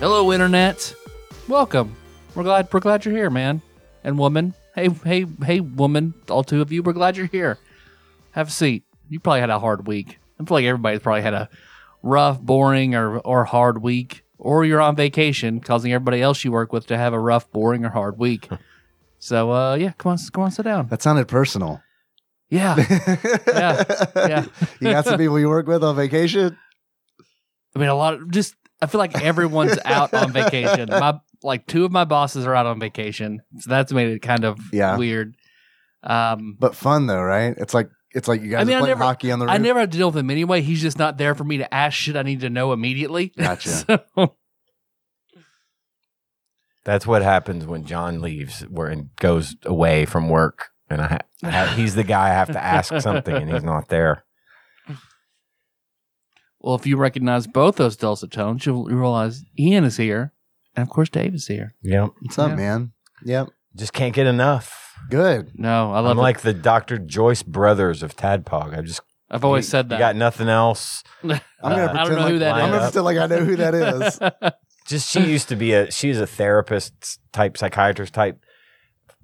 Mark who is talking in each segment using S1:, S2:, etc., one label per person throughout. S1: Hello, internet. Welcome. We're glad we're glad you're here, man and woman. Hey, hey, hey, woman. All two of you. We're glad you're here. Have a seat. You probably had a hard week. I feel like everybody's probably had a rough, boring, or or hard week. Or you're on vacation, causing everybody else you work with to have a rough, boring, or hard week. so, uh, yeah, come on, come on, sit down.
S2: That sounded personal.
S1: Yeah, yeah, yeah.
S2: You got some people you work with on vacation.
S1: I mean, a lot of just. I feel like everyone's out on vacation. My like two of my bosses are out on vacation, so that's made it kind of
S2: Yeah.
S1: weird. Um,
S2: But fun though, right? It's like it's like you guys
S1: I mean,
S2: are
S1: I
S2: playing
S1: never-
S2: hockey on the roof.
S1: I never had to deal with him anyway. He's just not there for me to ask shit I need to know immediately.
S2: Gotcha.
S1: So-
S3: That's what happens when John leaves where and goes away from work, and I, ha- I ha- he's the guy I have to ask something, and he's not there.
S1: well, if you recognize both those dulcet tones, you'll realize Ian is here, and of course Dave is here.
S3: Yep,
S2: What's up,
S1: Yeah.
S2: man? Yep.
S3: just can't get enough.
S2: Good.
S1: No, I love.
S3: I'm
S1: it.
S3: like the Dr. Joyce brothers of Tadpog. I just
S1: I've always
S3: you-
S1: said
S3: You got
S1: that.
S3: nothing else.
S2: I'm gonna
S3: Uh, I
S1: don't
S2: pretend
S1: know
S2: like,
S1: who that
S2: I'm
S3: is.
S2: gonna pretend like I know who that is.
S3: Just she used to be a she's a therapist type, psychiatrist type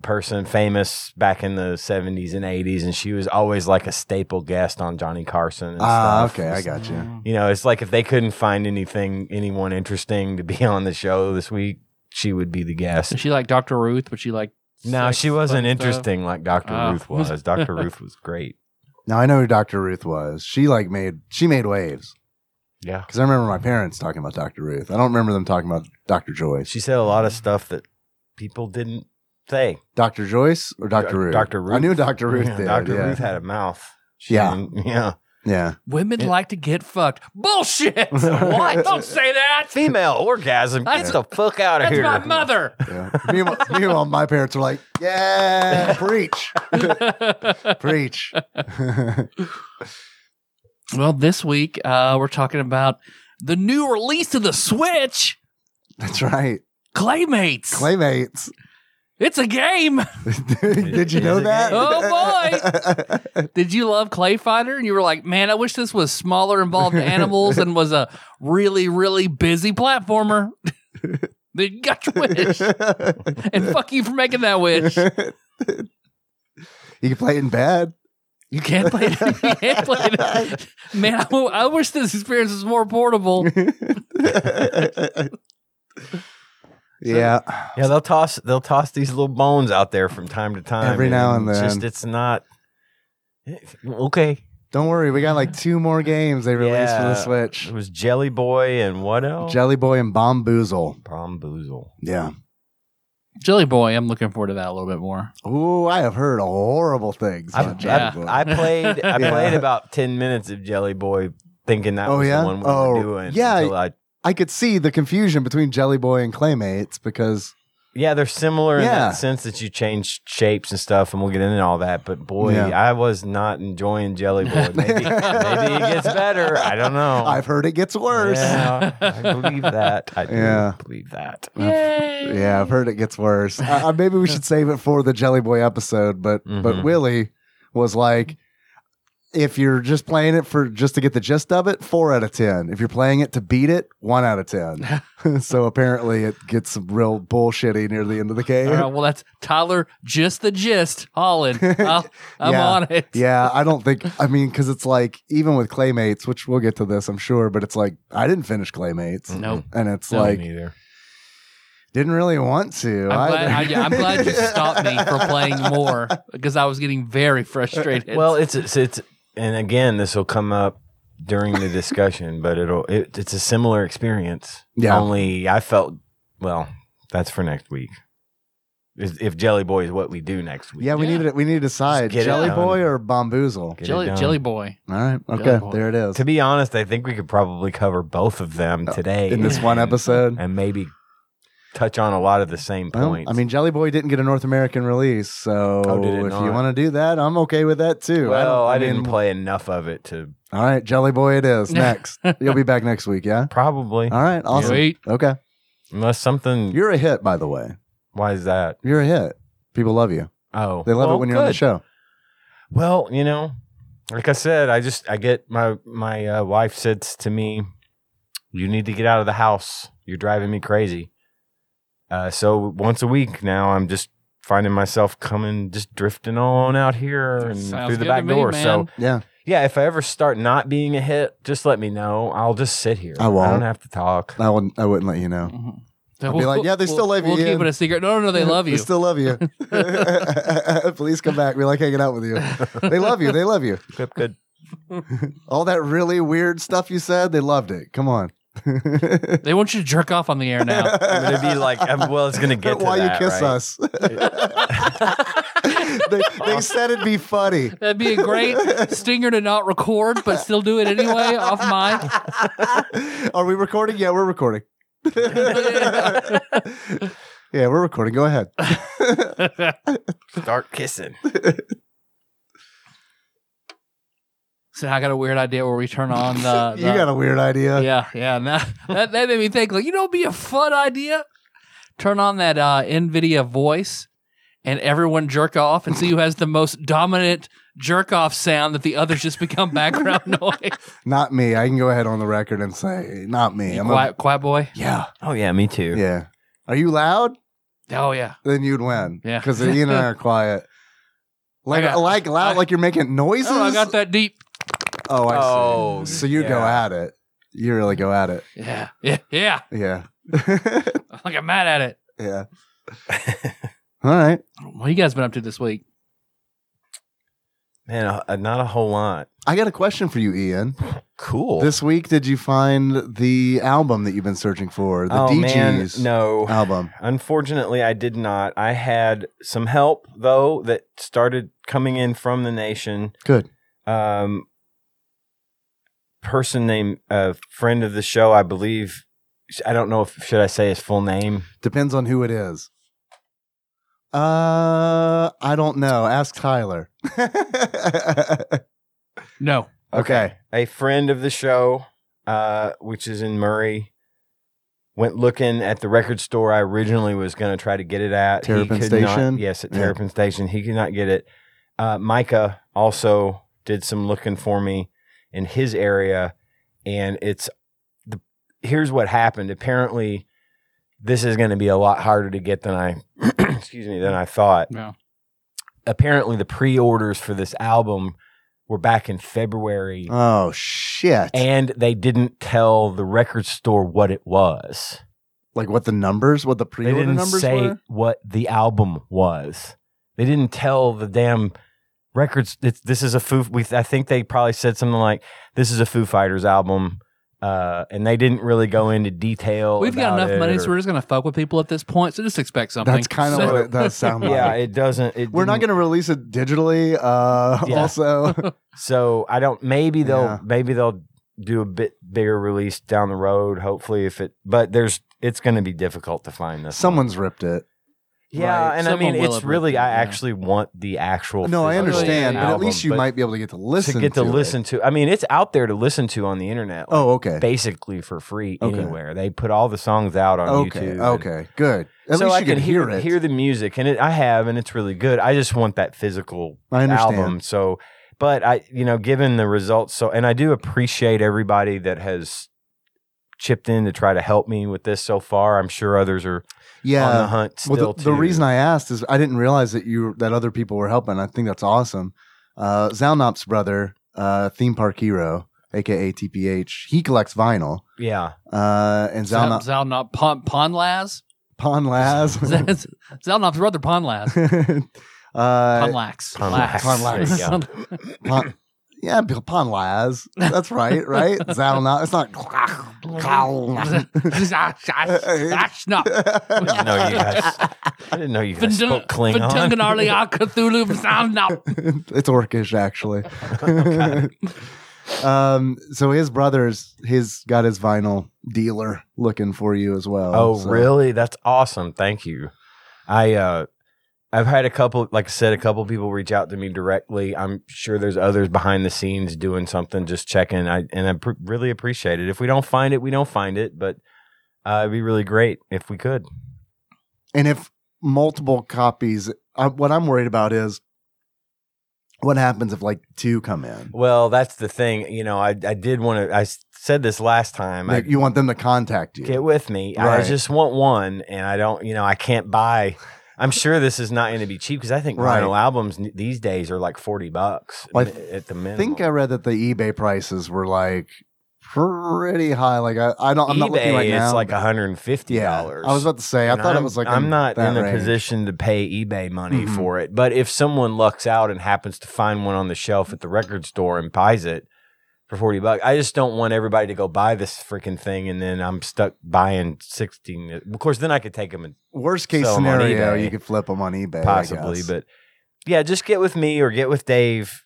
S3: person, famous back in the 70s and 80s, and she was always like a staple guest on Johnny Carson. and
S2: Ah,
S3: stuff.
S2: okay, I
S3: Just-
S2: got you.
S3: You know, it's like if they couldn't find anything, anyone interesting to be on the show this week, she would be the guest.
S1: Is she like Dr. Ruth? Would she like?
S3: No,
S1: sex
S3: she wasn't
S1: fun stuff?
S3: interesting like Dr.
S1: Oh.
S3: Ruth was. Dr. Ruth was great.
S2: Now I know who Dr. Ruth was. She like made she made waves
S3: Yeah.
S2: because I remember my parents talking about Dr. Ruth. I don't remember them talking about Dr. Joyce.
S3: She said a lot of stuff that people didn't say.
S2: Dr. Joyce or Dr.
S3: Dr.
S2: Ruth?
S3: Dr.
S2: I knew
S3: Uh, Ruth.
S2: Dr. Ruth
S3: Yeah,
S2: did.
S3: Dr.
S2: yeah.
S3: Ruth had a mouth. She
S2: Yeah.
S3: didn't- Yeah.
S2: yeah.
S1: Women
S3: Yeah.
S1: like to get fucked. Bullshit. what? Don't say that.
S3: Female orgasm. Get
S1: That's-
S3: the fuck out of
S1: That's
S3: here.
S1: my mother.
S2: Yeah. meanwhile, meanwhile, my parents were like, "Yeah, preach, preach."
S1: Well, this week uh, we're talking about the new release of the Switch,
S2: That's right,
S1: Claymates.
S2: Claymates.
S1: it's a game.
S2: Did you know that?
S1: Oh,
S2: boy!
S1: Did you love Clay Fighter? And you were like, man, I wish this was smaller, involved animals, and was a really, really busy platformer. then you got your wish, and fuck you for making that wish.
S2: you can play it in bed.
S1: You can't play it. You can't play it. Man, I, w- I wish this experience was more portable.
S2: yeah,
S3: Yeah, they'll toss they'll toss these little bones out there from time to time.
S2: Every now and
S3: it's
S2: then.
S3: Just it's not eh, okay.
S2: don't worry. We got like two more games they released for the
S3: Yeah.
S2: Switch:
S3: It was Jelly Boy and what
S1: Oh.
S3: else?
S2: Jelly Boy and Bomboozle.
S3: Bomboozle.
S2: Yeah.
S1: Jelly Boy, I'm looking forward to that a little bit more.
S2: Ooh, I have heard horrible things.
S3: I,
S2: about
S1: Yeah.
S2: Jelly Boy.
S3: I, I played I
S2: Yeah.
S3: played about ten minutes of Jelly Boy thinking that
S2: Oh,
S3: was
S2: yeah?
S3: the one we
S2: Oh,
S3: were doing.
S2: yeah.
S3: until I,
S2: I could see the confusion between Jelly Boy and Claymates because
S3: yeah, they're similar in
S2: Yeah.
S3: that sense that you change shapes and stuff, and we'll get into all that. But boy,
S2: Yeah.
S3: I was not enjoying Jelly Boy. Maybe, maybe it gets better. I don't know.
S2: I've heard it gets worse. Yeah,
S3: Oh. Yeah, I believe that. I do
S2: Yeah.
S3: believe that.
S1: Yay.
S2: I've heard it gets worse. Uh, uh, maybe we should save it for the Jelly Boy episode, but but
S3: Mhm.
S2: Willie was like if you're just playing it for just to get the gist of it, 4 out of 10. If you're playing it to beat it, 1 out of 10. so apparently it gets some real bullshitty near the end of the game.
S1: All right, Uh, well, that's Tyler, just the gist, Holland. I'll, I'm
S2: Yeah.
S1: on it.
S2: Yeah, I don't think. I mean, because it's like even with Claymates, which we'll get to this, I'm sure, but it's like I didn't finish
S3: Mm.
S2: Claymates,
S1: Nope.
S2: and it's
S1: No,
S2: like uh,
S3: neither.
S2: didn't really want
S1: I'm
S2: to.
S1: glad, I,
S2: either.
S1: yeah, I'm glad you stopped me from playing more because I was getting very frustrated.
S3: uh, well, it's, it's it's and again, this will come up during the discussion, but it'll it, it's a similar experience.
S2: Yeah.
S3: Only I felt well. That's for next week. Is- If Jelly Boy is what we do next week.
S2: Yeah, we
S1: Yeah.
S2: need to we need to decide
S3: get it
S2: Jelly
S3: done.
S2: Boy or Bamboozle.
S3: Get it
S1: Jelly,
S3: done.
S1: Jelly Boy.
S2: All right,
S1: Jelly
S2: okay,
S1: Boy.
S2: there it is.
S3: To be honest, I think we could probably cover both of them today
S2: Uh, In this one
S3: and-
S2: episode,
S3: and maybe touch on a lot of the same
S2: Well,
S3: points.
S2: I mean, Jelly Boy didn't get a North American release, so
S3: Oh, did it
S2: if you
S3: not?
S2: want to do that, I'm okay with that too.
S3: well,
S2: don't-
S3: I, didn't
S2: mean,
S3: play enough of it to
S2: All right, Jelly Boy, it is next. You'll be back next week, yeah.
S3: probably
S2: All right, awesome.
S1: Sweet.
S2: Okay,
S3: unless something.
S2: Uh, you're a hit, by the way.
S3: why is that?
S2: You're a hit. People love you.
S3: Oh,
S2: They love
S3: well,
S2: it when you're on the
S3: good.
S2: show.
S3: Well, you know, like I said, I just I get my my uh, wife said to me, "You need to get out of the house. You're driving me crazy." Uh, so once a week now, I'm just finding myself coming, just drifting on out here and
S1: Sounds
S3: through
S1: good
S3: the
S1: to
S3: back
S1: me,
S3: door.
S1: man.
S3: So
S2: Yeah,
S3: yeah, if I ever start not being a hit, just let me know. I'll just sit here.
S2: I won't.
S3: I don't have to talk.
S2: I wouldn't. I wouldn't let you know.
S1: Mhm.
S2: I'd be like, yeah, they still love you,
S1: We'll keep
S2: Ian.
S1: it a secret. No, no, no, they love you.
S2: They still love you. Please come back. We like hanging out with you. They love you. They love you.
S3: Good, good.
S2: All that really weird stuff you said, they loved it. Come on.
S1: they want you to jerk off on the air now.
S3: I'm gonna be like, I'm- well, it's gonna get to
S2: Why
S3: that,
S2: you kiss
S3: right?
S2: us? they, they said it'd be funny.
S1: That'd be a great stinger to not record, but still do it anyway off mic.
S2: Are we recording? Yeah, we're recording. yeah, we're recording. Go ahead.
S3: Uh, Start kissing.
S1: So I got a weird idea where we turn on the. the
S2: you got a weird idea.
S1: yeah, yeah. Now, that, that made me think, like, you know, it'd be a fun idea. Turn on that uh, NVIDIA voice and everyone jerk off and see who has the most dominant jerk off sound that the others just become background noise.
S2: Not me. I can go ahead on the record and say, not me. I'm a-
S1: quiet, quiet boy.
S2: yeah.
S3: Oh yeah, me too.
S2: Yeah. Are you loud?
S1: Oh, yeah.
S2: Then you'd win.
S1: Yeah.
S2: Because Ian and I are quiet. Like,
S1: got-
S2: like loud,
S1: I-
S2: like you're making noises.
S1: Oh, I got that deep.
S2: Oh, I
S3: Oh,
S2: see. So you go
S3: yeah.
S2: at it. You really go at it.
S1: Yeah, yeah, yeah.
S2: Yeah.
S1: Like, I'm mad at it.
S2: yeah. All right.
S1: What you guys been up to this week?
S3: Man, a- a- not a whole lot.
S2: I got a question for you, Ian.
S3: Cool.
S2: This week, did you find the album that you've been searching for? The
S3: oh, man,
S2: DG's
S3: no.
S2: album.
S3: Unfortunately, I did not. I had some help though that started coming in from the nation.
S2: Good.
S3: Um, person named a friend of the show, I believe. I don't know if should I say his full name.
S2: Depends on who it is. Uh, I don't know. Ask Tyler.
S1: No.
S2: okay.
S3: A friend of the show, uh, which is in Murray, went looking at the record store I originally was going to try to get it at. He
S2: Terrapin
S3: could not-
S2: Station?
S3: yes, at
S2: Yeah.
S3: Terrapin Station. He could not get it. Uh, Micah also did some looking for me in his area, and it's the here's what happened. Apparently, this is going to be a lot harder to get than I excuse me than I thought
S1: No.
S3: apparently the pre-orders for this album were back in February
S2: Oh shit!
S3: and they didn't tell the record store what it was.
S2: like what the numbers? What the
S3: They
S2: pre-order
S3: didn't
S2: numbers
S3: say
S2: were?
S3: what the album was. They didn't tell the damn records it's, this is a Foo we I think they probably said something like this is a Foo Fighters album uh, and they didn't really go into detail.
S1: We've got
S3: about
S1: enough
S3: it
S1: money,
S3: or-
S1: so we're just going to fuck with people at this point. So just expect something.
S2: That's kind of
S1: So-
S2: what it does sound like.
S3: yeah, it doesn't. It
S2: We're not
S3: didn't-
S2: going to release it digitally. Uh,
S3: Yeah.
S2: Also,
S3: So I don't. Maybe they'll.
S2: Yeah.
S3: Maybe they'll do a bit bigger release down the road. Hopefully, if it. But there's. It's going to be difficult to find this. one.
S2: someone's ripped it.
S3: Yeah,
S1: Right.
S3: and
S1: Someone
S3: I mean,
S1: will
S3: it's
S1: have
S3: really.
S1: written it,
S3: I
S1: yeah.
S3: actually want the actual.
S2: No, I
S3: physical
S2: understand, but at
S3: album,
S2: least you
S3: but
S2: might be able to get to listen
S3: to get to,
S2: it.
S3: listen to. I mean, it's out there to listen to on the internet. like,
S2: Oh, okay,
S3: Basically for free
S2: Okay.
S3: anywhere. They put all the songs out on
S2: okay,
S3: YouTube. and-
S2: okay, good. At
S3: so
S2: least
S3: I
S2: you
S3: can
S2: hear, it.
S3: Hear the music, and it, I have, and it's really good. I just want that physical
S2: I understand.
S3: album. So, but I, you know, given the results, so and I do appreciate everybody that has chipped in to try to help me with this so far. I'm sure others are on the
S2: yeah.
S3: hunt still.
S2: Well, the, the
S3: too.
S2: reason I asked is I didn't realize that you that other people were helping. I think that's awesome. Uh, Zalnop's brother, uh, theme park hero, aka TPH, he collects vinyl.
S3: yeah,
S2: Uh, and
S1: Zal-
S2: Zalnop
S1: Zalnop Pon Ponlaz.
S2: Pon Laz,
S1: Zalnop's brother Ponlaz.
S2: uh,
S1: Ponlax.
S3: Ponlax.
S1: Lax.
S3: There you go.
S2: Pon- Yeah, upon lies. That's right, right? Zal not. It's not.
S1: That's not.
S3: I didn't know you guys. I didn't know you guys spoke Klingon.
S1: Klingon.
S2: it's Orcish, actually. um, so his brother's his got his vinyl dealer looking for you as well.
S3: Oh,
S2: so-
S3: really? That's awesome. Thank you. I uh I've had a couple like I said a couple people reach out to me directly. I'm sure there's others behind the scenes doing something just checking. I and I pr- really appreciate it. If we don't find it, we don't find it, but uh, it'd be really great if we could.
S2: And if multiple copies, uh, what I'm worried about is what happens if like two come in.
S3: Well, that's the thing. You know, I I did want to I s- said this last time. I,
S2: Like, you want them to contact you.
S3: get with me. I
S2: Right.
S3: just want one, and I don't. You know, I can't buy. I'm sure this is not going to be cheap because I think
S2: Right.
S3: vinyl albums n- these days are like forty bucks
S2: Well, I
S3: mi- at the
S2: I
S3: minimum.
S2: think uh, I read that the eBay prices were like pretty high. Like I, I don't. I'm not looking
S3: eBay,
S2: right now.
S3: It's like
S2: but-
S3: hundred and fifty
S2: yeah.
S3: dollars.
S2: I was about to say. I thought it was like
S3: I'm not
S2: that
S3: in a
S2: range.
S3: position to pay eBay money
S2: Mhm.
S3: for it. But if someone lucks out and happens to find one on the shelf at the record store and buys it for forty bucks, I just don't want everybody to go buy this freaking thing and then I'm stuck buying sixteen. Of course, then I could take them and
S2: Worst case
S3: sell 'em on
S2: scenario,
S3: eBay.
S2: you could flip them on eBay, I
S3: possibly
S2: guess.
S3: but yeah just get with me or get with dave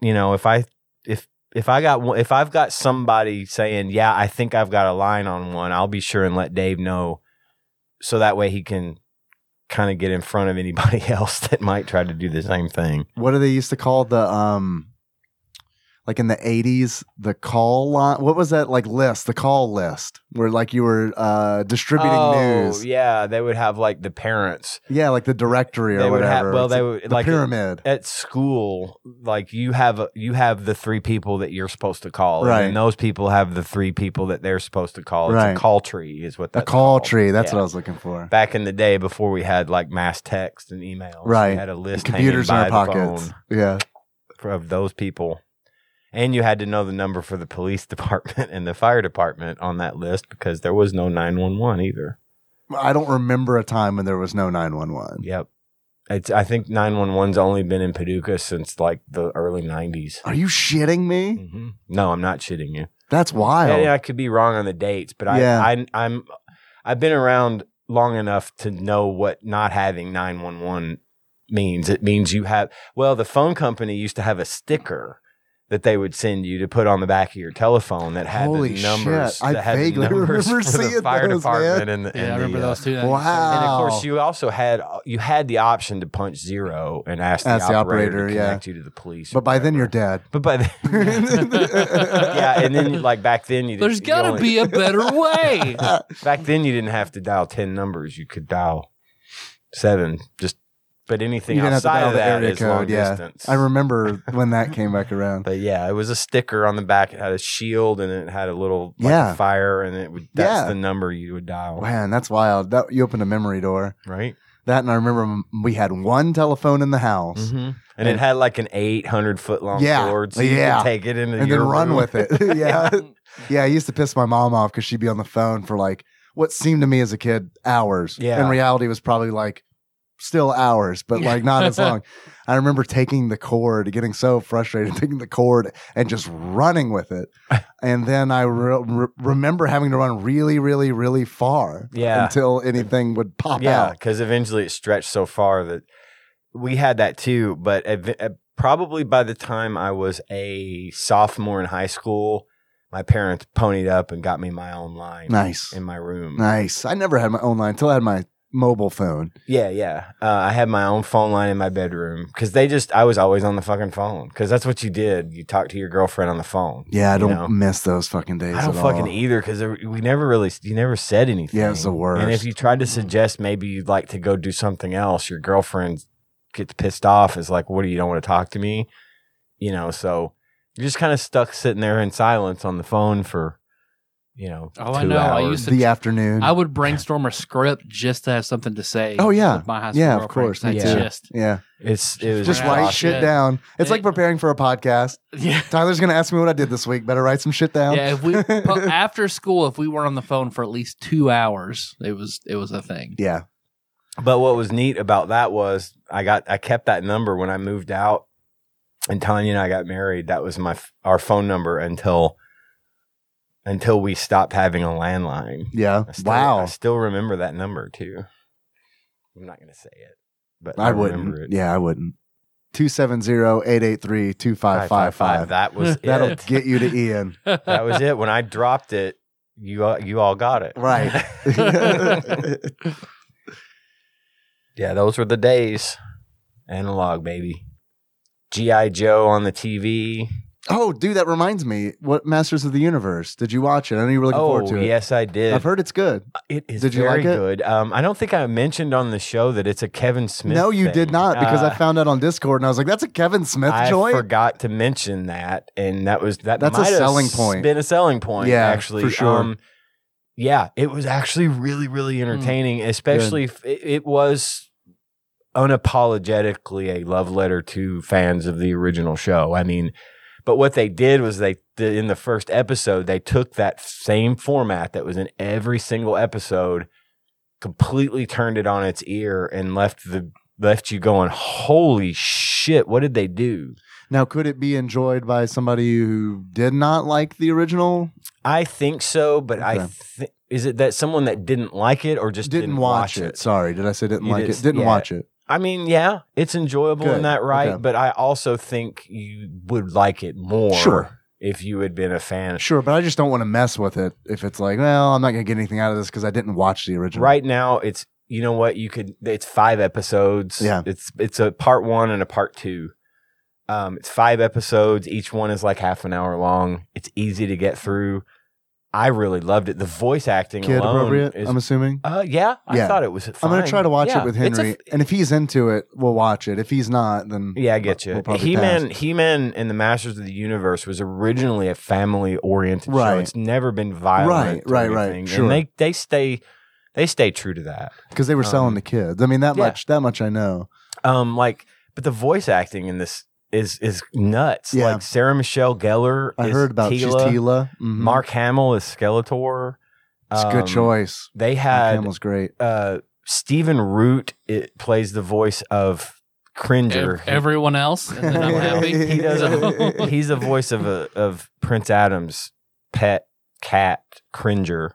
S3: you know if i if if i got one if i've got somebody saying yeah i think i've got a line on one i'll be sure and let dave know so that way he can kind of get in front of anybody else that might try to do the same thing
S2: what do they used to call the um like in the 80s the call line what was that like list the call list where like you were uh distributing news yeah.
S3: Oh, yeah they would have like the parents
S2: like the directory or
S3: They would
S2: whatever
S3: have- well,
S2: It's
S3: they
S2: a-
S3: would-
S2: the
S3: like- uh,
S2: pyramid
S3: at school like you have you have the three people that you're supposed to call
S2: Right.
S3: and those people have the three people that they're supposed to call
S2: Right.
S3: it's a call tree is what
S2: a
S3: that's
S2: call
S3: called.
S2: tree that's
S3: oh, Yeah.
S2: what i was looking for
S3: back in the day before we had like mass text and emails.
S2: Right.
S3: We had a
S2: And
S3: list
S2: computers in our
S3: hanging by the
S2: pockets yeah
S3: phone of those people. And you had to know the number for the police department and the fire department on that list because there was no 911 either.
S2: i don't remember a time when there was no 911
S3: Yep. It's, I think 911's only been in Paducah since like the early 90s.
S2: are you shitting me
S3: hmm No, I'm not shitting you.
S2: that's wild
S3: Yeah, I could be wrong on the dates, but I,
S2: Yeah.
S3: I I'm I've been around long enough to know what not having 911 means. It means you have well, the phone company used to have a sticker that they would send you to put on the back of your telephone that had
S2: Holy
S3: the
S2: shit.
S3: numbers.
S2: I
S3: that had the
S2: vaguely
S3: numbers
S2: remember
S3: for the
S2: seeing
S3: fire
S2: those, man.
S3: department and the and
S1: Yeah, I
S3: the,
S1: remember
S3: uh,
S1: those two. That
S2: Wow.
S3: and of
S2: Wow.
S3: course, you also had you had the option to punch zero and ask the,
S2: Ask the
S3: operator,
S2: operator,
S3: to
S2: yeah.
S3: connect you to the police. or
S2: but by then you're
S3: whatever.
S2: dead
S3: But by then, yeah, and then like back then you
S1: There's
S3: you
S1: got to
S3: only-
S1: be a better way.
S3: Back then, you didn't have to dial ten numbers; you could dial seven. Just, but anything
S2: You didn't have to
S3: outside
S2: dial
S3: of
S2: the
S3: that
S2: area
S3: is long
S2: code, yeah.
S3: distance.
S2: i remember when that came back around
S3: But yeah, it was a sticker on the back. It had a shield and it had a little like
S2: Yeah.
S3: a fire, and it would. That's
S2: Yeah.
S3: the number you would dial,
S2: Man, that's wild. That you opened a memory door.
S3: right?
S2: That and I remember m- we had one telephone in the house
S3: Mm-hmm. And, it had like an eight hundred foot long
S2: Yeah.
S3: cord, so you
S2: Yeah.
S3: could take it into
S2: and
S3: your
S2: then run
S3: room.
S2: with it. yeah. Yeah, I used to piss my mom off cuz she'd be on the phone for like what seemed to me as a kid hours.
S3: Yeah.
S2: In reality it was probably like still hours, but like not as long. I remember taking the cord, getting so frustrated taking the cord and just running with it. And then I re- re- remember having to run really really really far
S3: Yeah.
S2: until anything would pop
S3: yeah,
S2: out.
S3: because eventually it stretched so far that we had that too. But ev- uh, probably by the time I was a sophomore in high school, my parents ponied up and got me my own line
S2: Nice.
S3: in my room.
S2: Nice. I never had my own line until I had my mobile phone.
S3: Yeah, yeah. Uh, I had my own phone line in my bedroom because they just I was always on the fucking phone because that's what you did. You talked to your girlfriend on the phone.
S2: Yeah, I
S3: You
S2: don't
S3: know?
S2: miss those fucking days.
S3: I don't
S2: at
S3: fucking
S2: all.
S3: either because we never really you never said anything.
S2: Yeah, it's the worst.
S3: And if you tried to suggest maybe you'd like to go do something else, your girlfriend gets pissed off. Is like, what do you don't want to talk to me? You know, so you're just kind of stuck sitting there in silence on the phone for, you know,
S1: Oh, I
S3: two
S1: know. I
S3: hours.
S1: used to-
S2: the afternoon.
S1: I would brainstorm a script just to have something to say.
S2: Oh, yeah.
S1: with my high school
S2: yeah, of
S1: girlfriend.
S2: course. Me
S1: That's
S3: Yeah.
S2: too.
S1: Just,
S2: yeah,
S3: It's it was
S2: just
S1: Yeah.
S2: write
S1: Gosh,
S2: shit
S1: yeah.
S2: down. It's
S1: It-
S2: like preparing for a podcast.
S1: yeah.
S2: Tyler's gonna ask me what I did this week. Better write some shit down.
S1: Yeah, if we but after school, if we were on the phone for at least two hours, it was it was a thing.
S2: Yeah.
S3: But what was neat about that was I got I kept that number when I moved out and Tanya and I got married, that was my f- our phone number until until we stopped having a landline.
S2: Yeah.
S3: I still, I
S2: wow.
S3: still remember that number too. I'm not gonna say it, but I,
S2: I
S3: remember
S2: wouldn't.
S3: it.
S2: Yeah, I wouldn't. 270-883-2555.
S3: That was it.
S2: That'll get you to Ian.
S3: that was it. When I dropped it, you all- you all got it
S2: Right.
S3: yeah, those were the days. Analog, baby. GI Joe on the TV.
S2: oh, dude, that reminds me. What Masters of the Universe? Did you watch it? I know you were looking forward
S3: Oh,
S2: to it.
S3: yes, I did. Uh,
S2: I've heard it's good.
S3: it is
S2: Did you
S3: very
S2: like it?
S3: good. Um, I don't think I mentioned on the show that it's a Kevin Smith.
S2: no, you
S3: thing.
S2: did not because
S3: Uh,
S2: I found out on Discord and I was like, that's a Kevin Smith
S3: I
S2: joint.
S3: forgot to mention that, and that was that.
S2: That's a
S3: might have
S2: selling
S3: s-
S2: point.
S3: Been a selling point,
S2: Yeah,
S3: actually. Um,
S2: for sure.
S3: yeah, it was actually really,
S2: Hmm.
S3: really entertaining. Especially, if it, it was unapologetically a love letter to fans of the original show. I mean, but what they did was they did in the first episode they took that same format that was in every single episode, completely turned it on its ear, and left the left you going, holy shit, what did they do?
S2: now, could it be enjoyed by somebody who did not like the original?
S3: I think so, but I
S2: Okay.
S3: thi- is it that someone that didn't like it or just
S2: didn't, watch, it. Sorry, did I say didn't
S3: You
S2: like
S3: just-
S2: it? Didn't
S3: yeah.
S2: watch it.
S3: I mean, yeah, it's enjoyable in
S2: Good.
S3: that right,
S2: Okay.
S3: but I also think you would like it more
S2: Sure.
S3: if you had been a fan.
S2: Sure, but I just don't want to mess with it if it's like, well, I'm not going to get anything out of this because I didn't watch the original.
S3: Right now, it's you know what you could. It's five episodes.
S2: Yeah.
S3: it's it's a part one and a part two. Um, it's five episodes. Each one is like half an hour long. It's easy to get through. I really loved it. The voice acting
S2: Kid
S3: alone
S2: appropriate,
S3: is
S2: I'm assuming.
S3: Uh, yeah, I
S2: Yeah.
S3: thought it was.
S2: I'm going to try to watch it with Henry.
S3: It's a-
S2: and if he's into it, we'll watch it. If he's not, then.
S3: yeah, I get you.
S2: We'll probably
S3: he Man,
S2: pass.
S3: He Man, and the Masters of the Universe was originally a family oriented show.
S2: Right.
S3: It's never been violent,
S2: Right,
S3: or
S2: right, right,
S3: anything.
S2: sure.
S3: And they they stay they stay true to that.
S2: Because they were
S3: Um,
S2: selling the kids. I mean, that
S3: yeah.
S2: much, that much I know.
S3: Um, like, but the voice acting in this is is nuts.
S2: Yeah.
S3: Like Sarah Michelle Gellar.
S2: I
S3: is
S2: heard about she's
S3: Tila.
S2: Tila. Mhm.
S3: Mark Hamill is Skeletor.
S2: It's a good
S3: Um,
S2: choice.
S3: They
S2: Mark
S3: had
S2: Hamill's great.
S3: uh, Stephen Root. It plays the voice of Cringer.
S1: Ev-
S3: who-
S1: everyone else, and then I'm happy.
S3: He does
S1: So-
S3: he's the voice of a, of Prince Adam's pet cat Cringer.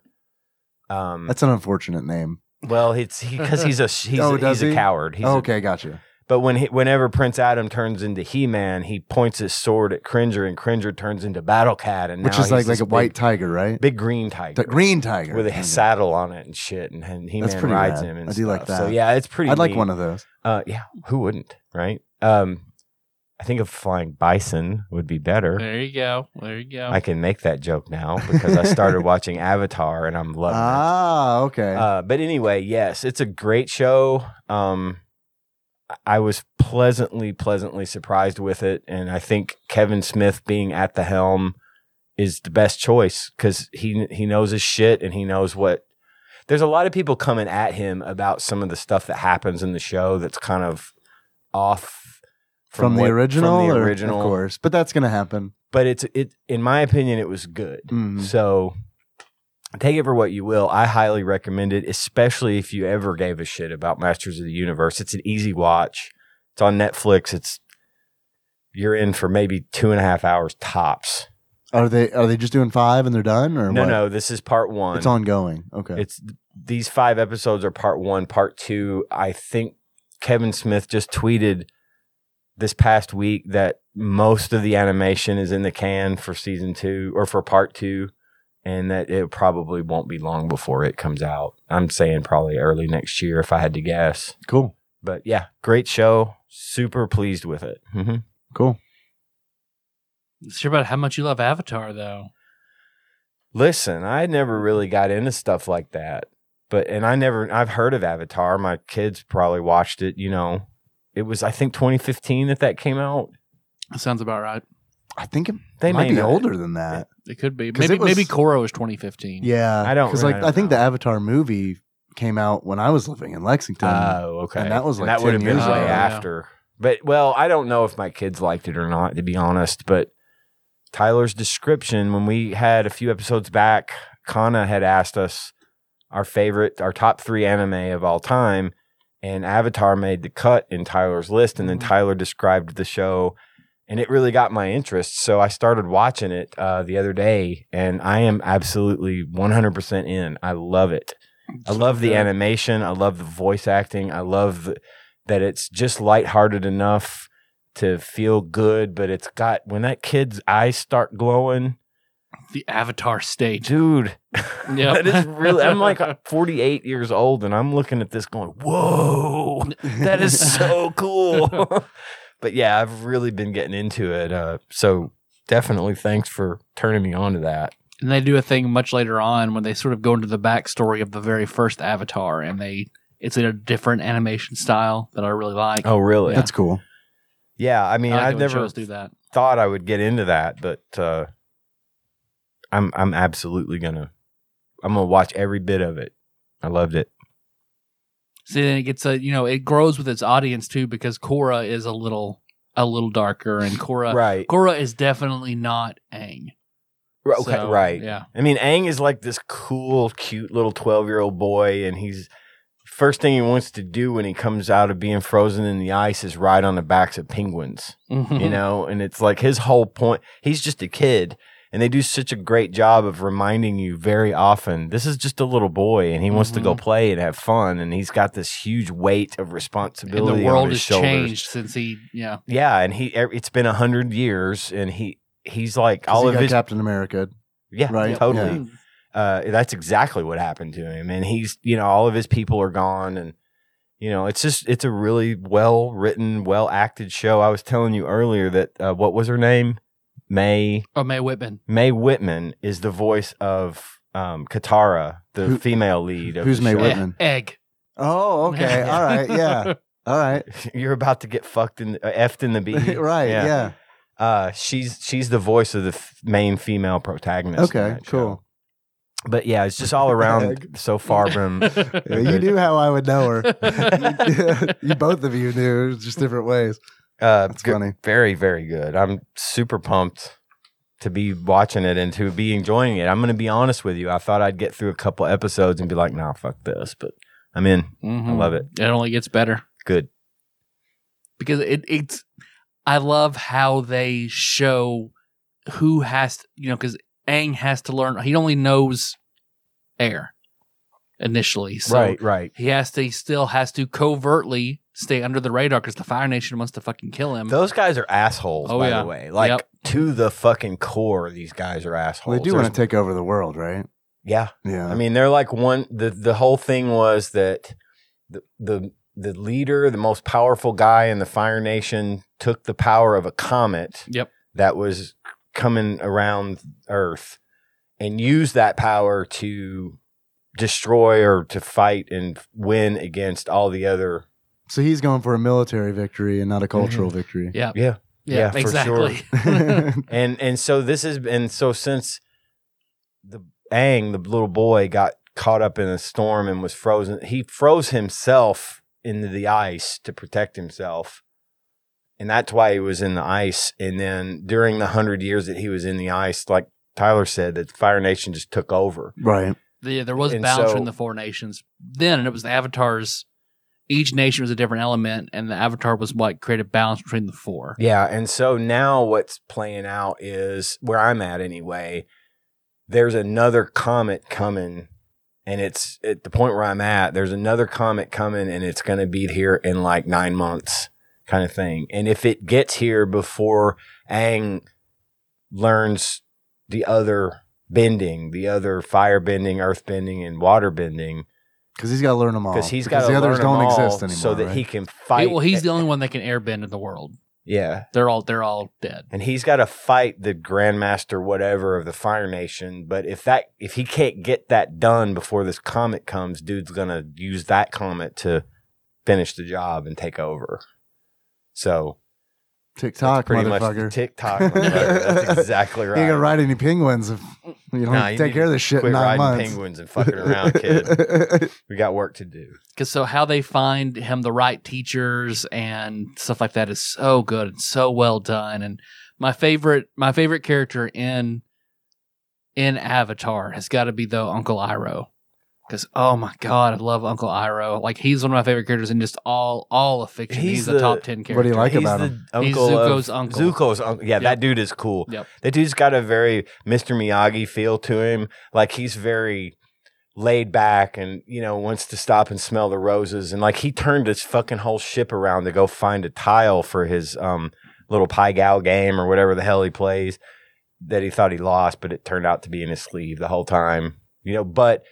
S3: Um,
S2: That's an unfortunate name.
S3: well, it's because he's a he's,
S2: Oh,
S3: a,
S2: does
S3: he's a
S2: he?
S3: coward. He's a-
S2: okay, gotcha.
S3: but when he, whenever Prince Adam turns into He Man, he points his sword at Cringer, and Cringer turns into Battle Cat, and
S2: Which
S3: now
S2: is like
S3: he's
S2: like
S3: this
S2: a white
S3: big,
S2: tiger, right?
S3: big green tiger,
S2: Ti- green tiger
S3: with a
S2: Okay.
S3: saddle on it and shit, and, and He Man
S2: pretty
S3: rides
S2: rad.
S3: him. And
S2: I do like
S3: stuff. So
S2: that.
S3: yeah, it's pretty.
S2: I'd like
S3: neat.
S2: one of those.
S3: Uh, yeah, who wouldn't, right? Um, I think a flying bison would be better.
S1: there you go. There you go.
S2: Oh.
S3: I can make that joke now because I started watching Avatar and I'm loving
S2: Ah, okay.
S3: it. Uh, but anyway, yes, it's a great show. Um, I- I was pleasantly, pleasantly surprised with it, and I think Kevin Smith being at the helm is the best choice because he he knows his shit and he knows what. There's a lot of people coming at him about some of the stuff that happens in the show that's kind of off
S2: from, the
S3: what-
S2: original,
S3: From the
S2: or-
S3: original,
S2: of course. But that's gonna happen.
S3: but it's it in my opinion it was good
S2: Mhm.
S3: so take it for what you will i highly recommend it especially if you ever gave a shit about masters of the universe it's an easy watch it's on netflix it's you're in for maybe two and a half hours tops
S2: Are they are they just doing five and they're done, or
S3: no
S2: what?
S3: no this is part one
S2: It's ongoing. Okay.
S3: it's these five episodes are part one part two i think kevin smith just tweeted this past week that most of the animation is in the can for season two or for part two and that it probably won't be long before it comes out i'm saying probably early next year if i had to guess
S2: cool.
S3: but yeah great show super pleased with it mm-hmm.
S2: Cool.
S1: It's sure about how much you love Avatar, though.
S3: Listen, I never
S2: Mm-hmm.
S3: really got into stuff like that. But and I never I've heard of Avatar. My kids probably watched it, you know. It was I think 2015 that that came out.
S1: That sounds about right.
S2: I think it
S3: They
S2: might
S3: may
S2: be
S3: not.
S2: older than that.
S1: It could be.
S2: 'Cause
S1: Maybe
S2: it was-
S1: maybe Korra was 2015.
S2: Yeah,
S3: I don't-
S2: because
S3: I
S2: like
S3: don't
S2: I think
S3: know.
S2: the Avatar movie came out when I was living in Lexington.
S3: Oh, okay.
S2: And that was like
S3: that
S2: 10
S3: would have been
S1: years
S3: way
S1: ago.
S3: after. But well, I don't know if my kids liked it or not, to be honest. But Tyler's description when we had a few episodes back, Kana had asked us our favorite, our top three anime of all time, and Avatar made the cut in Tyler's list, and then
S2: Mm-hmm.
S1: Mhm.
S3: Tyler described the show. and it really got my interest. So I started watching it uh, the other day, and I am absolutely 100% in. I love it. I love the animation. I love the voice acting. I love th- that it's just lighthearted enough to feel good, but it's got when that kid's eyes start glowing,
S1: The Avatar state.
S3: dude.
S1: Yep.
S3: that is really. I'm like 48 years old, and I'm looking at this going, "Whoa, that is so cool." but yeah, I've really been getting into it. Uh, so definitely, thanks for turning me on to that.
S1: And they do a thing much later on when they sort of go into the backstory of the very first Avatar, and they it's in a different animation style that I really like.
S3: Oh, really?
S2: That's cool.
S3: Yeah, I mean,
S1: I like it
S3: I've
S1: when
S3: never
S1: shows do that.
S3: thought I would get into that, but uh, I'm I'm absolutely gonna I'm gonna watch every bit of it. I loved it.
S1: See, then it gets a you know it grows with its audience too because Korra is a little a little darker, and Korra
S3: right.
S1: Korra is definitely not Aang.
S3: Right, Okay.
S1: So,
S3: right.
S1: Yeah.
S3: I mean, Aang is like this cool, cute little 12 year old boy, and he's first thing he wants to do when he comes out of being frozen in the ice is ride on the backs of penguins, you
S1: Mm-hmm.
S3: know? And it's like his whole point, he's just a kid. And they do such a great job of reminding you very often this is just a little boy and he wants to go play and have fun. And he's got this huge weight
S1: Mm-hmm.
S3: of
S1: And the
S3: responsibility. on
S1: world
S3: his
S1: has
S3: shoulders
S1: changed since he yeah.
S3: Yeah. And he, e, it's been a hundred years and he, he's like,
S2: 'Cause
S3: all
S2: he
S3: of
S2: got
S3: his,
S2: Captain America.
S3: yeah,
S2: right?
S3: totally
S2: Yeah.
S3: uh, that's exactly what happened to him. And he's, you know, all of his people are gone. And, you know, it's just, it's a really well written, well acted show. I was telling you earlier that, uh, what was her name? May,
S1: Oh, May Whitman.
S3: May Whitman is the voice of, um, Katara, the
S2: Who-
S3: female lead. Of
S2: who's
S3: the
S2: May
S3: show.
S2: Whitman?
S1: E- Egg.
S2: Oh, okay. All right. Yeah. All right.
S3: You're about to get fucked in, uh, effed in the B.
S2: right. Yeah.
S3: Uh, she's, she's the voice of the f- main female protagonist. in
S2: Okay.
S3: that show.
S2: Cool.
S3: But yeah, it's just all around
S2: Egg.
S3: so far from,
S1: Mm-hmm.
S2: Yeah, you knew how I would know her. you both of you knew it was just different ways.
S3: Uh,
S2: That's
S3: good-
S2: funny.
S3: Very, very good. I'm super pumped to be watching it and to be enjoying it. I'm going to be honest with you. I thought I'd get through a couple episodes and be like, nah, fuck this, but I'm in.
S1: Mhm.
S3: I love it.
S1: It only gets better.
S3: Good.
S1: because it, it's I love how they show who has to, you know because Aang has to learn he only knows air initially so
S3: right.
S1: he has to he still has to covertly stay under the radar because the Fire Nation wants to fucking kill him
S3: Those guys are assholes,
S1: Oh,
S3: by
S1: yeah.
S3: the way. Like,
S1: Yep.
S3: to the fucking core, these guys are assholes.
S2: Well, they do
S3: There's-
S2: want to take over the world, right?
S3: yeah.
S2: Yeah.
S3: I mean, they're like one. The the whole thing was that the the the leader, the most powerful guy in the Fire Nation, took the power of a comet.
S1: Yep.
S3: That was coming around Earth, and used that power to destroy or to fight and win against all the other.
S2: so he's going for a military victory and not
S3: Mm-hmm.
S2: a cultural victory.
S1: yeah
S3: Yeah. yeah, for
S1: exactly
S3: And and so this is and so since the Aang, the little boy, got caught up in a storm and was frozen, he froze himself into the ice to protect himself. And that's why he was in the ice. And then during the hundred years that he was in the ice, like Tyler said, that Fire Nation just took over.
S2: right.
S1: yeah there was
S3: And
S1: balance
S3: so-
S1: in the four nations then and it was the avatars each nation was a different element and the avatar was what created balance between the four
S3: Yeah. And so now what's playing out is where I'm at anyway. There's another comet coming, and it's at the point where I'm at. There's another comet coming, and it's going to be here in like nine months, kind of thing. And if it gets here before Aang learns the other bending, the other fire bending, earth bending, and water bending,
S2: Because he's got to learn them all.
S3: because he's got
S2: Oh, Because
S3: to
S2: the
S3: learn
S2: others
S3: them
S2: don't
S3: all
S2: exist anymore.
S3: so that
S2: right?
S3: he can fight.
S1: Hey, well he's the only one that can airbend in the world
S3: yeah.
S1: they're all they're all dead
S3: and he's got to fight the grandmaster whatever of the fire nation but if that if he can't get that done before this comet comes dude's gonna use that comet to finish the job and take over so
S2: TikTok,
S3: that's pretty much
S2: motherfucker.
S3: tiktok motherfucker. that's exactly
S2: You ain't gonna
S3: right
S2: ride any penguins if you don't
S3: Nah, you
S2: take
S3: need
S2: care of
S3: to
S2: this shit in
S3: quit
S2: nine
S3: riding
S2: months.
S3: penguins and fucking around kid we got work to do
S1: Because so how they find him the right teachers and stuff like that is so good and so well done. And my favorite, my favorite character in in Avatar has got to be though Uncle Iroh. Because oh my god, I love Uncle Iroh. Like he's one of my favorite characters in just all all of fiction.
S3: He's
S1: He's,
S3: the-
S1: a top ten character.
S2: What do you like
S3: He's
S2: about
S3: the
S2: him?
S1: He's
S3: uncle of-
S1: Zuko's uncle.
S3: Zuko's uncle. Yeah,
S1: Yep.
S3: that dude is cool.
S1: Yep.
S3: That dude's got a very Mr. Miyagi feel to him. Like he's very laid back and you know wants to stop and smell the roses and like he turned his fucking whole ship around to go find a tile for his um little pie gal game or whatever the hell he plays that he thought he lost but it turned out to be in his sleeve the whole time you know but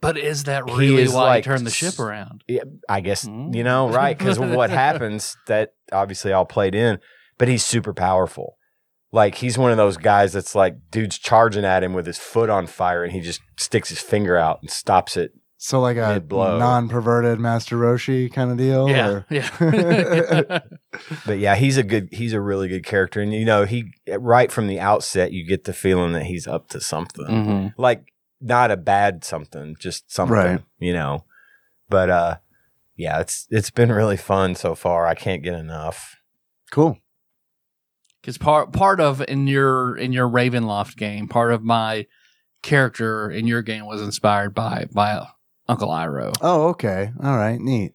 S1: But is that
S3: He
S1: really
S3: is
S1: why
S3: like
S1: he turned the ship
S3: s-
S1: around?
S3: i guess
S1: Mm.
S3: you know right because what happens that obviously all played in but he's super powerful like he's one of those guys that's like dude's charging at him with his foot on fire and he just sticks his finger out and stops it
S2: So like a
S3: Mid-blow.
S2: non-perverted Master Roshi kind of deal.
S1: Yeah,
S2: or-
S1: yeah.
S3: But yeah, he's a good, he's a really good character, and you know, he right from the outset, you get the feeling that he's up to something,
S1: Mhm.
S3: like not a bad something, just something,
S2: Right.
S3: you know. But uh, yeah, it's it's been really fun so far. I can't get enough.
S2: Cool.
S1: because part part of in your in your Ravenloft game, part of my character in your game was inspired by by Uncle Iroh.
S2: Oh, okay. All right. Neat.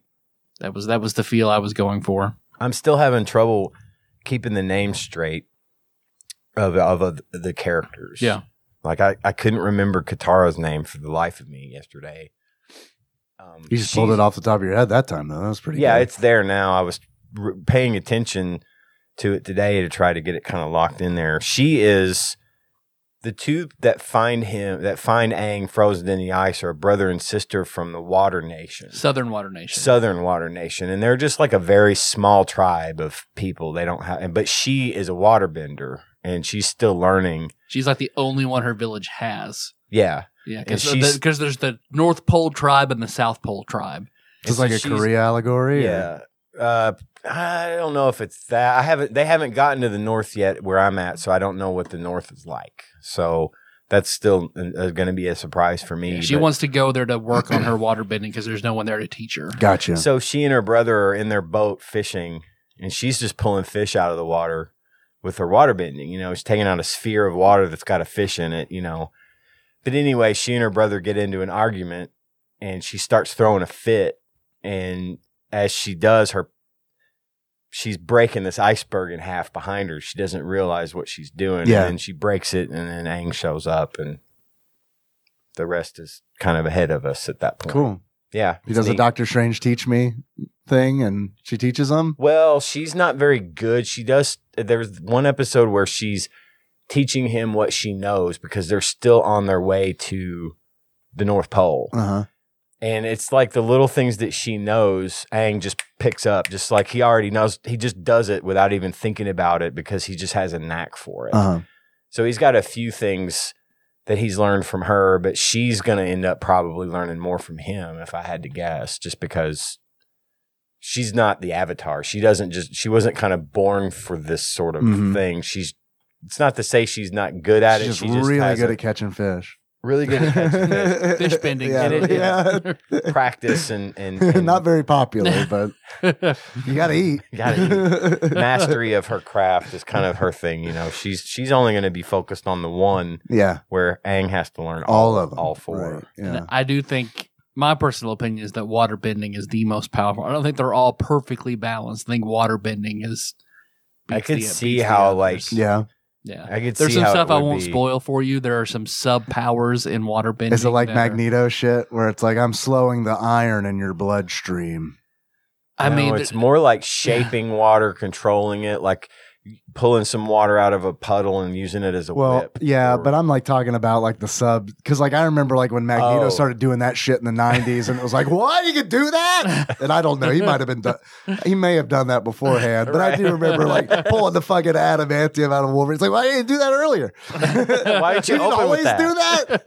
S1: That was that was the feel I was going for.
S3: I'm still having trouble keeping the name straight of of, of the characters.
S1: Yeah.
S3: like I I couldn't remember Katara's name for the life of me yesterday. Um,
S2: You just pulled
S3: she's-
S2: it off the top of your head that time, though. That was pretty.
S3: yeah
S2: good.
S3: it's there now i was r paying attention to it today to try to get it kind of locked in there she is the two that find him that find Aang frozen in the ice are a brother and sister from the water nation
S1: Southern Water Nation.
S3: southern water nation and they're just like a very small tribe of people they don't have but she is a waterbender and she's still learning
S1: She's like the only one her village has.
S3: yeah
S1: Yeah,
S3: And
S1: because
S3: she's-
S1: there's the North Pole tribe and the South Pole tribe.
S2: It's like a
S3: She's-
S2: Korea allegory. or-
S3: Yeah. Uh, I don't know if it's that. I haven't. They haven't gotten to the north yet, where I'm at, so I don't know what the north is like. So that's still going to be a surprise for me.
S1: she
S3: but-
S1: wants to go there to work on her water bending because there's no one there to teach her.
S2: Gotcha.
S3: So she and her brother are in their boat fishing, and she's just pulling fish out of the water with her water bending. You know, she's taking out a sphere of water that's got a fish in it. You know, but anyway, she and her brother get into an argument, and she starts throwing a fit. And as she does, her she's breaking this iceberg in half behind her. She doesn't realize what she's doing,
S2: Yeah.
S3: and then she breaks it, and then Aang shows up, and the rest is kind of ahead of us at that point.
S2: cool.
S3: Yeah,
S2: He
S3: it's
S2: does a
S3: neat.
S2: Doctor Strange teach me thing, and she teaches him.
S3: Well, she's not very good. She does. There's one episode where she's teaching him what she knows because they're still on their way to the North Pole.
S2: Uh huh.
S3: And it's like the little things that she knows, Aang just picks up, just like he already knows. He just does it without even thinking about it because he just has a knack for it.
S2: Uh huh.
S3: So he's got a few things that he's learned from her, but she's going to end up probably learning more from him if I had to guess, just because she's not the avatar. She doesn't just, she wasn't kind of born for this sort of
S2: Mhm.
S3: thing. She's, it's not to say she's not good at
S2: She's
S3: it.
S2: just
S3: she just
S2: really
S3: has
S2: good
S3: a-
S2: at catching fish.
S3: really good at catching fish.
S1: Fish bending.
S2: Yeah.
S3: And it-
S2: yeah.
S3: practice and, and, and
S2: Not very popular, but you gotta eat.
S3: Gotta
S2: eat.
S3: mastery of her craft is kind of her thing. You know, she's, she's only going to be focused on the one
S2: Yeah.
S3: where Aang has to learn all,
S2: All of them.
S3: all four.
S2: Right, Yeah.
S1: And I do think my personal opinion is that water bending is the most powerful. I don't think they're all perfectly balanced. I think water bending is.
S3: I
S1: beats
S3: could
S1: the-
S3: see
S1: beats the
S3: how,
S1: others.
S3: like-
S2: Yeah.
S1: yeah.
S3: I could
S1: There's
S3: see
S1: some
S3: how it
S1: stuff I
S3: would
S1: won't
S3: be.
S1: spoil for you. There are some sub powers in water bending.
S2: Is it like
S1: that are-
S2: Magneto shit where it's like I'm slowing the iron in your bloodstream?
S1: I
S3: No,
S1: mean,
S3: it's
S1: th-
S3: more like shaping water, controlling it, like pulling some water out of a puddle and using it as a
S2: Well,
S3: whip.
S2: yeah,
S3: or-
S2: but I'm like talking about like the sub because like I remember like when Magneto
S3: Oh.
S2: started doing that shit in the '90s, and it was like, "What? You could do that?" And I don't know. He might have been done. He may have done that beforehand, but I do
S3: Right.
S2: remember like pulling the fucking adamantium out of Wolverine. It's like, why didn't you do that earlier?
S3: Why didn't you
S2: didn't
S3: open
S2: always
S3: with that?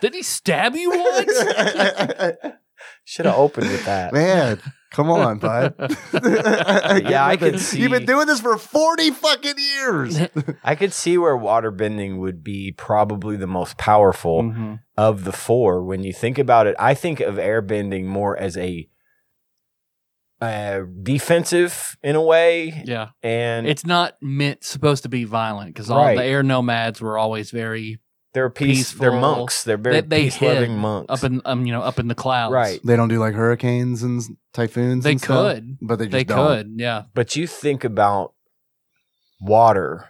S1: did he stab you once?
S2: do that?
S3: should have opened with that.
S2: Man, come on, bud.
S3: Yeah, I
S2: You've been-
S3: could see-
S2: You've been doing this for forty fucking years.
S1: Mm-hmm.
S3: I could see where water bending would be probably the most powerful
S2: Mm. Mm-hmm.
S3: of the four. When you think about it, I think of airbending more as a uh, defensive in a way,
S1: Yeah,
S3: and
S1: it's not meant supposed to be violent because all
S3: Right.
S1: the air nomads were always very
S3: They're peace. They're
S1: Peaceful.
S3: monks. They're very
S1: They- they
S3: peace loving
S1: hid
S3: monks.
S1: up in um, you know, up in the clouds.
S3: Right.
S2: They don't do like hurricanes and s- typhoons.
S1: They
S2: and stuff,
S1: could.
S2: but they just
S1: They
S2: don't.
S1: could. Yeah.
S3: but you think about water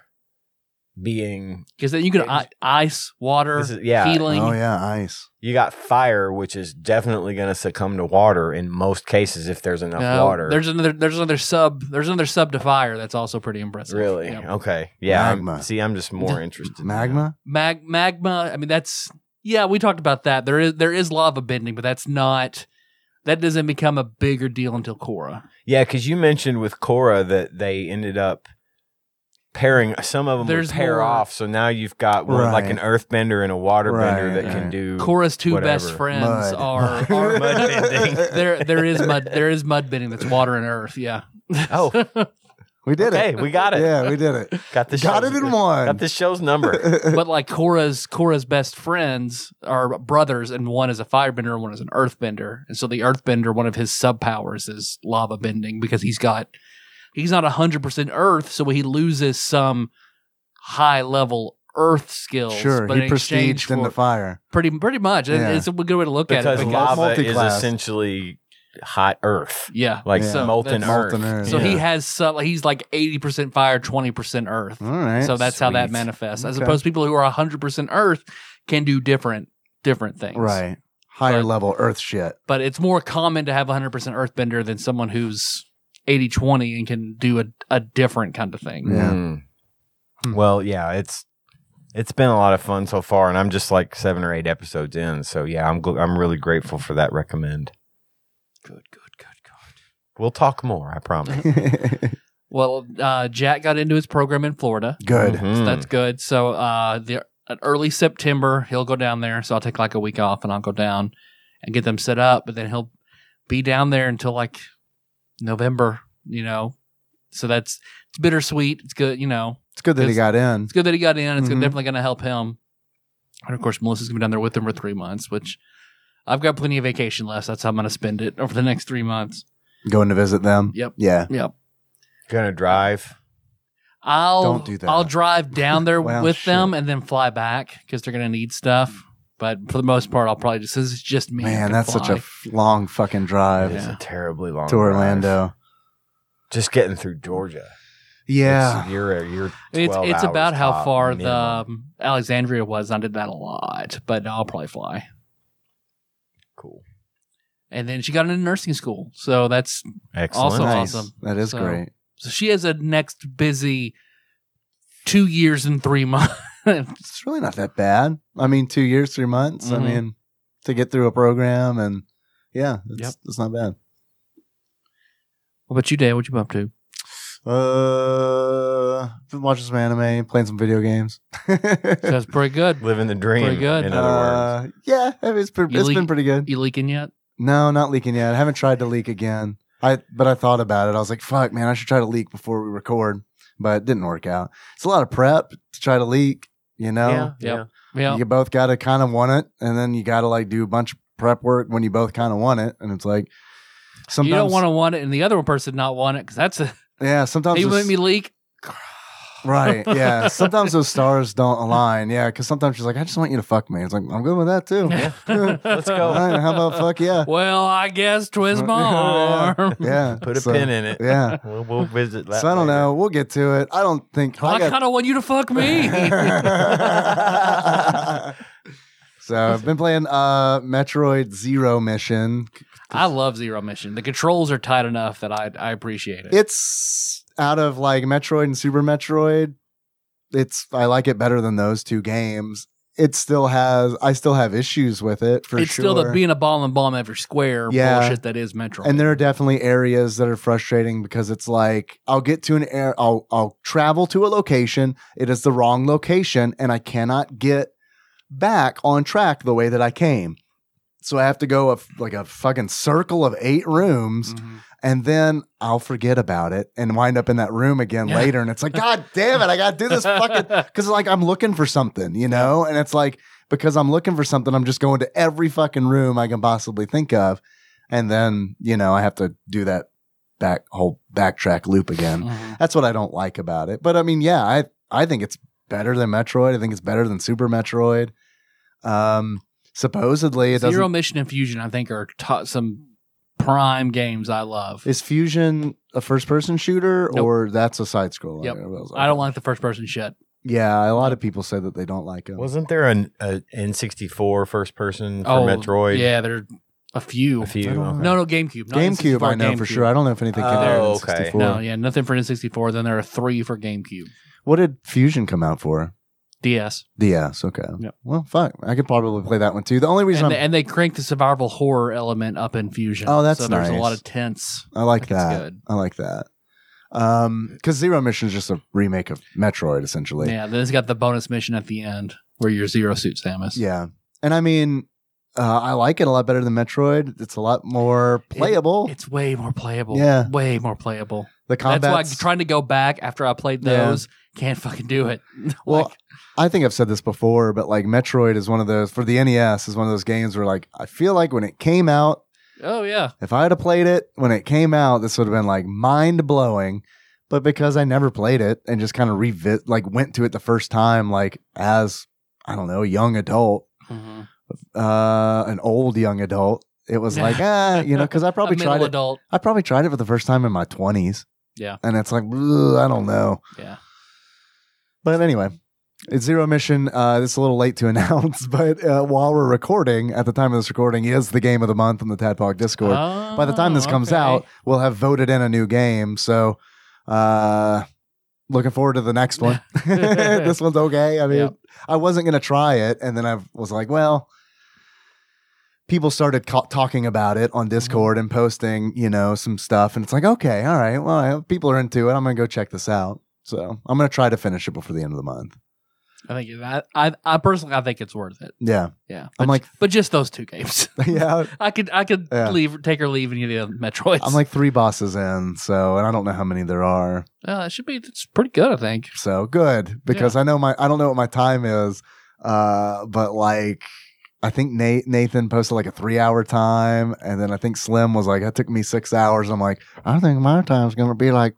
S3: being
S1: Because then you can I- ice, water,
S3: this is, yeah
S1: healing.
S2: Oh yeah, ice.
S3: you got fire which is definitely going to succumb to water in most cases if there's enough
S1: No,
S3: water
S1: There's another. There's another sub. There's another sub to fire. That's also pretty impressive.
S3: really
S1: Yeah.
S3: okay yeah I'm-
S2: Magma.
S3: see i'm just more interested in
S2: Magma.
S1: Mag magma. I mean, that's yeah. We talked about that. There is there is lava bending, but that's not. That doesn't become a bigger deal until Korra.
S3: that. yeah because you mentioned with cora that they ended up pairing some of them
S1: There's
S3: would pair
S1: more-
S3: off so now you've got one, like an
S2: Right.
S3: earthbender and a waterbender
S2: Right,
S3: that can
S2: right.
S3: do
S1: Korra's two best
S3: Whatever.
S1: friends
S2: Mud.
S1: are, are
S3: mud bending.
S1: there. There is mud. There is mud bending. That's water and earth. Yeah.
S3: oh
S2: We did
S3: hey
S2: it.
S3: we got it
S2: Yeah, we did it.
S3: got the
S2: Got
S3: show's-
S2: it in one.
S3: got the show's number
S1: but like Korra's Korra's best friends are brothers, and one is a firebender and one is an earthbender. And so the earthbender, one of his sub powers is lava bending because he's got he's not hundred percent earth, so he loses some high level earth skills.
S2: sure,
S1: but
S2: he
S1: in exchange
S2: prestiged in
S1: for
S2: the fire.
S1: pretty pretty much. It-
S2: Yeah.
S1: It's a good way to look
S3: because
S1: at it.
S2: because-
S3: lava is
S2: Multiclass.
S3: essentially hot earth,
S1: yeah.
S3: like
S2: Yeah.
S3: molten,
S1: That's-
S3: earth.
S2: Molten earth,
S1: So
S2: Yeah.
S1: he has sub, he's like eighty percent fire, twenty percent earth.
S2: All right.
S1: So that's how that
S3: Sweet.
S1: manifests. As
S2: Okay.
S1: opposed to people who are hundred percent earth can do different different things.
S2: right. Higher
S1: But-
S2: level Earth shit.
S1: but it's more common to have a 100% earthbender than someone who's 80 20 and can do a, a different kind of thing.
S2: Yeah.
S3: Mm.
S2: Hmm.
S3: Well, yeah, it's it's been a lot of fun so far, and I'm just like seven or eight episodes in. So yeah, I'm gl- I'm really grateful for that recommend.
S1: Good, good, good, good.
S3: We'll talk more, I promise.
S2: Good.
S1: Well, uh, Jack got into his program in Florida. So
S3: Mhm.
S1: that's good. So uh, the uh, early September, he'll go down there. So I'll take like a week off and I'll go down and get them set up. But then he'll be down there until like November, you know. So that's it's bittersweet. It's good, you know.
S2: It's good that he got in.
S1: It's good that he got in. It's
S2: Mhm.
S1: definitely going to help him. And of course, Melissa's going to be down there with him for three months, which I've got plenty of vacation left. That's how I'm going to spend it over the next three months.
S2: Going to visit them.
S1: Yep.
S2: Yeah.
S1: Yep.
S3: Gonna drive.
S1: I'll
S2: Don't do that.
S1: I'll drive down there
S2: Well,
S1: with them
S2: shit.
S1: and then fly back because they're going to need stuff. But for the most part, I'll probably just since it's just me. I
S2: Man,
S1: can
S2: that's such
S1: fly.
S2: a f- long fucking drive
S3: It's
S1: Yeah.
S3: a terribly long
S2: to
S3: drive.
S2: Orlando.
S3: Just getting through Georgia.
S2: Yeah.
S3: it's, you're you're.
S1: It's
S3: 12
S1: it's
S3: hours
S1: about how
S3: top
S1: far the
S3: minimum.
S1: um, Alexandria was. I did that a lot, but I'll probably fly.
S3: cool.
S1: And then she got into nursing school, so that's
S3: Excellent.
S1: also
S2: nice.
S1: awesome.
S2: That is
S1: So-
S2: great.
S1: So she has a next busy two years and three months.
S2: It's really not that bad. I mean, two years, three months.
S1: Mhm.
S2: I mean, to get through a program and yeah, it's,
S1: Yep.
S2: it's not bad.
S1: what about you, Dave? What you been up to?
S2: Uh, been watching some anime, playing some video games.
S1: So that's pretty good.
S3: Living the dream.
S1: Pretty good.
S3: In other words.
S2: Uh, yeah, I mean, it's, pre-
S1: You
S2: it's
S1: leak-
S2: been pretty good.
S1: You leaking yet?
S2: No, not leaking yet. I haven't tried to leak again. I but I thought about it. I was like, fuck, man, I should try to leak before we record, but it didn't work out. It's a lot of prep to try to leak, you know.
S3: yeah.
S1: Yep. Yeah.
S2: You both got to kind of want it, and then you got to like do a bunch of prep work when you both kind of want it, and it's like sometimes
S1: You don't want to want it, and the other person not want it because that's a.
S2: Yeah, sometimes
S1: Hey, you
S2: it's-
S1: let me leak.
S2: right. Yeah, sometimes those stars don't align. Yeah, because sometimes she's like, I just want you to fuck me. It's like I'm good with that too.
S3: Yeah. Let's go.
S2: All right, how about fuck yeah?
S1: Well, I guess twist my arm.
S2: Yeah,
S3: Put a
S2: Uh, so-
S3: pin in it.
S2: Yeah.
S3: We'll, we'll visit that.
S2: So I don't
S3: later.
S2: know. We'll get to it. I don't think
S1: I,
S2: I got-
S1: kind of want you to fuck me.
S2: so I've been playing uh Metroid Zero Mission.
S1: I love Zero Mission. The controls are tight enough that I I appreciate it.
S2: It's out of like Metroid and Super Metroid. It's I like it better than those two games. It still has I still have issues with it for
S1: it's
S2: sure.
S1: still the being a ball and bomb every square
S2: Yeah.
S1: bullshit that is Metro.
S2: And there are definitely areas that are frustrating because it's like I'll get to an air, I'll I'll travel to a location. It is the wrong location, and I cannot get back on track the way that I came. So I have to go a f like a fucking circle of eight rooms,
S1: Mhm.
S2: and then I'll forget about it and wind up in that room again
S1: Yeah.
S2: later. And it's like, God damn it, I gotta do this fucking because like I'm looking for something, you know, and it's like because I'm looking for something, I'm just going to every fucking room I can possibly think of, and then you know I have to do that back whole backtrack loop again.
S1: Mhm.
S2: That's what I don't like about it. But I mean, yeah, I I think it's better than Metroid. I think it's better than Super Metroid. Um, supposedly it
S1: Zero
S2: doesn't.
S1: Mission and Fusion, I think, are ta- some prime games I love.
S2: Is Fusion a first-person shooter
S1: Nope.
S2: or that's a side scroller?
S1: Yep. I don't like the first person shit.
S2: Yeah, a lot of people say that they don't like them.
S3: Wasn't there an a N64 first person for Metroid?
S1: Oh, Yeah, there are a few.
S3: A few.
S2: I don't
S3: okay.
S1: No, no, GameCube. not
S2: GameCube, I
S1: N64,
S2: know for
S1: GameCube.
S2: sure. I don't know if anything came out
S3: Oh,
S2: in
S3: okay.
S2: 64.
S1: No, yeah, nothing for N64. Then there are three for GameCube.
S2: What did Fusion come out for?
S1: DS.
S2: DS. Okay.
S1: Yep.
S2: Well, fuck. I could probably play that one too. The only reason
S1: And
S2: I'm,
S1: they, and they crank the survival horror element up in Fusion.
S2: Oh, that's
S1: so there's a
S2: nice.
S1: lot of tense.
S2: I like
S1: I think it's
S2: that.
S1: good.
S2: I like that. Um, because Zero Mission is just a remake of Metroid, essentially.
S1: yeah, then it's got the bonus mission at the end where your zero suit Samus.
S2: Yeah. And I mean, uh, I like it a lot better than Metroid. It's a lot more playable.
S1: It's way more playable.
S2: Yeah.
S1: Way more playable.
S2: the combat.
S1: That's why I'm trying to go back after I played
S2: Yeah.
S1: those. Can't fucking do it.
S2: Well,
S1: Like,
S2: I think I've said this before, but like Metroid is one of those for the NES is one of those games where like I feel like when it came out,
S1: oh yeah.
S2: if I had have played it when it came out, this would have been like mind blowing. But because I never played it and just kind of revisit, like went to it the first time, like as I don't know, a young adult,
S1: Mm-hmm.
S2: uh, an old young adult, it was like ah, you know, because I probably
S1: a middle
S2: tried it.
S1: adult.
S2: I probably tried it for the first time in my twenties.
S1: Yeah.
S2: and it's like "Ugh, I don't know.
S1: Yeah.
S2: But anyway, it's Zero Mission. Uh, it's a little late to announce, but uh, while we're recording, at the time of this recording, is the game of the month on the Tadpog Discord. By the time this
S1: Oh,
S2: comes
S1: okay.
S2: out, we'll have voted in a new game. So, uh, looking forward to the next one. this one's okay. I mean,
S1: Yep.
S2: I wasn't gonna try it, and then I was like, well. People started co- talking about it
S1: Mm-hmm.
S2: on Discord and posting, you know, some stuff, and it's like, okay, all right, well, I- people are into it. I'm gonna go check this out. So I'm gonna try to finish it before the end of the month.
S1: I think that I, I personally I think it's worth it.
S2: Yeah,
S1: Yeah. But,
S2: I'm like,
S1: but just those two games.
S2: yeah,
S1: I could I could
S2: Yeah.
S1: leave take or leave any of the other Metroids.
S2: I'm like three bosses in, so and I don't know how many there are.
S1: uh, it should be it's pretty good, I think.
S2: So good because I know my I don't know what my time is, uh, but like I think Nate Nathan posted like a three hour time, and then I think Slim was like, "That took me six hours." I'm like, I think my time's gonna be like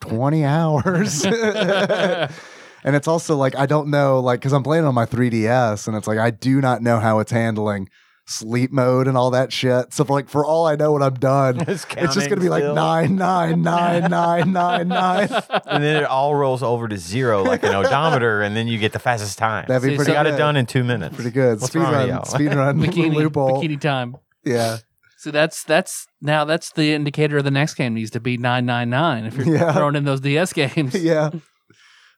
S2: twenty hours. And it's also like I don't know, like because I'm playing on my 3DS, and it's like I do not know how it's handling sleep mode and all that shit. So for like for all I know, when I'm done,
S3: It's,
S2: it's just gonna be like nine,
S3: counting still.
S2: nine, nine, nine, nine, nine.
S3: And then it all rolls over to zero like an odometer, and then you get the fastest time.
S2: That'd be
S1: See,
S3: so
S2: pretty
S3: you got
S2: good.
S3: it done in two minutes.
S2: Pretty good.
S3: What's
S2: speed
S3: wrong with
S2: run,
S3: y'all?
S2: speed run,
S1: bikini
S2: loophole.
S1: bikini time.
S2: Yeah,
S1: So that's that's now that's the indicator of the next game needs to be nine nine nine if you're
S2: Yeah.
S1: throwing in those DS games.
S2: yeah.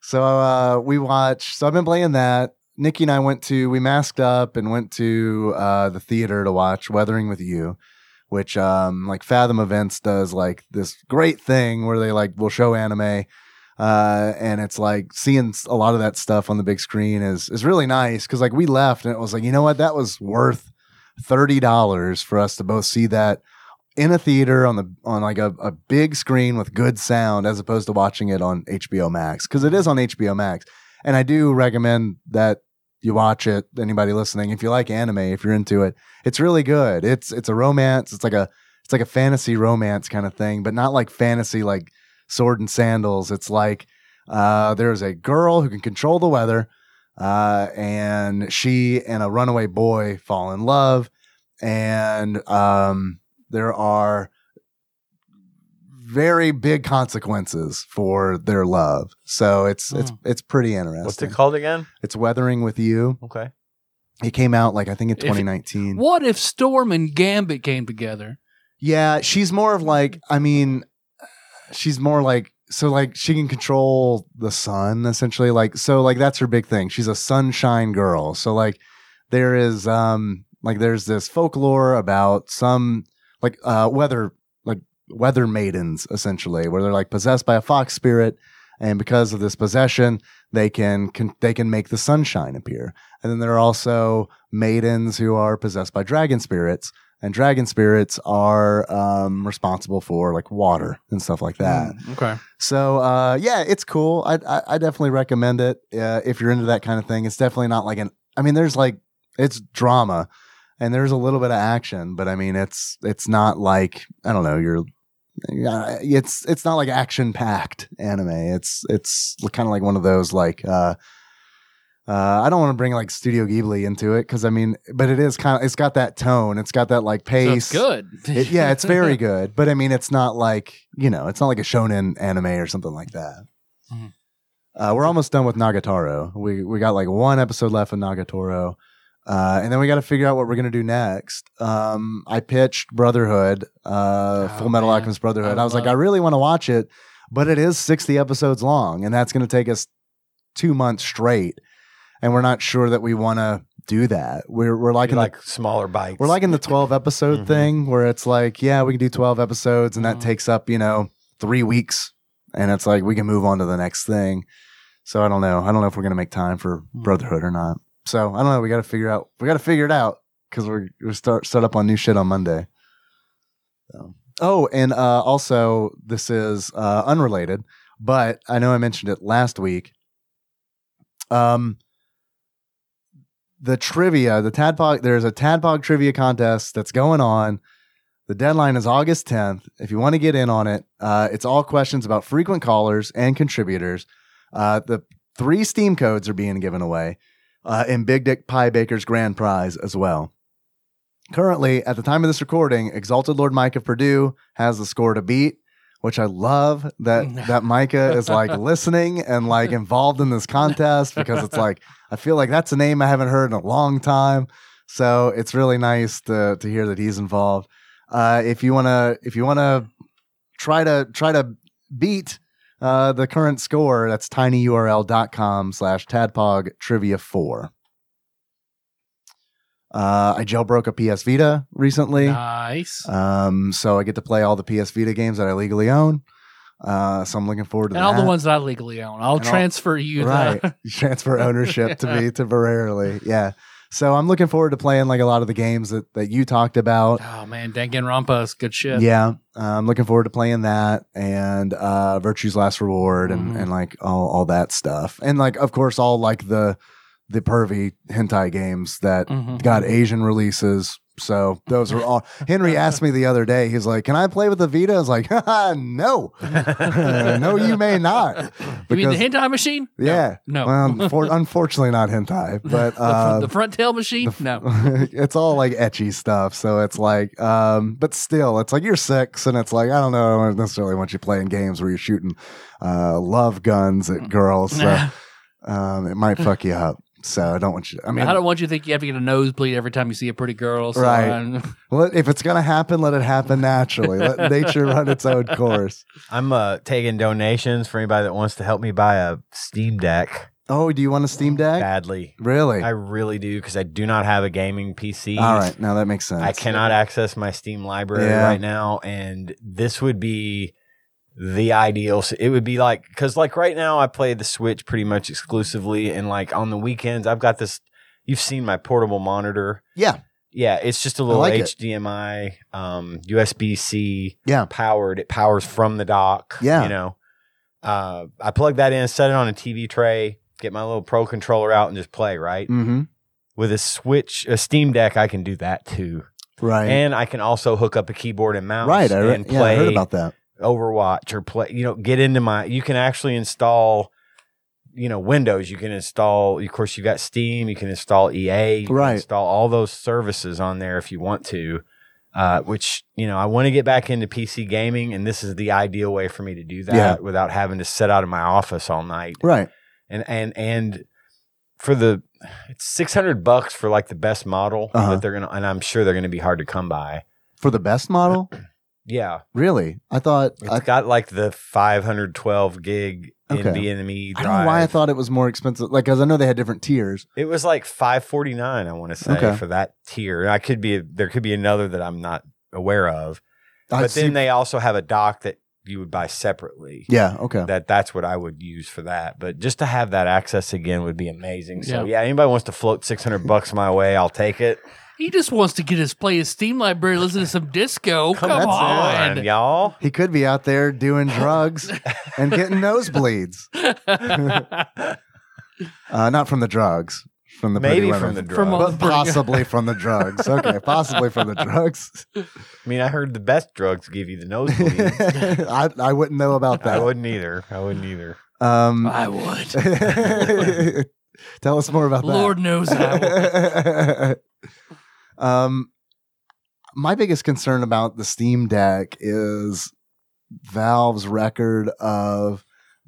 S2: So uh, we watched. So I've been playing that. Nikki and I went to. We masked up and went to uh, the theater to watch Weathering with You, which um, like Fathom Events does like this great thing where they like will show anime. Uh, and it's like seeing s- a lot of that stuff on the big screen is is really nice because like we left and it was like you know what that was worth thirty dollars for us to both see that in a theater on the on like a, a big screen with good sound as opposed to watching it on HBO Max because it is on HBO Max and I do recommend that you watch it anybody listening if you like anime if you're into it it's really good it's it's a romance it's like a it's like a fantasy romance kind of thing but not like fantasy like sword and sandals it's like uh, there's a girl who can control the weather uh, and she and a runaway boy fall in love and um, there are very big consequences for their love so it's it's it's pretty interesting
S3: Hmm. What's it called again?
S2: it's Weathering with You.
S3: Okay.
S2: It came out like I think in
S1: If-
S2: 2019.
S1: What if Storm and Gambit came together?
S2: yeah, she's more of like I mean, she's more like so like she can control the sun essentially like so like that's her big thing. She's a sunshine girl. So like there is um like there's this folklore about some like uh weather like weather maidens essentially where they're like possessed by a fox spirit and because of this possession they can, can they can make the sunshine appear and then there are also maidens who are possessed by dragon spirits and dragon spirits are um, responsible for like water and stuff like that
S1: Mm, okay.
S2: so uh, yeah, it's cool. I, I I definitely recommend it uh, if you're into that kind of thing. It's definitely not like an. I mean, there's like it's drama, and there's a little bit of action, but I mean, it's it's not like I don't know. You're yeah, it's it's not like action packed anime. It's it's kind of like one of those like uh, Uh, I don't want to bring like Studio Ghibli into it because I mean, but it is kind of it's got that tone, it's got that like
S1: So
S2: pace.
S1: it's good.
S2: It- yeah, it's very good. But I mean, it's not like you know, it's not like a shonen anime or something like that.
S1: Mhm.
S2: Uh, we're almost done with Nagatoro. We we got like one episode left of Nagatoro, uh, and then we got to figure out what we're gonna do next. Um, I pitched Brotherhood,
S1: Oh,
S2: uh, Full Metal
S1: man.
S2: Alchemist Brotherhood.
S1: I
S2: I was like,
S1: love-
S2: I really want to watch it, but it is sixty episodes long, and that's gonna take us two months straight, and we're not sure that we want to do that. We're we're like
S3: Like,
S2: in the
S3: like smaller bites.
S2: we're like in the 12 episode
S3: Mhm.
S2: thing where it's like, yeah, we can do 12 episodes and that
S1: Mhm.
S2: takes up, you know, three weeks. And it's like, we can move on to the next thing. So I don't know. I don't know if we're going to make time for
S1: Mhm.
S2: Brotherhood or not. So I don't know. We got to figure out, we got to figure it out because we're, we're start, start up on new shit on Monday. So. Oh, and uh, also, this is uh, unrelated, but I know I mentioned it last week. Um, the trivia, the Tadpog, there's a Tadpog trivia contest that's going on. The deadline is August 10th. If you want to get in on it, uh, it's all questions about frequent callers and contributors. Uh, the three Steam codes are being given away, uh, and Big Dick Pie Baker's grand prize as well. Currently, at the time of this recording, Exalted Lord Micah Purdue has the score to beat, which I love that that Micah is like listening and like involved in this contest because it's like I feel like that's a name I haven't heard in a long time. So it's really nice to to hear that he's involved. Uh, if you wanna if you wanna try to try to beat uh, the current score, that's tinyurl.com slash tadpog trivia four. Uh, I jailbroke a PS Vita recently.
S1: Nice.
S2: Um, so I get to play all the PS Vita games that I legally own. Uh, so I'm looking forward to
S1: and
S2: that.
S1: all the ones that I legally own. I'll
S2: And all-
S1: transfer you
S2: right.
S1: the
S2: You transfer ownership to me temporarily. Yeah. So I'm looking forward to playing like a lot of the games that, that you talked about.
S1: Oh man, Danganronpa is good shit.
S2: Yeah. Uh, I'm looking forward to playing that and uh Virtue's Last Reward and,
S1: Mhm.
S2: and like all, all that stuff. And like of course all like the the pervy hentai games that
S1: Mhm.
S2: got Asian releases. So those are all Henry asked me the other day, he's like, Can I play with the Vita? I was like, no. no, you may not.
S1: You mean the
S2: Because
S1: hentai machine? No.
S2: Yeah.
S1: No.
S2: Well, for, unfortunately, not hentai, but
S1: the,
S2: uh,
S1: Oh. the front tail machine?
S2: the-
S1: no.
S2: it's all like etchy stuff. So it's like, um, but still, it's like you're six, and it's like I don't know, I don't necessarily want you playing games where you're shooting uh, love guns at girls. So
S1: Nah.
S2: um, it might fuck you up. So I don't want you.
S1: I,
S2: I mean,
S1: don't want you to think you have to get a nosebleed every time you see a pretty girl. So uh,
S2: Right.
S1: I'm-
S2: let- if it's gonna happen, let it happen naturally. let nature run its own course.
S3: I'm uh, taking donations for anybody that wants to help me buy a Steam Deck
S2: Oh, do you want a Steam Deck?
S3: badly.
S2: Really?
S3: I really do because I do not have a gaming PC.
S2: all right, now that makes sense.
S3: I cannot access my Steam library
S2: Yeah.
S3: right now, and this would be the ideal. s- It would be like because like right now I play the Switch pretty much exclusively, and like on the weekends I've got this. You've seen my portable monitor.
S2: Yeah.
S3: Yeah, it's just a little
S2: like it.
S3: HDMI, um, USB C
S2: Yeah.
S3: powered. It powers from the dock.
S2: Yeah.
S3: You know, uh, I plug that in, set it on a TV tray, get my little pro controller out, and just play, right?
S2: Mm-hmm.
S3: With a Switch, a Steam Deck, I can do that too
S2: Right.
S3: and I can also hook up a keyboard and mouse
S2: right. I, re-
S3: and
S2: yeah, I
S3: play
S2: heard about that.
S3: Overwatch or play you know get into my you can actually install you know Windows you can install of course you got Steam you can install EA you can
S2: Right.
S3: install all those services on there if you want to uh, which you know I want to get back into PC gaming and this is the ideal way for me to do that
S2: Yeah.
S3: without having to sit out of my office all night
S2: Right.
S3: and and and for the it's 600 bucks for like the best model
S2: Uh-huh.
S3: that they're going to and I'm sure they're going to be hard to come by
S2: For the best model?
S3: yeah
S2: Really? I thought
S3: It's
S2: I,
S3: got like the 512 gig
S2: Okay.
S3: NVMe E drive.
S2: I don't know why I thought it was more expensive. Like, cause I know they had different tiers.
S3: it was like 549. I want to say
S2: Okay.
S3: for that tier. And I could be there could be another that I'm not aware of.
S2: I
S3: but
S2: see-
S3: then they also have a dock that you would buy separately.
S2: yeah, okay,
S3: That that's what I would use for that. But just to have that access again would be amazing. So
S1: Yeah.
S3: yeah, anybody wants to float 600 bucks my way, I'll take it.
S1: he just wants to get his play his Steam library, listen to some disco. Come
S2: that's
S1: on.
S3: y'all.
S2: he could be out there doing drugs and getting nosebleeds. Uh, not from the drugs, from the pretty
S3: Maybe
S2: women.
S3: from the drug.
S1: From all-
S2: but possibly from the drugs. Okay, possibly from the drugs.
S3: I mean, I heard the best drugs give you the nosebleeds.
S2: I, I wouldn't know about
S3: I
S2: that.
S3: wouldn't either. I wouldn't either.
S2: Um,
S1: I would.
S2: Tell us more about that.
S1: Lord knows I will.
S2: um, my biggest concern about the Steam Deck is Valve's record of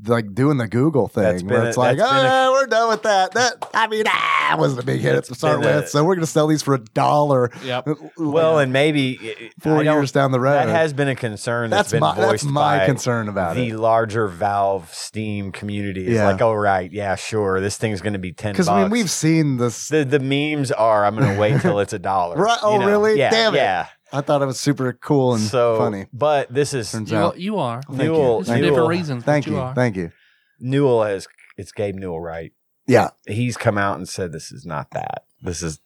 S2: like doing the Google
S3: That's
S2: thing,
S3: been
S2: where
S3: a-
S2: it's like, oh,
S3: that's been a-
S2: yeah, we're done with that. That I mean, ah, was the big hit
S3: That's
S2: to start
S3: been a-
S2: with, so we're going to sell these for a dollar. uh,
S1: Yep.
S3: Well, and maybe
S2: four
S3: I don't-
S2: years down the road,
S3: That has been a concern
S2: that's
S3: that's been
S2: my that's
S3: voiced
S2: my
S3: by
S2: concern about
S3: the
S2: it.
S3: larger Valve Steam community. It's
S2: Yeah.
S3: like, oh right, yeah, sure, this thing's going to be ten.
S2: Because
S3: Because
S2: I mean, we've seen this.
S3: the the memes are, I'm going to wait till it's a dollar.
S2: Right. Oh,
S3: you know?
S2: really?
S3: Yeah,
S2: Damn it.
S3: Yeah.
S2: I thought it was super cool and
S3: So
S2: funny.
S3: but this is
S2: Turns
S1: You,
S2: out,
S1: you are.
S2: Thank you.
S3: Newell.
S1: There's different
S3: Newell-
S1: reasons.
S2: thank
S1: but
S2: you,
S1: are.
S2: thank you.
S3: Newell has it's Gabe Newell, right?
S2: Yeah,
S3: He's come out and said this is not that. This is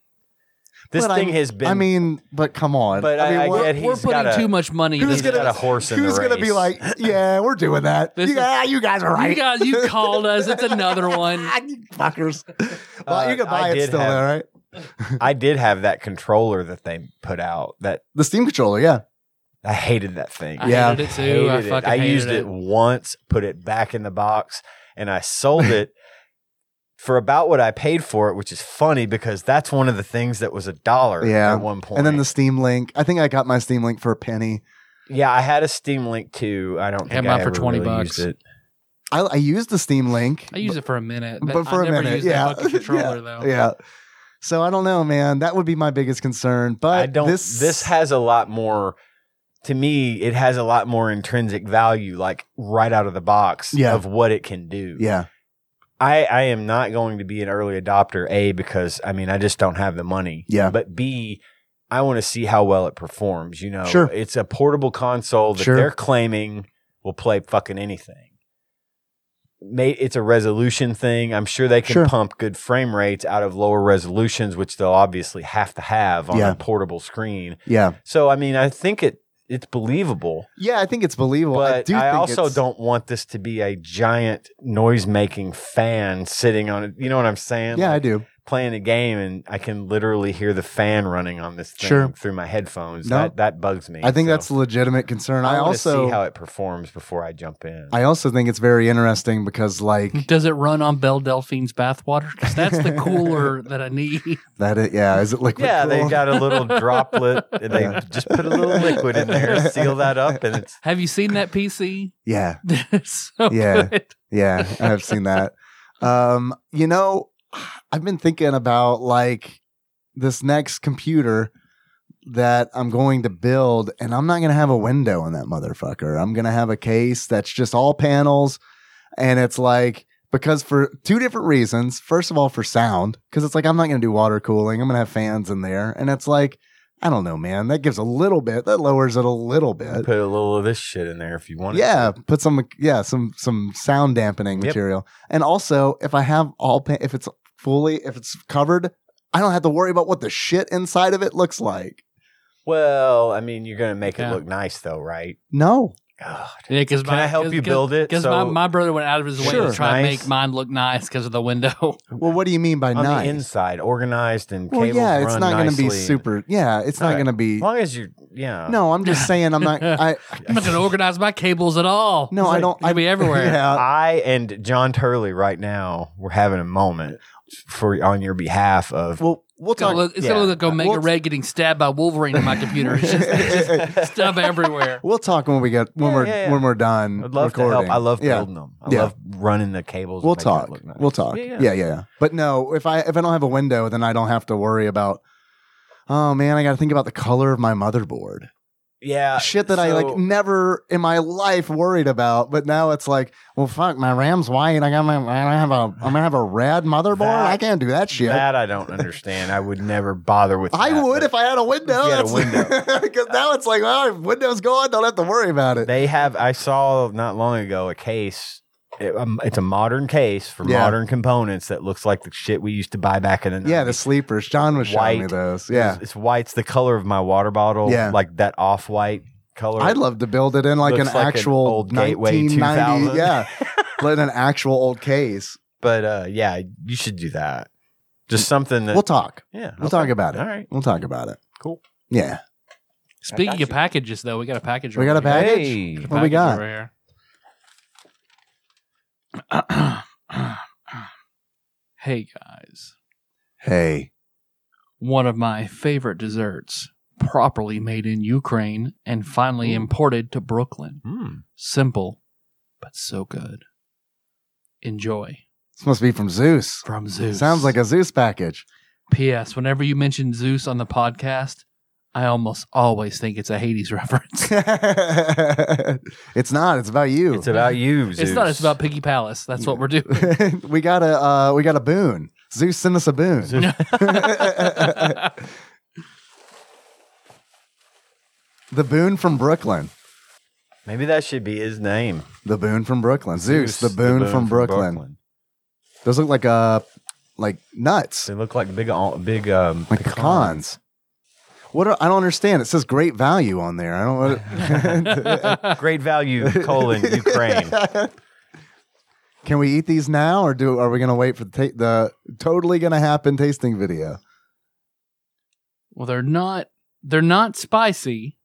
S3: this
S2: But
S3: thing
S2: I'm-
S3: has been.
S2: I mean, but come on.
S3: but
S2: mean,
S3: I, I
S2: what-
S3: get
S1: We're
S3: he's
S1: putting
S3: got a,
S1: too much money. into
S2: who's
S3: he's
S2: gonna-
S3: got a
S1: this.
S3: horse in
S2: Who's
S3: the race.
S2: gonna be like, yeah, we're doing that.
S1: This
S2: You,
S1: is-
S2: yeah, you guys are right. Ah,
S1: You guys, you called us. It's another one.
S2: You fuckers. Well,
S3: Uh,
S2: you can
S3: I
S2: buy it
S3: did
S2: still,
S3: have-
S2: though, right?
S3: I did have that controller that they put out. That
S2: The Steam controller, yeah.
S3: I hated that thing.
S1: I
S2: Yeah.
S1: hated it too. I
S3: Hated it.
S1: fucking
S3: I
S1: hated
S3: used it. once, put it back in the box, and I sold it for about what I paid for it, which is funny because that's one of the things that was a dollar
S2: Yeah.
S3: at one point.
S2: And then the Steam Link. I think I got my Steam Link for a penny.
S3: yeah, I had a Steam Link too. I don't
S1: I had
S3: think
S1: mine
S3: I
S1: for
S3: ever
S1: 20
S3: really
S1: bucks.
S3: used it.
S2: I, I used the Steam Link.
S1: I used it for a minute,
S2: but,
S1: but,
S2: but for
S1: I
S2: a
S1: never
S2: minute,
S1: used
S2: yeah,
S1: that fucking controller
S2: yeah.
S1: though.
S2: Yeah. So I don't know, man. That would be my biggest concern. But
S3: I don't.
S2: This,
S3: This, has a lot more. To me, it has a lot more intrinsic value, like right out of the box,
S2: Yeah.
S3: of what it can do.
S2: yeah,
S3: I, I am not going to be an early adopter, A, because I mean, I just don't have the money.
S2: Yeah.
S3: But B, I want to see how well it performs. You know,
S2: Sure.
S3: it's a portable console that
S2: Sure.
S3: they're claiming will play fucking anything. May, it's a resolution thing. I'm sure they can
S2: Sure.
S3: pump good frame rates out of lower resolutions, which they'll obviously have to have on
S2: Yeah.
S3: a portable screen.
S2: yeah,
S3: So, I mean, I think it it's believable
S2: yeah. I think it's believable.
S3: but
S2: I
S3: I,
S2: do. think
S3: also
S2: it's-
S3: don't want this to be a giant noise making fan sitting on it. You know what I'm saying?
S2: Yeah, I
S3: Like,
S2: do.
S3: Playing a game and I can literally hear the fan running on this thing
S2: Sure.
S3: through my headphones.
S2: No.
S3: That that bugs me.
S2: I think
S3: So
S2: that's a legitimate concern. I,
S3: wanna
S2: also,
S3: see how it performs before I jump in.
S2: I also think it's very interesting because, like,
S1: Does it run on Belle Delphine's bathwater? Because that's the cooler that I need.
S2: that. It, yeah, is it liquid?
S3: yeah, they
S2: cooled?
S3: got a little droplet and they
S2: Yeah.
S3: just put a little liquid in there, seal that up, and it's
S1: Have you seen that PC?
S2: Yeah,
S1: It's so
S2: Yeah.
S1: good.
S2: yeah. I have seen that. Um, you know, I've been thinking about like this next computer that I'm going to build, and I'm not going to have a window in that motherfucker. I'm going to have a case that's just all panels, and it's like because for two different reasons. First of all, for sound, because it's like I'm not going to do water cooling. I'm going to have fans in there, and it's like I don't know, man. That gives a little bit. That lowers it a little bit.
S3: put a little of this shit in there if you want.
S2: yeah put some yeah some some sound dampening
S3: Yep.
S2: material and also if i have all pa- if it's fully if it's covered i don't have to worry about what the shit inside of it looks like
S3: Well, I mean, you're gonna make
S1: Yeah.
S3: it look nice though, right?
S2: no
S3: God.
S1: Yeah, because
S3: Can I help you build it?
S1: Because my,
S3: So-
S1: my brother went out of his way
S3: Sure.
S1: to try and
S3: Nice.
S1: make mine look nice because of the window.
S2: well what do you mean by
S3: on
S2: nice
S3: the inside, organized and
S2: well
S3: cables
S2: yeah it's
S3: run
S2: not going to
S3: nicely
S2: be
S3: and-
S2: super yeah it's not
S3: Alright.
S2: going to be
S3: As long as you, yeah.
S2: no i'm just saying i'm not i
S1: I'm not going to organize my cables at all.
S2: no
S1: It's
S2: i
S1: like,
S2: don't
S1: It's gonna
S2: I-
S1: be everywhere.
S2: yeah
S3: I and John Turley right now we're having a moment for on your behalf of
S2: well we'll
S1: It's gonna
S2: talk
S1: look, it's gonna
S3: yeah.
S1: look like Omega
S2: Well, it's-
S1: Red getting stabbed by Wolverine on my computer. It's just, it's just stuff everywhere.
S2: we'll talk when we get when
S3: Yeah,
S2: we're
S3: yeah, yeah.
S2: when we're done
S3: I'd love
S2: recording
S3: to help. I love
S2: yeah.
S3: building them. I
S2: Yeah.
S3: love running the cables. and
S2: We'll
S3: making it
S2: talk.
S3: look nice.
S2: We'll talk. Yeah
S3: Yeah,
S2: yeah.
S3: yeah.
S2: yeah. But no, if I if I don't have a window, then I don't have to worry about. Oh man, I got to think about the color of my motherboard.
S3: Yeah,
S2: Shit that I like
S3: Uh, so-
S2: never in my life worried about, but now it's like, well, fuck, my RAM's white. I got my, I have a, I'm gonna have a red motherboard.
S3: That-
S2: I can't do that shit.
S3: That I don't understand. I would never bother with.
S2: I
S3: that,
S2: would
S3: but
S2: if I had a window.
S3: If you had a
S2: Because now it's like, well, if window's gone. Don't have to worry about it.
S3: They have. I saw not long ago a case. it- um, it's a modern case for
S2: Yeah.
S3: modern components that looks like the shit we used to buy back in the
S2: yeah, the
S3: 90s.
S2: sleepers. John was showing me
S3: White.
S2: those. Yeah,
S3: It's, it's white. It's the color of my water bottle.
S2: Yeah.
S3: Like that off white color.
S2: I'd love to build it in like an
S3: Looks like an
S2: actual
S3: old Gateway
S2: 1990
S3: 2000.
S2: yeah, in an actual old case.
S3: But uh, yeah, you should do that. Just something that.
S2: Mm, We'll talk.
S3: yeah.
S2: We'll talk about it.
S3: All right.
S2: We'll talk about it.
S3: Cool.
S2: Yeah,
S1: Speaking
S3: got
S1: of
S3: you.
S1: packages, though, we got a package.
S2: We got a
S1: over here.
S2: package?
S3: Hey.
S2: What we got?
S1: Package over here. Hey guys,
S2: Hey,
S1: one of my favorite desserts, properly made in Ukraine and finally
S3: Ooh.
S1: imported to Brooklyn.
S3: Mm.
S1: Simple, but so good. Enjoy
S2: this must be from Zeus.
S1: from Zeus.
S2: Sounds like a Zeus package.
S1: P.S. Whenever you mention Zeus on the podcast, I almost always think it's a Hades reference.
S2: it's not. It's about you.
S3: It's about you.
S1: It's not. It's about Piggy Palace. That's what we're doing.
S2: we got a uh, we got a boon. Zeus sent us a boon.
S3: Zeus.
S2: the boon from Brooklyn.
S3: Maybe that should be his name.
S2: The boon from Brooklyn. Zeus, the, boon from, Brooklyn.
S3: Brooklyn.
S2: Those look like uh like nuts.
S3: They look like big, uh, big um,
S2: Like pecans. What are, I don't understand. It says great value on there. I don't
S3: Great value colon Ukraine.
S2: Can we eat these now or do are we going to wait for the ta- the totally going to happen tasting video?
S1: Well, they're not. They're not spicy,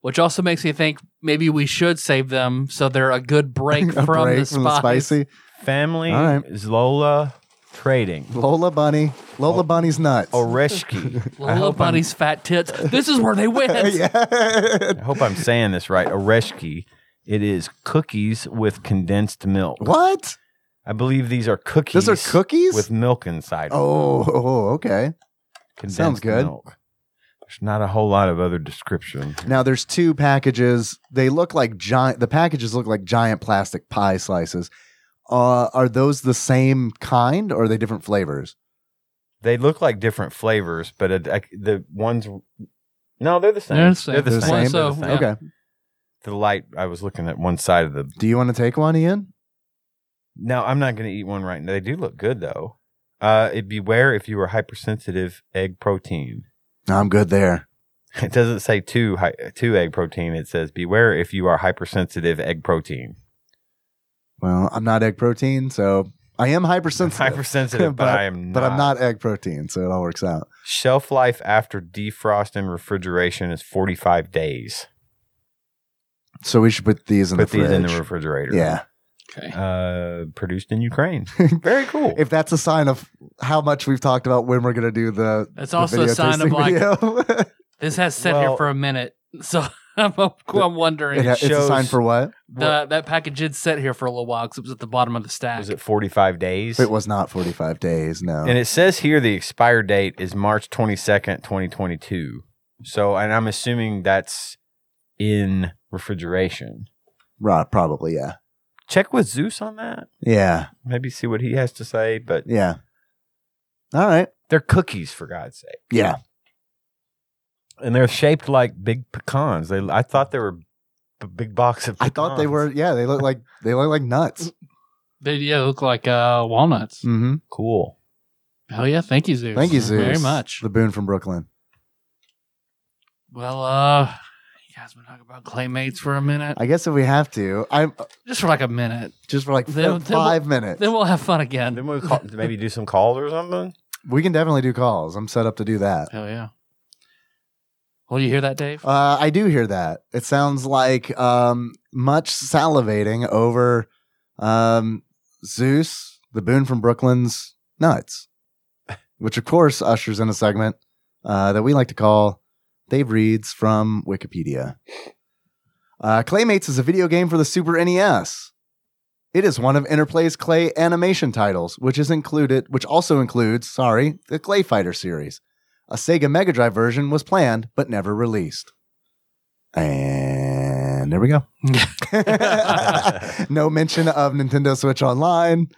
S1: which also makes me think maybe we should save them so they're a good break
S2: A
S1: from the
S2: break
S1: spice.
S2: from the spicy
S3: Family
S2: All right.
S3: is Lola Trading.
S2: Lola Bunny, Lola Bunny's nuts.
S3: Oh, Oreshki. I
S1: Little
S3: hope I'm-
S1: bunny's fat tits. This is where they win.
S2: yeah.
S3: I hope I'm saying this right. Oreshki. It is cookies with condensed milk.
S2: What?
S3: I believe these are cookies.
S2: Those are cookies?
S3: with milk inside. 'em.
S2: oh, oh, okay.
S3: condensed
S2: sounds good.
S3: Milk. There's not a whole lot of other description.
S2: Now there's two packages. They look like giant. The packages look like giant plastic pie slices. Uh, are those the same kind, or are they different flavors?
S3: They look like different flavors, but it, I, the ones no, they're the same.
S1: They're the same.
S2: They're the same?
S3: They're the
S1: So,
S3: same.
S1: Yeah.
S2: Okay.
S3: The light. I was looking at one side of the.
S2: Do you want to take one, Ian?
S3: No, I'm not going to eat one right now. They do look good though. Uh, it beware if you are hypersensitive egg protein.
S2: No, I'm good there.
S3: It doesn't say two hy- two egg protein. It says beware if you are hypersensitive egg protein.
S2: Well, I'm not egg protein, so I am hypersensitive.
S3: hypersensitive, but, I am. Not.
S2: But I'm not egg protein, so it all works out.
S3: Shelf life after defrost and refrigeration is 45 days.
S2: So we should put these in
S3: Put
S2: the fridge.
S3: these in the refrigerator.
S2: yeah.
S1: Okay.
S3: Uh, produced in Ukraine. Very cool.
S2: If that's a sign of how much we've talked about when we're going to do the,
S1: That's
S2: the
S1: also a
S2: video
S1: sign of
S2: tasting
S1: like
S2: video.
S1: this has sat
S3: Well-
S1: here for a minute, so I'm, I'm wondering
S2: It ha- it's a
S3: shows-
S2: sign for what?
S1: the, that package did sit here for a little while because it was at the bottom of the stack.
S3: was it 45 days?
S2: It was not 45 days. No.
S3: and it says here the expired date is March 22nd, 2022. So, and I'm assuming that's in refrigeration.
S2: Ro- probably, yeah.
S3: Check with Zeus on that.
S2: Yeah.
S3: Maybe see what he has to say. But
S2: Yeah. All right.
S3: they're cookies, for God's sake.
S2: Yeah.
S3: And they're shaped like big pecans. They, I thought they were a big box of
S2: I thought they
S3: pecans.
S2: were yeah, they look like they look like nuts.
S1: They yeah, look like uh, walnuts.
S2: Mm-hmm.
S3: cool.
S1: Hell yeah! Thank you, Zeus.
S2: Thank you, Zeus.
S1: very much.
S2: The boon from Brooklyn.
S1: Well, uh, you guys been talking about claymates for a minute,
S2: I guess if we have to, I'm
S1: just for like a minute.
S2: just for like
S1: Then-
S2: f-
S1: then
S2: five minutes.
S1: Then we'll have fun again.
S3: Then we'll call, maybe do some calls or something.
S2: we can definitely do calls. I'm set up to do that.
S1: Hell yeah! Well, you hear that, Dave?
S2: Uh, I do hear that. It sounds like um, much salivating over um, Zeus, the boon from Brooklyn's nuts, which of course ushers in a segment uh, that we like to call Dave Reads from Wikipedia. Uh, Claymates is a video game for the Super NES. It is one of Interplay's Clay animation titles, which is included, which also includes, sorry, the Clay Fighter series. A Sega Mega Drive version was planned but never released. And there we go. no mention of Nintendo Switch Online.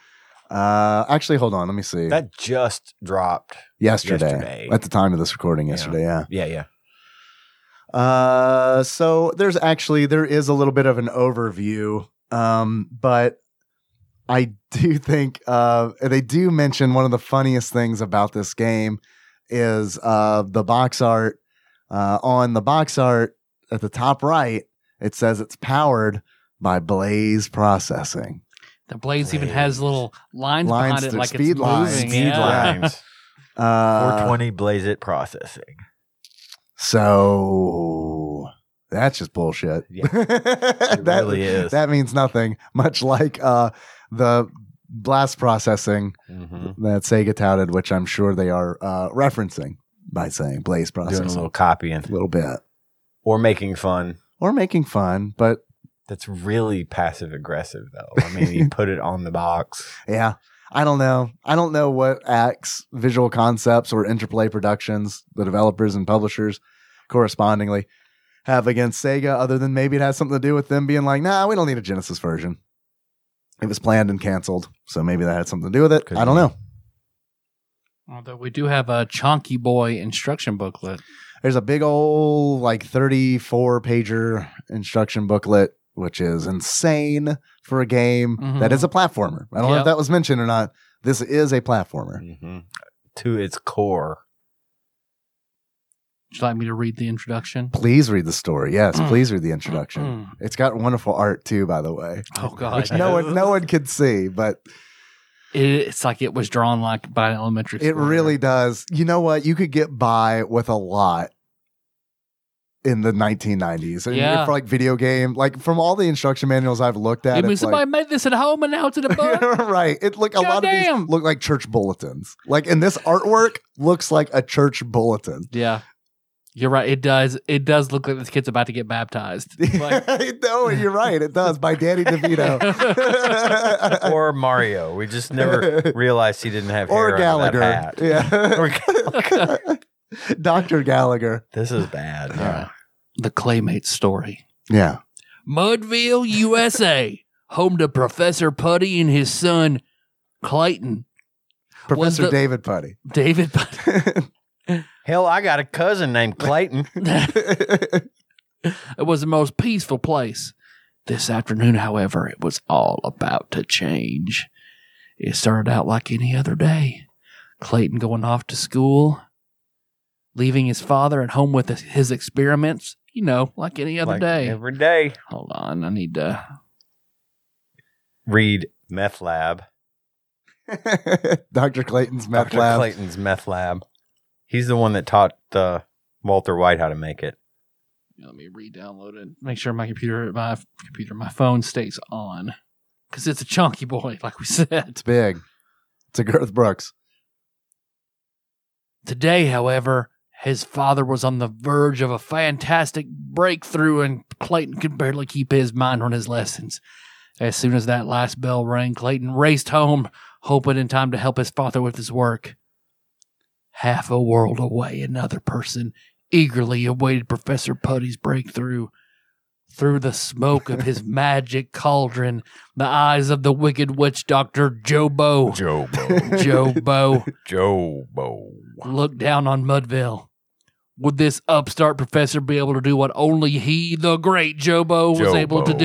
S2: Uh, actually, hold on. Let me see.
S3: That just dropped.
S2: yesterday,
S3: yesterday.
S2: at the time of this recording,
S3: Yeah.
S2: yesterday. Yeah.
S3: Yeah, yeah.
S2: Uh, so there's actually there is a little bit of an overview, um, but I do think uh, they do mention one of the funniest things about this game is uh, the box art. Uh, on the box art at the top right, it says it's powered by Blaze Processing.
S1: The blades even has
S3: Blades.
S1: little lines,
S2: Lines
S1: behind it,
S2: through
S1: like
S2: speed
S1: it's
S2: lines.
S1: moving.
S3: Speed
S1: yeah.
S3: lines.
S2: Uh,
S3: 420 blaze it processing.
S2: so that's just bullshit.
S3: Yeah.
S2: that,
S3: really is.
S2: That means nothing. Much like uh, the blast processing
S1: Mm-hmm.
S3: Mhm.
S2: that Sega touted, which I'm sure they are uh, referencing by saying blaze
S3: Doing a
S2: processing
S3: little copying
S2: a little bit
S3: or making fun.
S2: or making fun, but
S3: That's really passive aggressive, though. I mean, you put it on the box.
S2: Yeah. I don't know. I don't know what acts Visual Concepts or Interplay Productions, the developers and publishers correspondingly, have against Sega, other than maybe it has something to do with them being like, nah, we don't need a Genesis version. It was planned and canceled. So maybe that had something to do with it.
S3: Could
S2: I don't
S3: be.
S2: know.
S1: Although we do have a Chonky Boy instruction booklet.
S2: There's a big old, like 34 pager instruction booklet, which is insane for a game
S3: Mm-hmm.
S1: Mhm.
S2: that is a platformer. I don't know
S1: Yep.
S2: if that was mentioned or not. This is a platformer.
S1: Mm-hmm.
S3: Mhm. To its core.
S1: Would you like me to read the introduction?
S2: Please read the story. Yes, please read the introduction.
S1: Mm.
S2: It's got wonderful art too, by the way.
S1: Oh
S3: Which
S1: God!
S2: No one, no one could see, but
S1: It, it's like it was drawn like by an elementary.
S2: it
S1: schooler.
S2: really does. You know what? You could get by with a lot in the 1990s. I mean,
S1: Yeah.
S2: for like video game, like from all the instruction manuals I've looked at,
S1: I mean,
S2: it's like,
S1: somebody made this at home and now it's in a book.
S2: right. It look a lot of
S1: Goddamn.
S2: these look like church bulletins. Like, and this artwork looks like a church bulletin.
S1: yeah, you're right. It does. It does look like this kid's about to get baptized. Like,
S2: no, you're right. It does by Danny DeVito.
S3: or Mario. We just never realized he didn't have hair
S2: or
S3: Gallagher.
S2: Gallagher. Yeah.
S3: hat.
S2: Dr. Gallagher.
S3: this is bad.
S1: yeah. The claymate story.
S2: Yeah.
S1: Mudville, USA, home to Professor Putty and his son Clayton
S2: Professor
S1: the-
S2: David Putty.
S1: David. Putty.
S3: Hell, I got a cousin named Clayton.
S1: It was the most peaceful place. This afternoon, however, it was all about to change. It started out like any other day. Clayton going off to school, leaving his father at home with his, his experiments, you know, like any other
S3: Like,
S1: day.
S3: Every day.
S1: Hold on, I need to.
S3: Read Meth Lab.
S2: Dr. Clayton's meth
S3: Dr.
S2: lab.
S3: Clayton's Meth Lab. He's the one that taught uh, Walter White how to make it.
S1: Let me re download it. Make sure my computer, my computer, my phone stays on. Because it's a chunky boy, like we said.
S2: It's big. It's a Girth Brooks.
S1: Today, however, his father was on the verge of a fantastic breakthrough, and Clayton could barely keep his mind on his lessons. As soon as that last bell rang, Clayton raced home, hoping in time to help his father with his work. Half a world away, another person eagerly awaited Professor Putty's breakthrough. Through the smoke of his magic cauldron, the eyes of the wicked witch doctor Jobo,
S3: Jobo.
S1: Jobo,
S3: Jobo.
S1: look down on Mudville. Would this upstart professor be able to do what only he, the great Jobo, was able to
S3: Jobo.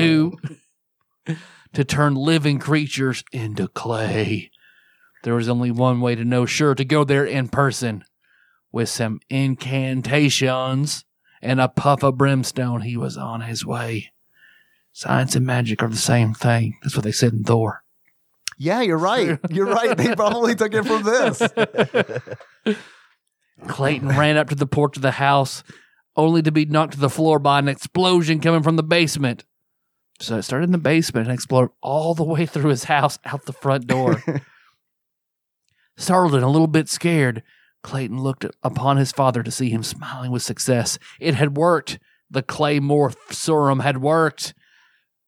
S1: do? to turn living creatures into clay. There was only one way to know sure to go there in person. With some incantations and a puff of brimstone, he was on his way. Science and magic are the same thing. That's what they said in Thor.
S2: Yeah, you're right. You're right. They probably took it from this.
S1: Clayton ran up to the porch of the house, only to be knocked to the floor by an explosion coming from the basement. So it started in the basement and exploded all the way through his house out the front door. Startled and a little bit scared, Clayton looked upon his father to see him smiling with success. It had worked. The claymore serum had worked.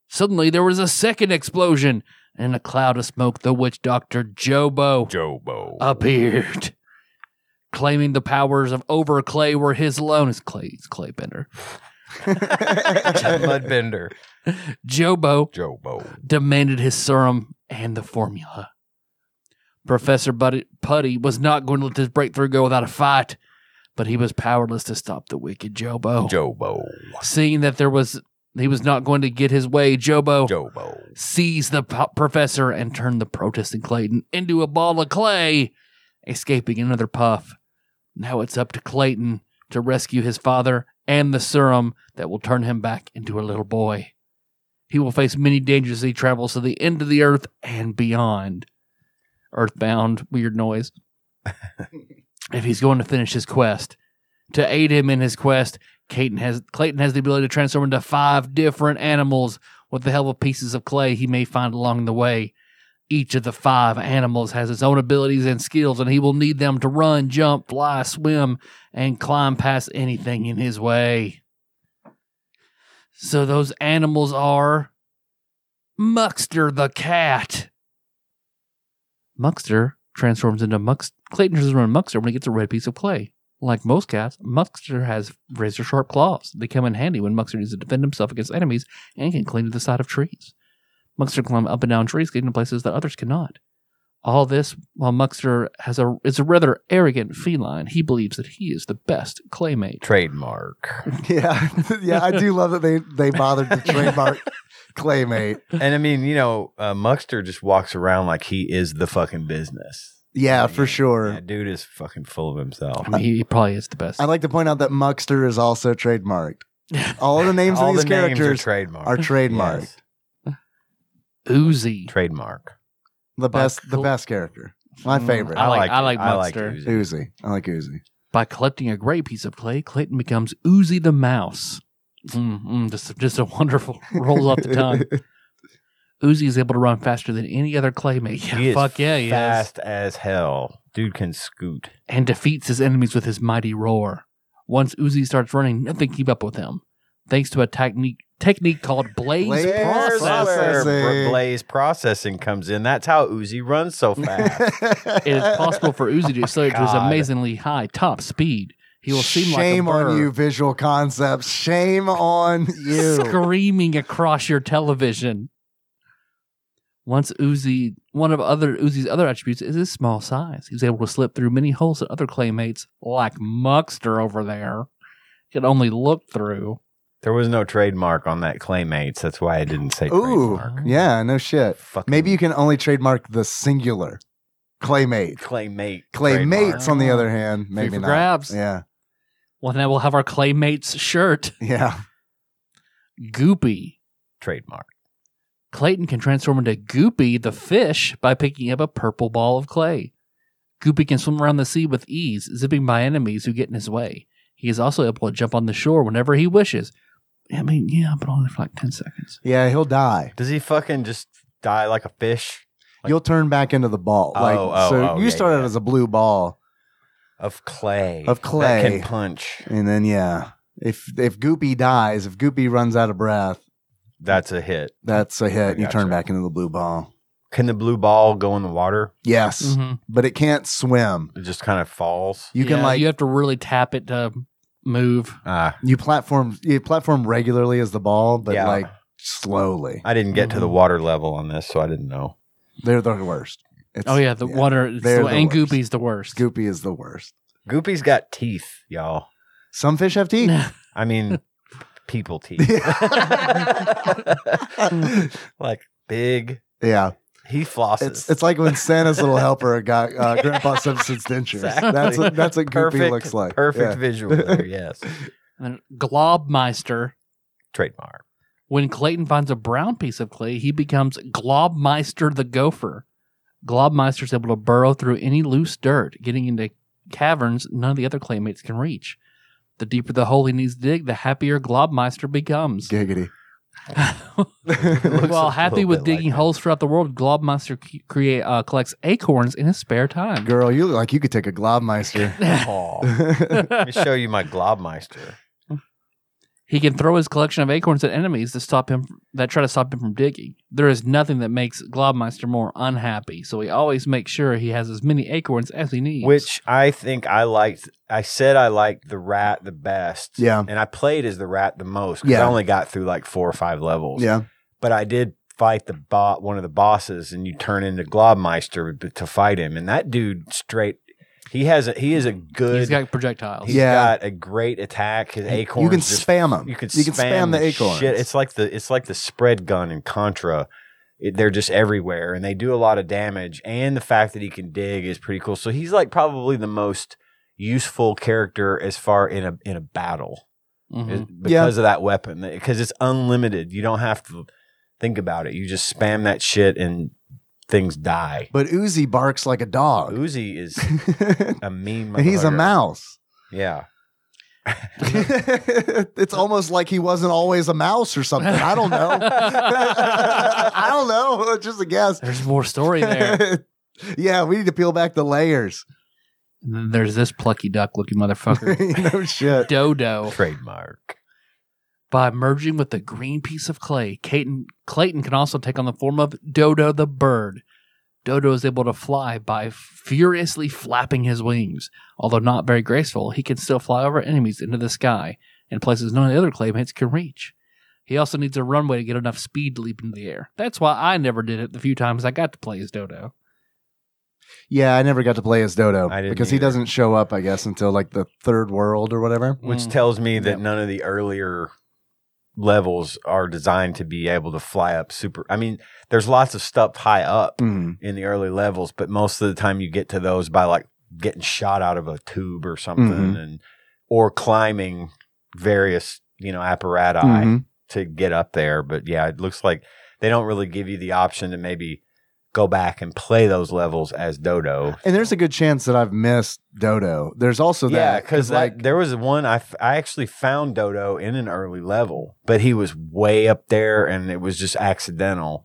S1: Suddenly, there was a second explosion, and in a cloud of smoke, the witch doctor Jobo
S3: Jobo.
S1: appeared, claiming the powers of over clay were his alone. It's clay, it's claybender.
S3: Mudbender.
S1: Jobo
S3: Jobo.
S1: demanded his serum and the formula. Professor Buddy, Putty was not going to let this breakthrough go without a fight, but he was powerless to stop the wicked Jobo.
S3: Jobo.
S1: Seeing that there was he was not going to get his way, Jobo
S3: Jobo.
S1: seized the po- professor and turned the protesting Clayton into a ball of clay, escaping another puff. Now it's up to Clayton to rescue his father and the serum that will turn him back into a little boy. He will face many dangers as he travels to the end of the earth and beyond. Earthbound, weird noise. if he's going to finish his quest, to aid him in his quest, Clayton has Clayton has the ability to transform into five different animals with the help of pieces of clay he may find along the way. Each of the five animals has its own abilities and skills, and he will need them to run, jump, fly, swim, and climb past anything in his way. So those animals are Muxter the cat. Muxter transforms into Mux. Clayton transforms into Muxter when he gets a red piece of clay. Like most cats, Muxter has razor sharp claws. They come in handy when Muxter needs to defend himself against enemies and can cling to the side of trees. Muxter climb up and down trees, getting to places that others cannot. All this while Muxter has a is a rather arrogant feline. He believes that he is the best claymate.
S3: Trademark.
S2: Yeah, yeah, I do love that they they bothered to trademark claymate.
S3: and I mean, you know, uh, Muckster just walks around like he is the fucking business.
S2: Oh, Yeah, for sure.
S3: That dude is fucking full of himself.
S1: I mean, he, he probably is the best.
S2: I'd like to point out that Muckster is also trademarked. All of the names
S3: All
S2: of these
S3: the names
S2: characters
S3: are trademarked.
S2: are trademarked.
S3: Yes.
S1: Oozy.
S3: Trademark.
S2: the best, the
S1: Buckle-
S2: best character. My
S1: Mm,
S2: favorite.
S1: I like- I like Muckster.
S3: Uzi.
S2: Uzi. I like Uzi.
S1: By collecting a gray piece of clay, Clayton becomes Oozy the Mouse. Mm, mm, just, just a wonderful rolls off the tongue. Oozy is able to run faster than any other claymate. Yeah,
S3: He is
S1: fuck yeah, he is.
S3: fast as hell. Dude can scoot.
S1: And defeats his enemies with his mighty roar. Once Oozy starts running, nothing can keep up with him. Thanks to a technique technique called blaze,
S2: Blaze
S3: There's
S1: process.
S3: where
S2: processing.
S3: br- Blaze processing comes in. That's how Uzi runs so fast.
S1: It is possible for Oozy to accelerate to his
S3: God.
S1: amazingly high top speed. He will seem like a
S2: Shame on
S1: bird.
S2: you, visual concepts. Shame on you.
S1: screaming across your television. Once Uzi, one of other Uzi's other attributes is his small size. He's able to slip through many holes that other claymates, like Muxter over there, could only look through.
S3: there was no trademark on that Claymates. That's why I didn't say
S2: Ooh,
S3: trademark.
S2: yeah, no shit.
S3: Fucking
S2: Maybe you can only trademark the singular claymate.
S3: Claymate.
S2: Claymates,
S3: trademark.
S2: on the other hand,
S1: for
S2: maybe not.
S1: grabs.
S2: Yeah,
S1: Well, now we'll have our claymates shirt,
S2: yeah.
S1: Goopy.
S3: Trademark.
S1: Clayton can transform into Goopy the fish by picking up a purple ball of clay. Goopy can swim around the sea with ease, zipping by enemies who get in his way. He is also able to jump on the shore whenever he wishes. I mean, yeah, but only for like 10 seconds.
S2: Yeah, he'll die.
S3: Does he fucking just die like a fish Like-
S2: You'll turn back into the ball.
S3: Oh,
S2: like
S3: oh,
S2: so
S3: oh,
S2: you
S3: yeah,
S2: started
S3: yeah.
S2: as a blue ball
S3: of clay?
S2: Of clay.
S3: That can punch.
S2: and then yeah. If if Goopy dies, if Goopy runs out of breath,
S3: That's a hit.
S2: that's a hit.
S3: I
S2: You turn
S3: gotcha.
S2: back into the blue ball.
S3: Can the blue ball go in the water?
S2: Yes.
S1: Mhm.
S2: But it can't swim.
S3: It just kind of falls.
S2: You can
S1: Yeah,
S2: like
S1: you
S2: you,
S1: have to really tap it to move.
S3: Ah,
S2: platform you platform regularly as the ball, but
S3: Yeah.
S2: like slowly.
S3: I didn't get to the
S2: Mm-hmm.
S1: Mhm.
S3: water level on this, so I didn't know.
S2: They're the worst. It's,
S1: Oh yeah, the water it's
S2: They're
S1: the,
S2: the
S1: and
S2: worst.
S1: Goopy's the worst.
S2: Goopy is the worst.
S3: Goopy's got teeth, y'all.
S2: Some fish have teeth.
S3: I mean, people teeth.
S2: Yeah.
S3: like big.
S2: yeah.
S3: He flosses.
S2: It's it's like when Santa's little helper got uh, Grandpa Simpson's dentures.
S3: Exactly.
S2: That's what that's what Goopy
S3: Perfect-
S2: looks like.
S3: Perfect
S2: Yeah.
S3: visual there, yes.
S1: And Globmeister.
S3: Trademark.
S1: When Clayton finds a brown piece of clay, he becomes Globmeister the Gopher. Globmeister is able to burrow through any loose dirt, getting into caverns none of the other claymates can reach. The deeper the hole he needs to dig, the happier Globmeister becomes.
S2: Giggity.
S3: Looks
S1: While
S3: a
S1: happy
S3: little
S1: with
S3: bit like
S1: digging
S3: that.
S1: holes throughout the world, Globmeister c- create, uh, collects acorns in his spare time.
S2: Girl, you look like you could take a globmeister.
S3: Aw. Let me show you my Globmeister.
S1: He can throw his collection of acorns at enemies to stop him that try to stop him from digging. There is nothing that makes Globmeister more unhappy, so he always makes sure he has as many acorns as he needs.
S3: Which I think I liked. I said I liked the rat the best.
S2: Yeah.
S3: And I played as the rat the most. 'cause
S2: Yeah.
S3: I only got through like four or five levels.
S2: yeah.
S3: But I did fight the bot, one of the bosses, and you turn into Globmeister b- to fight him. And that dude straight, he has a, he is a good.
S1: he's got projectiles.
S3: he's
S2: Yeah.
S3: got a great attack. His acorns.
S2: You can
S3: just
S2: spam them.
S3: You could
S2: you can spam, the
S3: the
S2: acorns.
S3: Shit. It's like the it's like the spread gun in Contra. It, they're just everywhere, and they do a lot of damage. And the fact that he can dig is pretty cool. So he's like probably the most useful character as far in a in a battle
S1: Mhm.
S3: is-
S2: Mm-hmm.
S3: because of that weapon. Because it's unlimited. You don't have to think about it. You just spam that shit, and things die.
S2: but Uzi barks like a dog.
S3: Uzi is
S2: and
S3: a mean.
S2: he's a
S3: motherfucker.
S2: mouse.
S3: Yeah.
S2: it's almost like he wasn't always a mouse or something. I don't know. I don't know. It's Just a guess.
S1: There's more story there.
S2: yeah, we need to peel back the layers.
S1: and then there's this plucky duck looking motherfucker,
S2: no shit. Oh.
S1: Dodo.
S3: Trademark.
S1: By merging with the green piece of clay, Clayton, Clayton can also take on the form of Dodo the bird. Dodo is able to fly by furiously flapping his wings. Although not very graceful, he can still fly over enemies into the sky in places none of the other claymates can reach. He also needs a runway to get enough speed to leap into the air. That's why I never did it the few times I got to play as Dodo.
S2: Yeah, I never got to play as Dodo
S3: I didn't
S2: because he
S3: either.
S2: doesn't show up, I guess, until like the third world or whatever.
S3: Which
S1: Mm.
S3: tells me that
S2: Yep.
S3: none of the earlier levels are designed to be able to fly up super. I mean, there's lots of stuff high up
S2: Mm.
S3: in the early levels, but most of the time you get to those by like getting shot out of a tube or something
S2: Mhm.
S3: and or climbing various, you know, apparatus.
S2: Mhm.
S3: to get up there. But yeah, it looks like they don't really give you the option to maybe go back and play those levels as Dodo.
S2: And there's a good chance that I've missed Dodo. There's also
S3: yeah,
S2: that
S3: because like
S2: like
S3: there was one I, f- I actually found Dodo in an early level, but he was way up there and it was just accidental.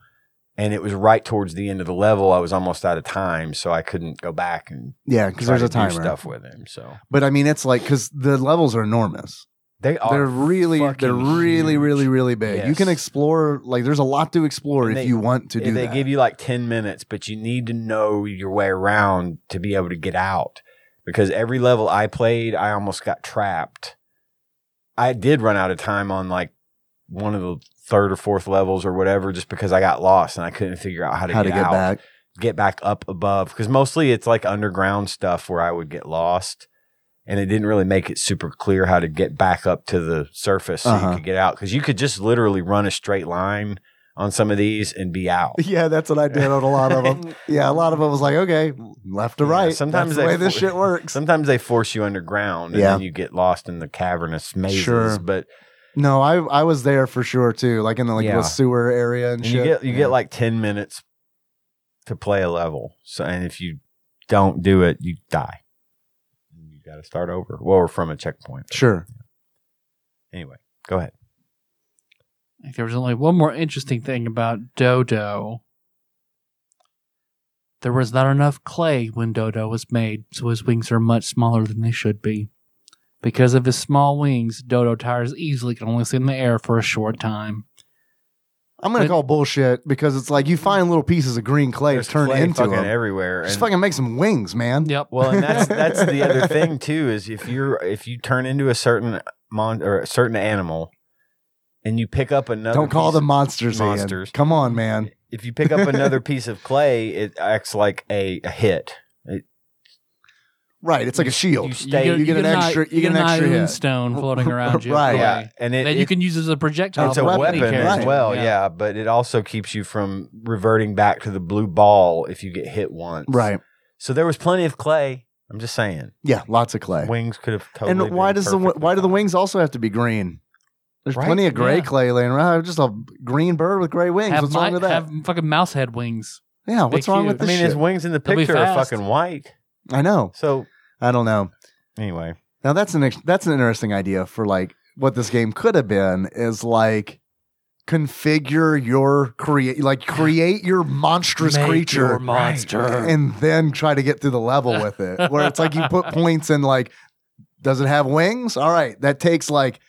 S3: And it was right towards the end of the level. I was almost out of time, so I couldn't go back and
S2: yeah, because
S3: try
S2: there's a
S3: to do
S2: timer.
S3: stuff with him. So
S2: But I mean, it's like because the levels are enormous.
S3: they are
S2: they're really, they're
S3: fucking
S2: really,
S3: huge.
S2: really, really big. You can
S3: Yes.
S2: explore like there's a lot to explore
S3: And
S2: if
S3: they-
S2: you want to do
S3: they
S2: that.
S3: give you like 10 minutes but you need to know your way around to be able to get out because every level i played i almost got trapped i did run out of time on like one of the third or fourth levels or whatever just because i got lost and i couldn't figure out how to,
S2: how
S3: get,
S2: to get
S3: out,
S2: back.
S3: get back up above because mostly it's like underground stuff where i would get lost and it didn't really make it super clear how to get back up to the surface so
S2: Uh-huh.
S3: you could get out because you could just literally run a straight line on some of these and be out
S2: Yeah, that's what I did on a lot of them. Yeah, a lot of them was like, okay, left to
S3: Yeah,
S2: right.
S3: sometimes
S2: That's the
S3: they
S2: way this
S3: for-
S2: shit works.
S3: Sometimes they force you underground, and
S2: Yeah.
S3: then you get lost in the cavernous mazes.
S2: Sure.
S3: But
S2: No, I I was there for sure too, like in the like
S3: Yeah.
S2: the sewer area and,
S3: and
S2: shit.
S3: you get you
S2: Yeah.
S3: get like ten minutes to play a level. So, and if you don't do it, you die. You got to start over. Well, we're from a checkpoint. but
S2: sure.
S3: Anyway, go ahead.
S1: I think there was only one more interesting thing about Dodo. There was not enough clay when Dodo was made, so his wings are much smaller than they should be. Because of his small wings, Dodo tires easily can only stay in the air for a short time.
S2: I'm gonna
S1: But-
S2: call bullshit because it's like you find little pieces of green clay to
S3: There's
S2: turn
S3: clay
S2: into
S3: fucking
S2: them.
S3: everywhere.
S2: Just
S3: and-
S2: fucking make some wings, man.
S1: Yep.
S3: Well, and that's that's the other thing too is if you're if you turn into a certain mon or a certain animal, and you pick up another.
S2: Don't call
S3: piece
S2: them monsters. Ian.
S3: monsters.
S2: Come on, man.
S3: if you pick up another piece of clay, it acts like a, a hit.
S2: Right. It's like a
S3: You
S2: shield.
S3: stay.
S2: you get an
S1: eye-
S2: extra- you get an extra hit.
S1: stone floating around you.
S2: Right.
S3: Oh, yeah, and it,
S1: That you
S3: it-
S1: can use as a projectile.
S3: it's a
S1: for
S2: weapon
S3: weapon
S1: any character.
S3: as
S2: right.
S3: well. Yeah. but it also keeps you from reverting back to the blue ball if you get hit once.
S2: Right.
S3: So there was plenty of clay. I'm just saying,
S2: Yeah. Lots of clay.
S3: wings could have totally.
S2: and why
S3: been
S2: does the wi-
S3: perfectly
S2: why do the
S3: fine.
S2: wings also have to be green? There's
S3: Right?
S2: plenty of gray
S1: Yeah.
S2: clay laying around. Just a green bird with gray wings.
S1: Have,
S2: what's
S1: mi-
S2: wrong with that?
S1: have fucking mouse head wings.
S2: yeah.
S1: Make
S2: What's wrong
S1: you-
S2: with
S3: I
S2: this
S3: mean, his
S2: shit?
S3: wings in the
S1: They'll be
S3: picture are
S1: fast.
S3: fucking white.
S2: I know.
S3: So
S2: I don't know.
S3: anyway,
S2: Now that's an ex- that's an interesting idea for like what this game could have been is like configure your create like create your monstrous
S1: Make
S2: creature
S1: your monster.
S2: and then try to get through the level with it. Where it's like you put points in like, does it have wings? All right, that takes like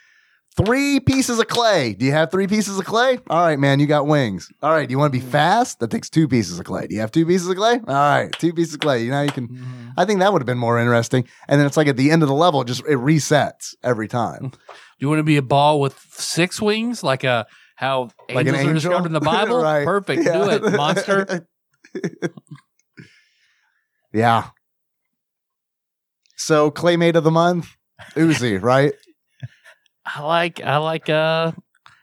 S2: three pieces of clay. Do you have three pieces of clay? All right, man, you got wings. All right, do you want to be fast? That takes two pieces of clay. Do you have two pieces of clay? All right, two pieces of clay. Now you can.
S1: Mhm.
S2: I think that would have been more interesting. And then it's like at the end of the level, it just it resets every time.
S1: You want to be a ball with six wings, like a how
S2: Like an
S1: angels are described
S2: angel?
S1: in the Bible?
S2: Right.
S1: Perfect. Do
S2: Yeah.
S1: it, monster.
S2: yeah. So claymate of the month, Uzi, right?
S1: I like I like uh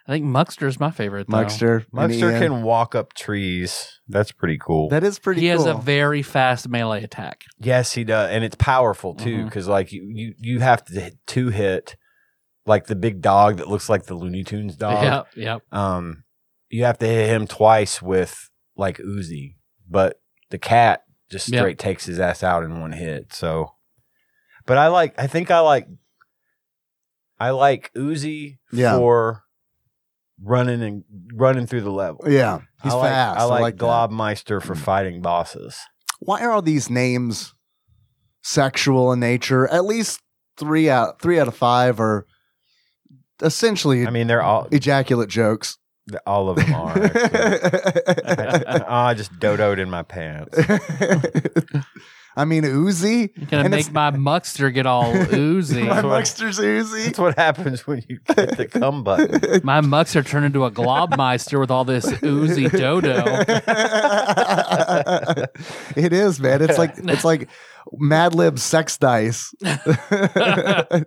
S1: I think Muckster is my favorite. Though.
S2: Muckster. and
S3: Muckster
S2: Ian.
S3: can walk up trees. That's pretty cool.
S2: That is pretty
S1: he has
S2: cool.
S1: a very fast melee attack.
S3: Yes, he does, and it's powerful too,
S1: Mhm.
S3: because like you, you you have to hit, to hit like the big dog that looks like the Looney Tunes
S2: Oh.
S3: dog.
S1: Yep, yep.
S3: Um, you have to hit him twice with like Uzi, but the cat just
S1: Yep.
S3: straight takes his ass out in one hit. So, but I like I think I like I like Uzi
S2: Yeah.
S3: for running and running through the level.
S2: Yeah, he's
S3: I like,
S2: fast.
S3: I like,
S2: that. Mm.
S3: Globmeister for fighting bosses.
S2: Why are all these names sexual in nature? At least three out three out of five are essentially
S3: I mean, they're all
S2: ejaculate jokes.
S3: all of them are. actually. oh, I just dodoed in my pants.
S2: I mean, Uzi.
S1: You're gonna
S2: And
S1: make
S2: it's-
S1: my muckster get all oozy.
S2: My
S3: That's what-
S2: Buckster's Uzi.
S3: That's what happens when you hit the cum button.
S1: my muckster turned into a globmeister with all this oozy dodo.
S2: it is, man. It's like it's like Mad Lib sex dice. uh,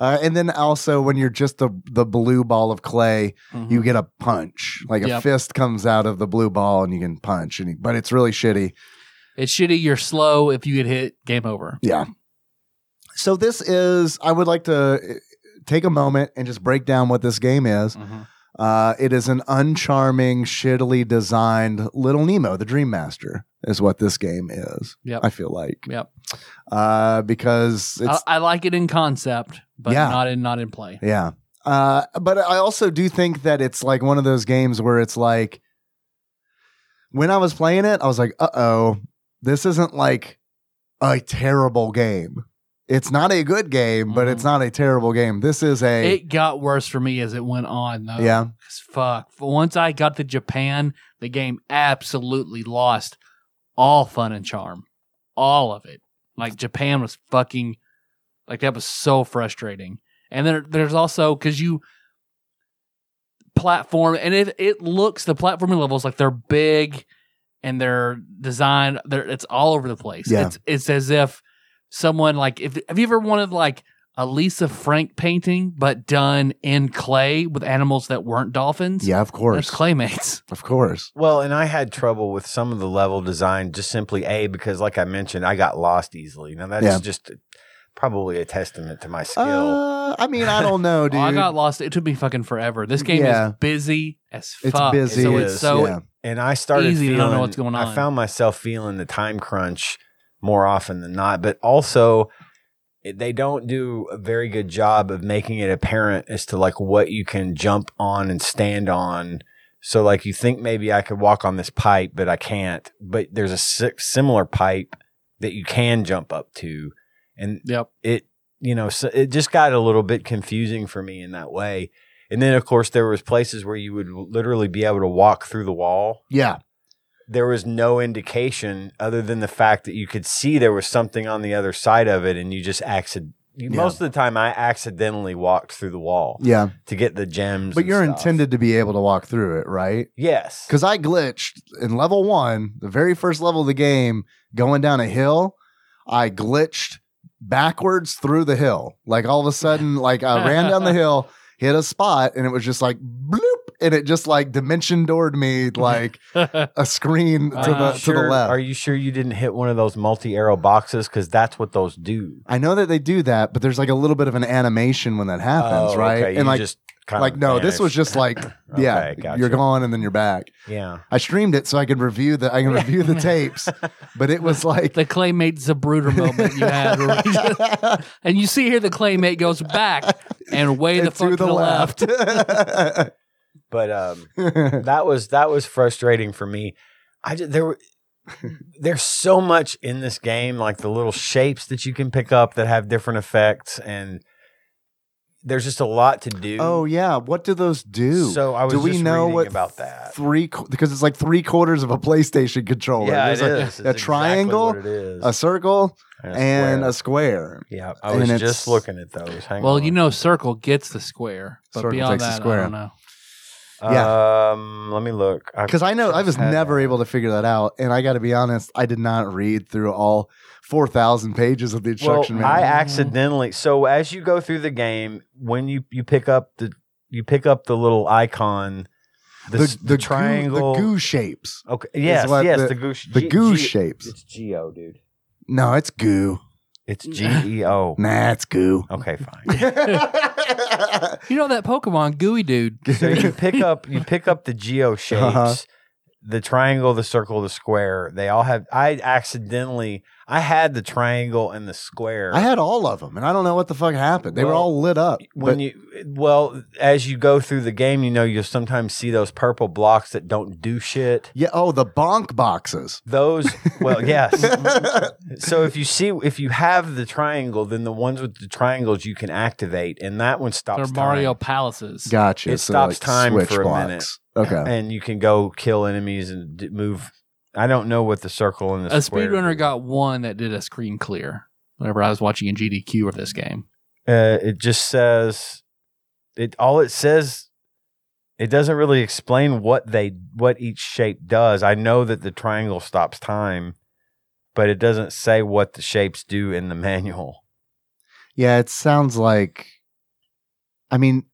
S2: and then also when you're just the the blue ball of clay,
S1: Mhm.
S2: you get a punch. Like a
S1: Yep.
S2: fist comes out of the blue ball and you can punch. And but it's really shitty.
S1: It's shitty. You're slow. If you get hit, game over.
S2: Yeah. So this is I would like to eh, take a moment and just break down what this game is. Uh, it is an uncharming, shittily designed Little Nemo, the Dream Master, is what this game is.
S1: Yep.
S2: I feel like.
S1: Yep.
S2: Uh, because it's
S1: I, I like it in concept, but
S2: Yeah.
S1: not in not in play.
S2: yeah. Uh, but I also do think that it's like one of those games where it's like when I was playing it, I was like, uh oh, this isn't like a terrible game. It's not a good game, but it's
S1: Mhm.
S2: not a terrible game. This is a
S1: It got worse for me as it went on, though.
S2: yeah.
S1: 'Cause Fuck. For Once I got to Japan, the game absolutely lost all fun and charm. All of it. Like, Japan was fucking, like, that was so frustrating. And then there's also, because you platform, and it, it looks, the platforming levels, like, they're big and they're designed, they're, it's all over the place.
S2: Yeah.
S1: It's, it's as if someone, like, if have you ever wanted, like, a Lisa Frank painting, but done in clay with animals that weren't dolphins.
S2: Yeah, of
S1: that's
S2: course.
S1: claymates.
S2: of course.
S3: Well, and I had trouble with some of the level design just simply A, because like I mentioned, I got lost easily. Now that's
S2: Yeah.
S3: just probably a testament to my skill.
S2: Uh, I mean, I don't know, dude.
S1: Oh, I got lost. It took me fucking forever. This game
S2: Yeah.
S1: is busy as
S2: It's
S1: fuck.
S2: busy.
S1: So
S3: It
S1: it's
S3: is,
S1: so
S2: yeah.
S3: and I started
S1: Easy to
S3: feeling,
S1: not know what's going
S3: I
S1: on.
S3: found myself feeling the time crunch more often than not, but also it- they don't do a very good job of making it apparent as to like what you can jump on and stand on. So like you think maybe I could walk on this pipe, but I can't. But there's a si- similar pipe that you can jump up to, and
S1: Yep.
S3: it you know so it just got a little bit confusing for me in that way. And then of course there was places where you would literally be able to walk through the wall
S2: yeah.
S3: there was no indication other than the fact that you could see there was something on the other side of it and you just accident
S2: Yeah.
S3: most of the time I accidentally walked through the wall
S2: Yeah.
S3: to get the gems.
S2: But
S3: and
S2: you're
S3: stuff.
S2: intended to be able to walk through it, right?
S3: Yes.
S2: Because I glitched in level one, the very first level of the game, going down a hill. I glitched backwards through the hill. Like all of a sudden, like I ran down the hill, hit a spot, and it was just like bloop, and it just like dimension doored me like a screen to
S1: Are
S2: the
S1: you
S2: to the
S3: Uh, Sure-
S2: left.
S3: Are you sure you didn't hit one of those multi arrow boxes? Because that's what those do.
S2: I know that they do that, but there's like a little bit of an animation when that happens,
S3: Oh,
S2: right?
S3: okay, you
S2: And like
S3: just kinda
S2: like no, this was
S3: vanished.
S2: just like
S3: Okay,
S2: yeah,
S3: gotcha.
S2: you're gone and then you're back.
S3: Yeah.
S2: I streamed it so I could review the I can review the tapes, but it was like
S1: The claymate Zabruder moment you had, where we just- and you see here the claymate goes back and way the
S2: And
S1: fuck to the left.
S3: But um that was that was frustrating for me. I just, there were there's so much in this game, like the little shapes that you can pick up that have different effects, and there's just a lot to do.
S2: oh yeah, what do those do?
S3: so uh, I was
S2: do we
S3: just
S2: know
S3: reading
S2: what
S3: about that?
S2: Three qu- because it's like three quarters of a PlayStation controller.
S3: yeah, it
S2: There's a,
S3: is. It's
S2: a triangle,
S3: exactly what it is.
S2: a circle,
S3: And a
S2: and
S3: square.
S2: a square.
S3: yeah, I
S2: and
S3: was
S2: it's-
S3: just looking at those. Hang
S1: Well,
S3: on.
S1: you know, circle gets the square, but
S2: Circle
S1: beyond
S2: takes the
S1: that,
S2: square.
S1: I don't know.
S2: yeah.
S3: Um, let me look. I-
S2: Because I know I was
S3: had
S2: never
S3: that.
S2: able to figure that out, and I got to be honest, I did not read through all four thousand pages of the
S3: Well,
S2: instruction
S3: I
S2: manual.
S3: accidentally. So as you go through the game, when you you pick up the you pick up the little icon, the s-
S2: goo-
S3: the, triangle.
S2: the goo shapes,
S3: okay. Yes.
S2: what
S3: Yes.
S2: the-
S3: The, goose.
S2: the
S3: G-
S2: goo
S3: G-
S2: shapes.
S3: It's geo, dude.
S2: No, it's goo.
S3: It's G E O.
S2: Nah, it's goo.
S3: Okay, fine.
S2: yeah,
S1: You know that Pokemon gooey dude.
S3: So you pick up you pick up the geo shapes.
S2: Uh-huh.
S3: the triangle, the circle, the square. They all have. I accidentally, I had the triangle and the square.
S2: I had all of them, and I don't know what the fuck happened. They were
S3: Well,
S2: all lit up.
S3: when
S2: but
S3: you well as you go through the game you know you'll sometimes see those purple blocks that don't do shit
S2: yeah, oh, the bonk boxes.
S3: those well yes so if you see if you have the triangle then the ones with the triangles you can activate and that one stops
S1: They're
S3: time.
S1: Mario Palaces.
S2: Gotcha.
S3: It
S2: so
S3: stops
S2: like
S3: time
S2: switch
S3: for a
S2: blocks. Okay.
S3: and you can go kill enemies and d- move i don't know what the circle and the
S1: a
S3: square
S1: speedrunner
S3: do.
S1: got one that did a screen clear whenever I was watching a GDQ of this game.
S3: uh, it just says it all it says it doesn't really explain what they what each shape does i know that the triangle stops time but it doesn't say what the shapes do in the manual
S2: Yeah, it sounds like. I mean,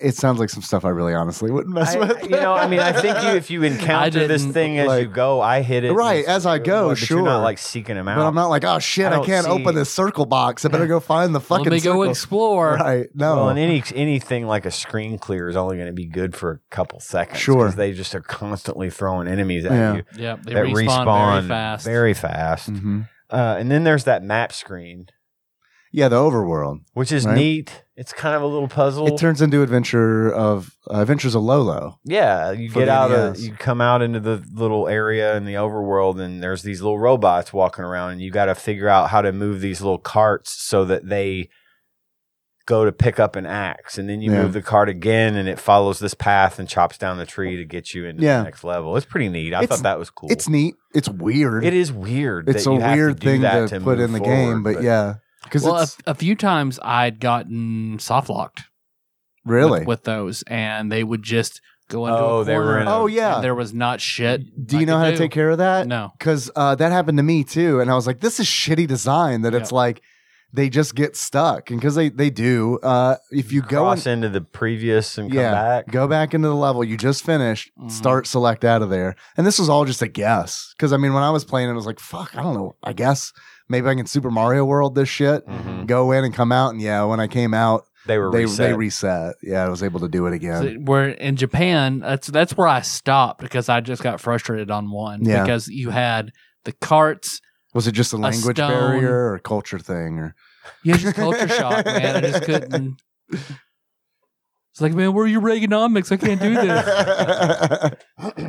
S2: it sounds like some stuff I really honestly wouldn't mess
S3: I-
S2: with.
S3: you know i mean i think you if you encounter this
S1: didn't,
S3: thing as you
S2: like-
S3: go i hit it
S2: Right,
S3: and it's-
S2: as I go,
S3: but you're not
S2: sure.
S3: like seeking them out
S2: But I'm not like, oh shit,
S3: I
S2: I,
S3: don't
S2: can't
S3: see-
S2: open this circle box. I better go find the fucking
S1: Let me
S2: circle.
S1: go explore.
S2: Right. No.
S3: well, and any anything like a screen clear is only going to be good for a couple seconds. 'cause
S2: Sure.
S3: they just are constantly throwing enemies at
S2: Yeah.
S3: you
S1: Yep, they
S3: that
S1: respawn,
S3: respawn
S1: very fast. Mm-hmm.
S3: very fast.
S2: Mhm.
S3: Uh, and then there's that map screen,
S2: Yeah, the overworld.
S3: which is
S2: Right.
S3: neat. It's kind of a little puzzle.
S2: It turns into Adventure of uh, Adventures of Lolo.
S3: yeah, you
S2: for
S3: get
S2: the E
S3: out of
S2: NES.
S3: you come out into the little area in the overworld, and there's these little robots walking around, and you got to figure out how to move these little carts so that they go to pick up an axe, and then you
S2: Yeah.
S3: move the cart again, and it follows this path and chops down the tree to get you into
S2: Yeah.
S3: the next level. It's pretty neat. I
S2: It's-
S3: thought that was cool.
S2: It's neat. It's weird.
S3: it is weird.
S2: It's
S3: that
S2: a
S3: you have to
S2: weird
S3: do
S2: thing
S3: that
S2: to, put
S3: move
S2: in the
S3: forward,
S2: game, but, yeah, because
S1: well, a,
S2: it's
S1: a few times I'd gotten soft locked
S2: really.
S1: with, with those, and they would just go into
S3: Oh,
S1: a
S3: they were
S1: corner.
S3: in a-
S2: oh
S1: and
S2: yeah.
S1: there was not shit.
S2: Do
S1: I
S2: you know
S1: could
S2: how to
S1: do.
S2: take care of that?
S1: No,
S2: because uh, that happened to me too, and I was like, "This is shitty design." That it's
S1: Yeah.
S2: like they just get stuck, and because they they do. Uh, if you go
S3: cross
S2: and
S3: into the previous and come
S2: yeah,
S3: back.
S2: go back into the level you just finished,
S1: Mhm.
S2: start select out of there, and this was all just a guess. Because I mean, when I was playing, it I was like, "Fuck, I don't know. I guess maybe I can Super Mario World this shit."
S3: Mhm.
S2: Go in and come out, and yeah, when I came out,
S3: They were
S2: they
S3: reset.
S2: they reset. Yeah, I was able to do it again.
S1: So where in Japan, that's that's where I stopped because I just got frustrated on one
S2: Yeah.
S1: because you had the carts.
S2: was it just a language
S1: stone.
S2: barrier or a culture thing? Or
S1: You had your culture shock, man. I just couldn't. It's like, man, where are your Reaganomics? I can't do this.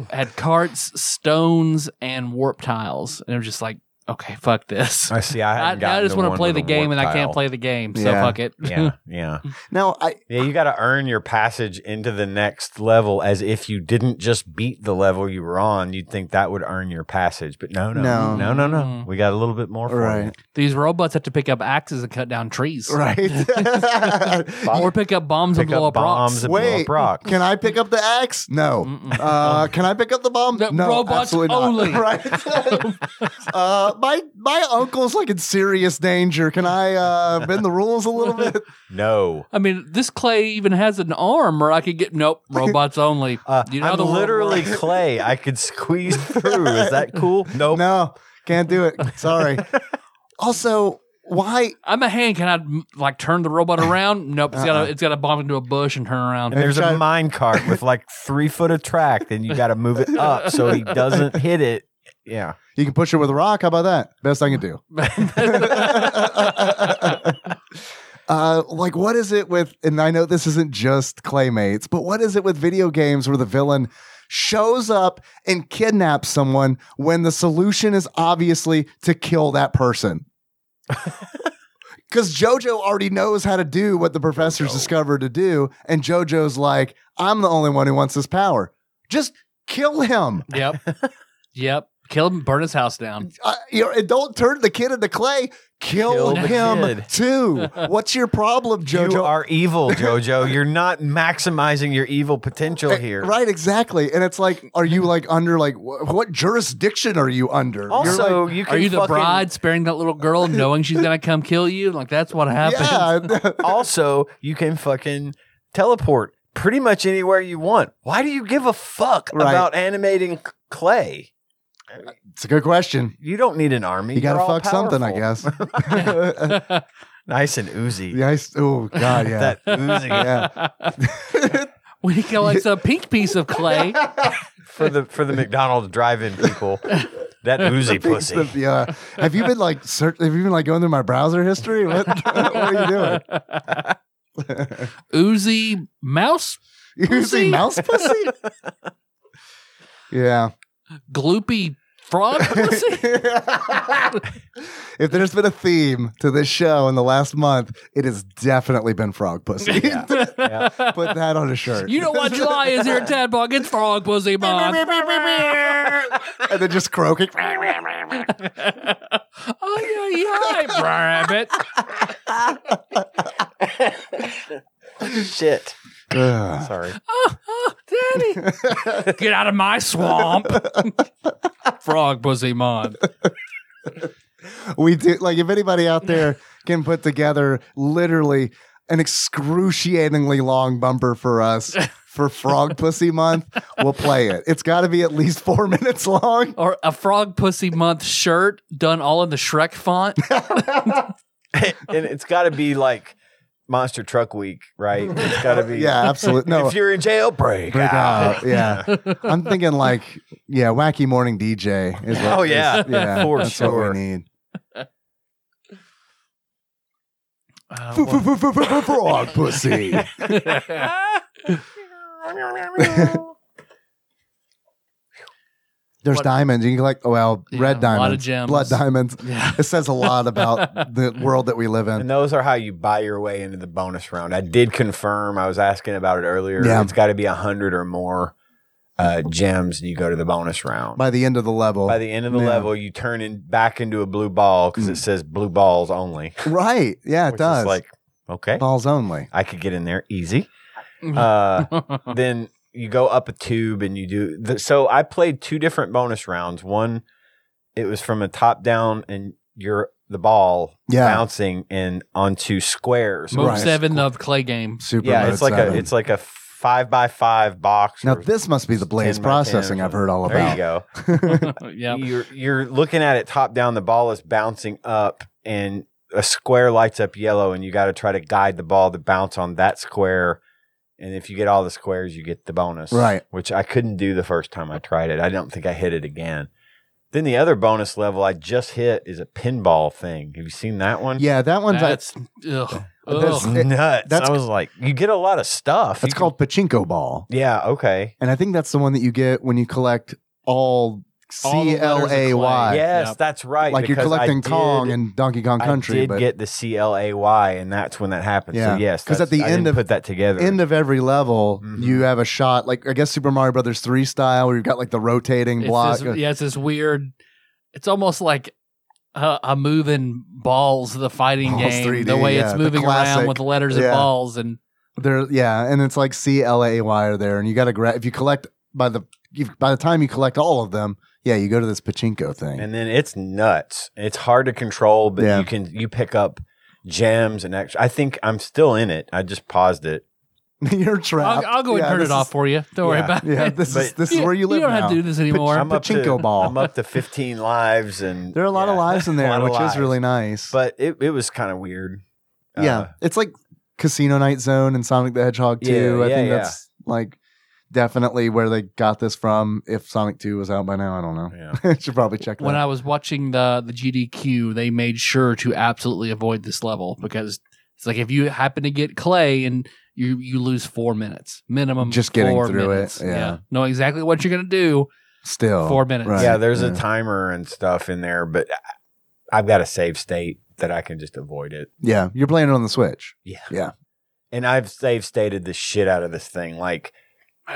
S1: had carts, stones, and warp tiles, and it was just like, okay, fuck this.
S3: I see. I,
S1: I,
S3: haven't gotten
S1: I just
S3: want to
S1: play
S3: with
S1: the game,
S3: warp
S1: and I can't
S3: tile.
S1: play the game, so
S2: Yeah.
S1: fuck it.
S3: Yeah, yeah.
S2: now I
S3: Yeah, you got to earn your passage into the next level as if you didn't just beat the level you were on. You'd think that would earn your passage, but no, no,
S2: No.
S3: no, no, no.
S1: Mm.
S3: We got a little bit more for
S2: right
S1: These robots have to pick up axes and cut down trees,
S2: right.
S1: or pick up bombs
S3: you. Pick
S1: and blow
S3: up
S1: up rocks.
S3: bombs and blow
S2: Wait,
S3: up rocks.
S2: can I pick up the axe? No.
S1: Mm-mm.
S2: Uh, can I pick up the bomb?
S1: The
S2: no,
S1: robots
S2: absolutely not.
S1: only.
S2: Right. uh, my my uncle's like in serious danger. Can I uh, bend the rules a little bit?
S3: No.
S1: I mean, this clay even has an arm, or I could get nope. Robots only.
S3: Uh,
S1: You know how
S3: I'm
S1: the world
S3: literally
S1: works.
S3: clay. I could squeeze through. Is that cool? Nope.
S2: No, can't do it. Sorry. Also, why?
S1: I'm a hand. Can I m- like turn the robot around? Nope. It's
S2: Uh-uh.
S1: gotta it's gotta bomb into a bush and turn around.
S3: And there's
S2: Every
S3: a
S2: time-
S3: mine cart with like three foot of track, and you got to move it up so he doesn't hit it. Yeah.
S2: You can push it with a rock. How about that? Best I can do. Uh, like what is it with and I know this isn't just claymates, but what is it with video games where the villain shows up and kidnaps someone when the solution is obviously to kill that person? Cuz Jojo already knows how to do what the professor's discovered to do and Jojo's like, "I'm the only one who wants this power. Just kill him."
S1: yep, yep. Kill him, burn his house down.
S2: uh, you know, and don't turn the kid into clay. Kill,
S3: Kill the
S2: him
S3: kid.
S2: too. What's your problem, Jojo?
S3: You are evil, Jojo. You're not maximizing your evil potential here.
S2: Eh, Right, exactly. And it's like, are you like under like wh- what jurisdiction are you under? You're like-
S3: Also, you can
S1: Are you the
S3: fucking-
S1: bride sparing that little girl, knowing she's gonna come kill you? Like that's what happens.
S2: yeah,
S3: also, you can fucking teleport pretty much anywhere you want. Why do you give a fuck
S2: Right.
S3: about animating c- clay?
S2: it's a good question.
S3: You don't need an army.
S2: You gotta
S3: You're all
S2: fuck something, I
S3: powerful.
S2: guess.
S3: Nice and oozy.
S2: the ice. Oh god, yeah.
S3: That oozy
S2: yeah.
S1: we collect a pink piece of clay.
S3: for the for the McDonald's drive-in people. That oozy
S2: Piece
S3: pussy.
S2: of- yeah. Have you been like search? Have you been like going through my browser history? What, what are you doing?
S1: Oozy mouse
S2: You
S1: Pussy?
S2: see mouse pussy? yeah.
S1: gloopy frog pussy.
S2: if there's been a theme to this show in the last month, it has definitely been frog pussy. Put that on a shirt.
S1: You know what July is here at Tadbog? It's frog pussy month.
S2: and then just croaking.
S1: oh yeah, yeah, rabbit.
S3: Shit.
S2: Ugh.
S3: Sorry.
S1: Oh, oh, daddy, get out of my swamp. frog pussy month.
S2: we do like if anybody out there can put together literally an excruciatingly long bumper for us for Frog Pussy Month, we'll play it. It's got to be at least four minutes long.
S1: or a frog pussy month shirt done all in the Shrek font.
S3: and it's got to be like Monster Truck Week, right? It's got to be.
S2: Yeah, absolutely. No,
S3: If you're in jail, break,
S2: break
S3: out.
S2: out. Yeah, I'm thinking like yeah, wacky morning DJ is what.
S3: Oh, yeah.
S2: is- yeah,
S3: For
S2: that's
S3: sure.
S2: what we need.
S1: Uh, well-
S2: Frog pussy. There's
S1: What-
S2: diamonds. You can collect. oh, Well,
S1: Yeah,
S2: red
S1: a lot of
S2: diamonds,
S1: gems.
S2: blood diamonds.
S1: yeah.
S2: It says a lot about the world that we live in.
S3: And those are how you buy your way into the bonus round. I did confirm. I was asking about it earlier.
S2: Yeah.
S3: It's got to be a hundred or more uh, gems, and you go to the bonus round.
S2: by the end of the level.
S3: By the end of the
S2: Yeah.
S3: level, you turn in back into a blue ball because it says blue balls only.
S2: right. Yeah, it
S3: which is
S2: does.
S3: like okay,
S2: balls only.
S3: I could get in there easy.
S1: Mm-hmm.
S3: Uh, then you go up a tube and you do the, so i played two different bonus rounds one it was from a top down and you're the ball
S2: Yeah.
S3: bouncing and onto squares
S1: Move
S2: Right.
S1: seven of clay games.
S2: Super.
S3: yeah
S2: mode
S3: it's like
S2: seven.
S3: a it's like a five by five box
S2: now
S3: or
S2: this must be the
S3: 10 by
S2: blaze
S3: 10
S2: processing
S3: or
S2: I've heard all
S3: something. there
S2: about.
S3: you go
S1: yeah.
S3: you're you're looking at it top down the ball is bouncing up and a square lights up yellow and you got to try to guide the ball to bounce on that square and if you get all the squares you get the bonus
S2: Right.
S3: which i couldn't do the first time i tried it i don't think i hit it again then the other bonus level i just hit is a pinball thing have you seen that one
S2: Yeah, that one's like,
S1: That's ugh,
S2: That's-
S1: ugh.
S3: It's nuts
S2: that's-
S3: i was like you get a lot of stuff
S2: that's
S3: You
S2: called pachinko ball,
S3: can- yeah okay
S2: and I think that's the one that you get when you collect all
S1: All the
S2: C
S1: letters of
S2: L A
S1: Right,
S2: Y.
S3: yes
S1: yep.
S3: that's right
S2: Like you're
S3: because I
S2: collecting
S3: did-
S2: Kong and Donkey Kong
S3: I
S2: Country,
S3: did
S2: but
S3: get the C L A Y, and that's when that happened.
S2: Yeah.
S3: So yes,
S2: 'Cause
S3: because
S2: at the end of-
S3: put that together.
S2: end of every level,
S3: Mhm.
S2: you have a shot like I guess Super Mario Brothers three style, where you've got like the rotating block.
S1: It's this, yeah, it's this weird. It's almost like a, a moving balls, the fighting
S2: Balls
S1: game,
S2: 3D,
S1: the way
S2: yeah,
S1: it's
S2: the
S1: moving around
S2: classic.
S1: with the letters and
S2: Yeah.
S1: balls, and
S2: There, yeah, and it's like C L A Y are there, and you got to grab if you collect by the you, by the time you collect all of them, yeah, you go to this pachinko thing.
S3: and then it's nuts. It's hard to control, but
S2: Yeah.
S3: you can you pick up gems and extra. I think I'm still in it. I just paused it.
S2: You're trapped.
S1: I'll, I'll go and
S2: Yeah,
S1: turn
S2: this
S1: it off
S2: is-
S1: for you. Don't worry
S3: yeah,
S1: about
S2: Yeah,
S1: it.
S2: this is
S3: But-
S2: this is where you live
S1: You don't
S2: now.
S1: have to do this anymore.
S2: Or
S3: I'm up to,
S2: pachinko ball.
S3: I'm up to 15 lives, and
S2: there are a lot of
S3: yeah,
S2: lives in
S3: a lot
S2: there,
S3: of
S2: which
S3: lives.
S2: is really nice.
S3: But it it was kind of weird. Uh,
S2: yeah, it's like Casino Night Zone and Sonic the Hedgehog 2.
S3: Yeah,
S2: I
S3: yeah,
S2: think
S3: yeah.
S2: that's like definitely where they got this from. If Sonic 2 was out by now, I don't know.
S3: yeah.
S2: Should probably check that.
S1: when I was watching the the GDQ, they made sure to absolutely avoid this level because it's like if you happen to get clay and you you lose four minutes minimum.
S2: Just getting
S1: four
S2: through it,
S1: minutes.
S2: yeah.
S1: know exactly what you're gonna do.
S2: Still
S1: four minutes.
S2: right,
S3: yeah, there's
S2: yeah.
S3: a timer and stuff in there, but I- I've got a save state that I can just avoid it.
S2: Yeah, you're playing it on the Switch.
S3: Yeah.
S2: Yeah.
S3: And I've they've stated the shit out of this thing. Like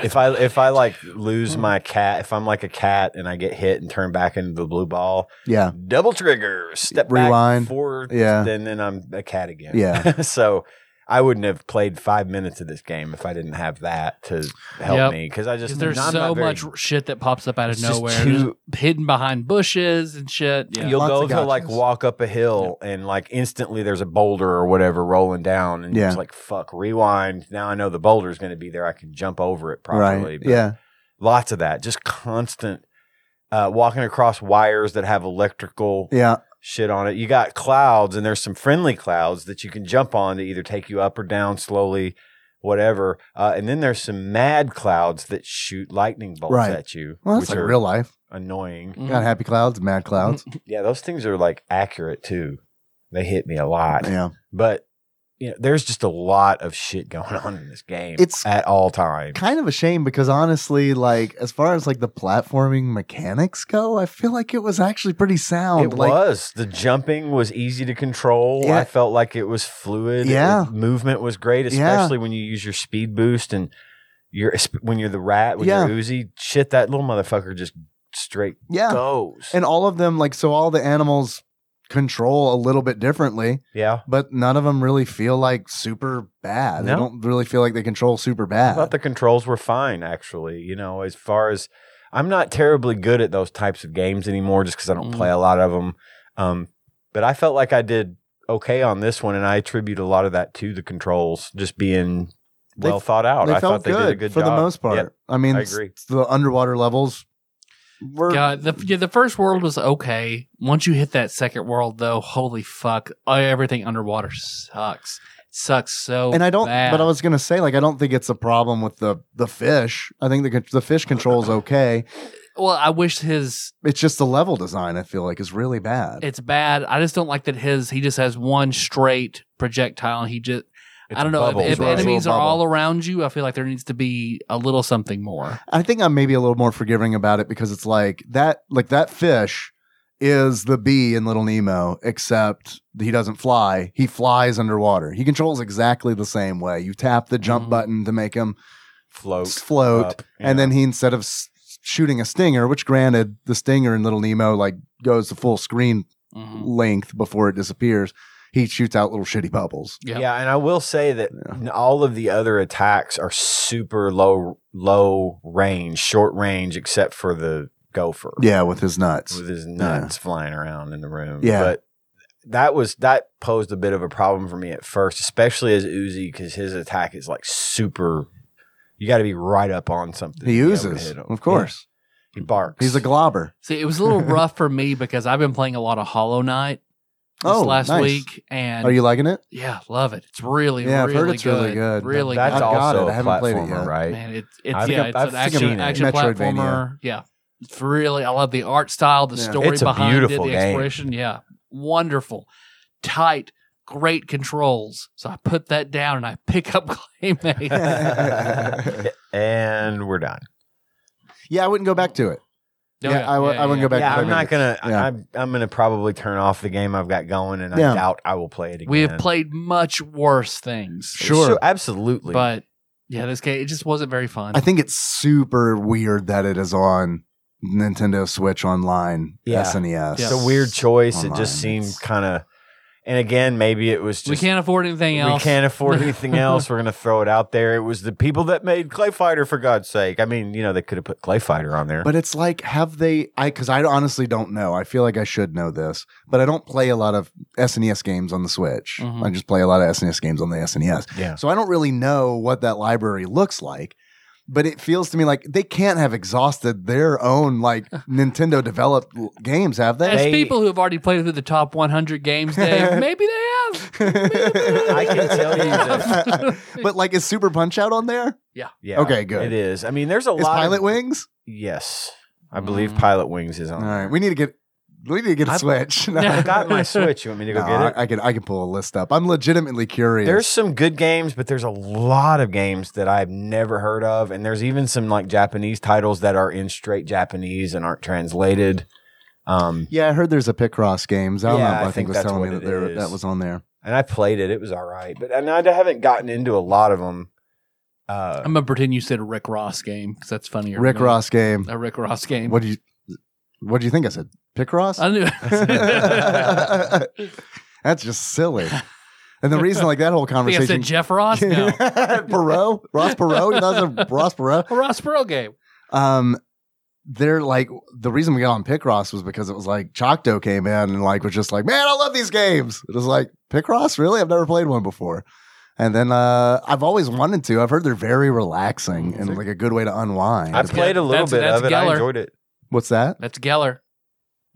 S3: if I if I like
S1: Mm-hmm.
S3: lose my cat, if I'm like a cat and I get hit and turn back into the blue ball,
S2: Yeah.
S3: double trigger, step
S2: Rewind.
S3: back forward,
S2: Yeah.
S3: and then I'm a cat again.
S2: Yeah.
S3: so I wouldn't have played five minutes of this game if I didn't have that to help
S1: Yep.
S3: me because I just
S1: 'Cause there's
S3: I'm
S1: so
S3: not very-
S1: much shit that pops up out of
S3: It's just
S1: nowhere,
S3: too-
S1: just hidden behind bushes and shit. Yeah.
S3: You'll
S2: Lots
S3: go
S2: of
S3: to like
S2: gotchas.
S3: walk up a hill and like instantly there's a boulder or whatever rolling down and
S2: Yeah.
S3: you're just like fuck rewind. Now I know the boulder's going to be there. I can jump over it
S2: right.
S3: properly.
S2: Yeah.
S3: lots of that. Just constant uh, walking across wires that have electrical
S2: Yeah.
S3: shit on it. You got clouds, and there's some friendly clouds that you can jump on to either take you up or down slowly. whatever. Uh, and then there's some mad clouds that shoot lightning bolts
S2: Right.
S3: at you,
S2: Well, that's
S3: which
S2: like
S3: are
S2: real life.
S3: annoying.
S1: Mm-hmm.
S2: Got happy clouds, mad clouds.
S3: Yeah, those things are like accurate too. They hit me a lot,
S2: yeah.
S3: but you know, there's just a lot of shit going on in this game.
S2: It's-
S3: at all times.
S2: Kind of a shame because honestly, like as far as like the platforming mechanics go, I feel like it was actually pretty sound.
S3: It
S2: like
S3: was. The jumping was easy to control.
S2: Yeah.
S3: I felt like it was fluid.
S2: Yeah.
S3: It- movement was great,
S2: Yeah.
S3: especially when you use your speed boost and your when you're the rat, when
S2: Yeah.
S3: you're Uzi. Shit, that little motherfucker just straight
S2: yeah.
S3: goes.
S2: And all of them, like so all the animals control a little bit differently,
S3: yeah.
S2: but none of them really feel like super bad. They
S3: No.
S2: don't really feel like they control super bad.
S3: I thought the controls were fine, actually. You know, as far as I'm not terribly good at those types of games anymore, just because I don't
S1: Mm.
S3: play a lot of them. Um, but I felt like I did okay on this one, and I attribute a lot of that to the controls just being
S2: They-
S3: well thought out.
S2: they
S3: I
S2: felt
S3: thought they
S2: good,
S3: did a good
S2: for
S3: job
S2: the most part.
S3: Yep.
S2: I mean,
S3: I
S2: s-
S3: agree.
S2: the underwater levels were
S1: God, the yeah, the first world was okay. Once you hit that second world, though, holy fuck, everything underwater sucks. It sucks so.
S2: and I don't.
S1: bad.
S2: But I was gonna say, like, I don't think it's a problem with the the fish. I think the con- the fish controls okay.
S1: well, I wish his
S2: It's just the level design. I feel like is really bad.
S1: it's bad. I just don't like that his he just has one straight projectile, and he just.
S3: It's
S1: I don't know
S3: bubbles,
S1: if, if
S2: right?
S1: enemies are
S2: Little bubble.
S1: all around you. I feel like there needs to be a little something more.
S2: I think I'm maybe a little more forgiving about it because it's like that. Like that fish is the bee in Little Nemo, except he doesn't fly. He flies underwater. He controls exactly the same way. You tap the jump
S1: Mhm.
S2: button to make him
S3: Mm. float,
S2: float.
S3: up, you
S2: and
S3: know.
S2: then he instead of s- shooting a stinger which granted the stinger in little nemo like goes to full screen
S1: Mhm.
S3: Mm.
S2: length before it disappears he shoots out little shitty bubbles
S1: Yeah.
S3: yeah, and I will say that
S2: Yeah.
S3: n- all of the other attacks are super low, low range, short range, except for the gopher.
S2: yeah with his nuts
S3: with his nuts flying around in the room.
S2: Yeah.
S3: but that was that posed a bit of a problem for me at first, especially as Uzi because his attack is like super. You got to be right up on something.
S2: he
S3: to be able to
S2: oozes
S3: hit him.
S2: of course
S3: Yeah, he barks.
S2: he's "Oh a globber
S1: See, it was a little rough for me because I've been playing a lot of Hollow Knight this
S2: Oh,
S1: last
S2: nice.
S1: week, and
S2: are you liking it
S1: yeah, love it. It's really,
S2: Yeah, I've
S1: really
S2: heard it's
S1: good.
S2: really good.
S1: Really
S3: That's
S2: I've
S1: good.
S2: got
S3: also
S2: it.
S3: a
S2: I haven't played it
S3: platformer,
S2: yet.
S3: right?
S1: Man, it, it's
S3: I've-
S1: yeah,
S3: I've
S1: it's an action,
S3: seen it.
S1: action
S2: Metroidvania.
S1: platformer. Yeah, it's really. I love the art style, the
S2: Yeah.
S1: story
S3: It's a
S1: behind it, the
S3: beautiful game.
S1: exploration. Yeah, wonderful, tight, great controls. So I put that down and I pick up Claymate.
S3: and we're done.
S2: yeah i wouldn't go back to it
S1: Oh,
S2: Yeah, I would- I wouldn't go back
S3: yeah,
S2: to
S3: I'm not gonna.
S2: Yeah.
S3: I'm, I'm gonna probably turn off the game I've got going, and
S2: Yeah.
S3: I doubt I will play it again.
S1: We have played much worse things,
S2: Sure.
S3: absolutely.
S1: but yeah, this game it just wasn't very
S3: Oh.
S1: fun.
S2: i think it's super weird that it is on nintendo switch online E
S3: Yeah.
S2: snes
S1: Yeah.
S3: it's a weird choice. it
S2: Online,
S3: just seemed
S2: it's-
S3: kind of. And again, maybe it was just
S1: we can't afford anything else.
S3: We can't afford anything else. We're going to throw it out there. It was the people that made Clay Fighter, for God's sake. I mean, you know, they could have put Clay Fighter on there.
S2: But it's like, have they? I because I honestly don't know. I feel like I should know this, but I don't play a lot of SNES games on the Switch.
S1: Mhm.
S2: I just play a lot of SNES games on the SNES,
S3: Mm-hmm. yeah.
S2: so I don't really know what that library looks like. But it feels to me like they can't have exhausted their own like Nintendo developed l- games, have
S1: As
S2: they?
S3: They-
S1: people who have already played through the top 100 games, Dave, maybe they have.
S2: I
S3: can tell you that-
S2: but like, is Super Punch Out on there?
S3: Yeah.
S2: Okay, good.
S3: It is. I mean, there's a
S2: Is
S3: lot.
S2: Pilot
S3: of,
S2: Wings?
S3: Yes. I believe
S1: Mm.
S3: Pilot Wings is
S2: All
S3: on
S2: right,
S3: there.
S2: we need to get we need to get a
S3: I-
S2: Switch. No.
S3: I got my Switch. You want me to go
S2: No,
S3: get it?
S2: I, I can I can pull a list up. I'm legitimately curious.
S3: There's some good games, but there's a lot of games that I've never heard of, and there's even some like Japanese titles that are in straight Japanese and aren't translated. Um,
S2: yeah, I heard there's a Picross games. I don't
S3: Yeah,
S2: know
S3: I
S2: if I, think
S3: think
S2: was
S3: that's
S2: telling me
S3: what
S2: that
S3: it
S2: there
S3: is.
S2: that was on there.
S3: and I played it; it was all right, but and I haven't gotten into a lot of them. Uh,
S1: I'm gonna pretend you said a Rick Ross game because that's funnier. to
S2: Rick
S1: me.
S2: Ross game.
S1: a Rick Ross game.
S2: What do you what do you think I said? Picross?
S1: I knew.
S2: That's just silly. And the reason like that whole
S1: I think I
S2: conversation
S1: said Jeff Ross. No,
S2: Perot? Ross Perot? You thought it was Ross Perot?
S1: a Ross Perot game.
S2: Um they're like the reason we got on Picross was because it was like Choctaw came in and like was just like, Man, I love these games. It was like, Picross? Really? I've never played one before. And then uh, I've always wanted to. I've heard they're very
S1: Mm,
S2: relaxing and like a good way to unwind.
S3: I played a little
S1: That's-
S3: bit
S1: that's
S3: of it.
S1: Geller.
S3: I enjoyed it.
S2: What's that?
S1: That's Geller.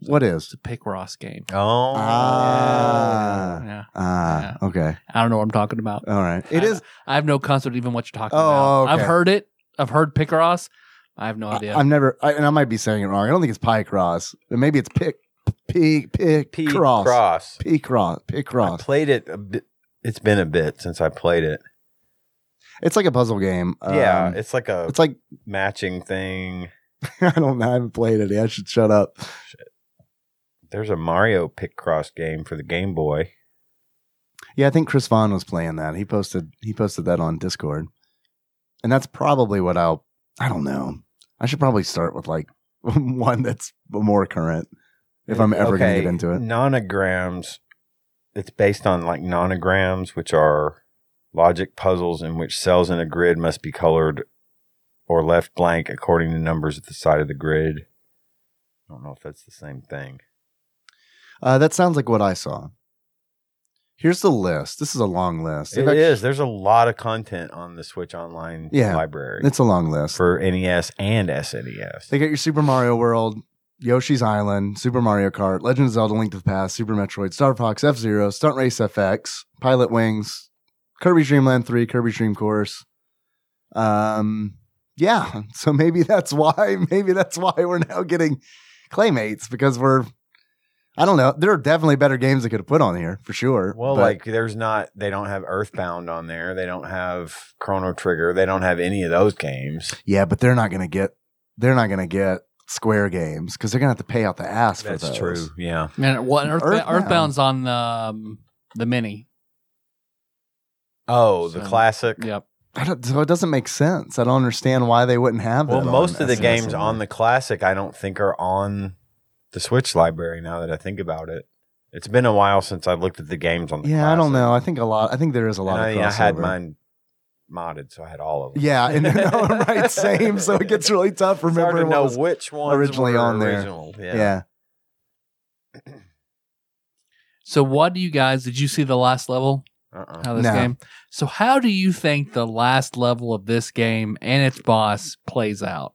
S2: What is?
S1: It's a Pick Ross game. Uh,
S3: Oh,
S2: Ah.
S1: yeah.
S2: Ah, okay.
S1: I don't know what I'm talking about.
S2: All right. It
S1: I-
S2: is.
S1: I have no concept even what you're talking
S2: Oh,
S1: about.
S2: okay. Uh,
S1: I've heard it. I've heard Picross. I have no idea.
S2: I, am never, I, and I might be saying it wrong. I don't think it's pie cross. Maybe it's pick, pick, pick,
S3: P
S2: cross.
S3: cross.
S2: P cross, pick
S3: I
S2: cross.
S3: played it. A bit, it's been a bit since I played it.
S2: It's like a puzzle game.
S3: yeah,
S2: Um,
S3: it's like a
S2: it's like
S3: matching thing.
S2: I don't know. I haven't played it. I should shut up.
S3: There's a Mario pick cross game for the Game Boy.
S2: Yeah, I think Chris Vaughn was playing that. He posted he posted that on Discord, and that's probably what I'll. I don't know. I should probably start with like one that's more current if I'm ever going to
S3: Okay, Mm.
S2: get into it.
S3: Nonograms. It's based on like nonograms, which are logic puzzles in which cells in a grid must be colored or left blank according to numbers at the side of the grid. I don't know if that's the same thing.
S2: Uh, that sounds like what I saw. Here's the list. This is a long list.
S3: It
S2: They've actu-
S3: is. There's a lot of content on the Switch Online
S2: Yeah,
S3: library
S2: It's a long list.
S3: for NES and E SNES.
S2: They got your Super Mario World, Yoshi's Island, Super Mario Kart, Legend of Zelda: Link to the Past, Super Metroid, Star Fox, F Zero, Stunt Race FX, Pilot Wings, Kirby Dream Land Three, Kirby Dream Course. Um, yeah. So maybe that's why. Maybe that's why we're now getting Claymates because we're. I don't know. There are definitely better games they could have put on here for sure.
S3: Well,
S2: but-
S3: like there's not they don't have Earthbound on there. They don't have Chrono Trigger. They don't have any of those games.
S2: yeah, but they're not gonna get. They're not gonna get Square games because they're gonna have to pay out the ass for those.
S3: Yeah.
S1: Man, what Earth,
S2: Earthbound.
S1: Earthbound's on the um, the mini.
S3: Oh, the
S1: So,
S3: classic.
S1: Yep.
S2: I don't, so it doesn't make sense. I don't understand why they wouldn't have.
S3: Well,
S2: that
S3: most
S2: on E
S3: of the
S2: SNES
S3: games
S2: alone.
S3: on the classic I don't think are on the Switch library now that I think about it. It's been a while since I looked at the games on the
S2: yeah, I
S3: classic.
S2: don't know. I think a lot. I think there is a
S3: And
S2: lot.
S3: I,
S2: of
S3: mean, I had
S2: crossover.
S3: mine modded, so I had all of them.
S2: Yeah, and no, right, same. So it gets really tough.
S3: It's hard
S2: Remember
S3: to
S2: what
S3: know
S2: was-
S3: which ones
S2: originally
S3: were
S2: on there.
S3: original.
S2: yeah.
S3: yeah.
S1: So what do you guys did you see the last level
S3: Uh-uh.
S1: of this
S2: No.
S1: game? So how do you think the last level of this game and its boss plays out?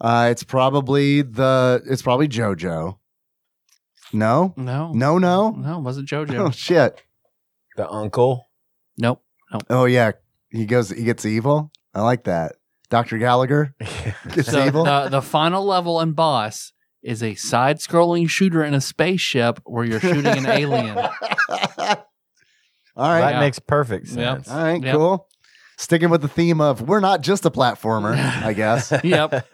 S2: Uh, it's probably the. It's probably JoJo. No,
S1: No.
S2: no, no.
S1: No, it wasn't
S2: Oh
S1: JoJo.
S2: shit!
S3: The uncle.
S1: nope.
S2: Oh yeah, he goes. He gets evil. I like that. Doctor Gallagher gets
S1: So uh,
S2: evil.
S1: the, the final level and boss is a side scrolling shooter in a spaceship where you're shooting an alien.
S2: All right,
S3: that
S1: Yeah.
S3: makes perfect
S1: Yep.
S3: sense.
S2: All right,
S1: Yep.
S2: cool. Sticking with the theme of we're not just a platformer, I guess.
S1: Yep.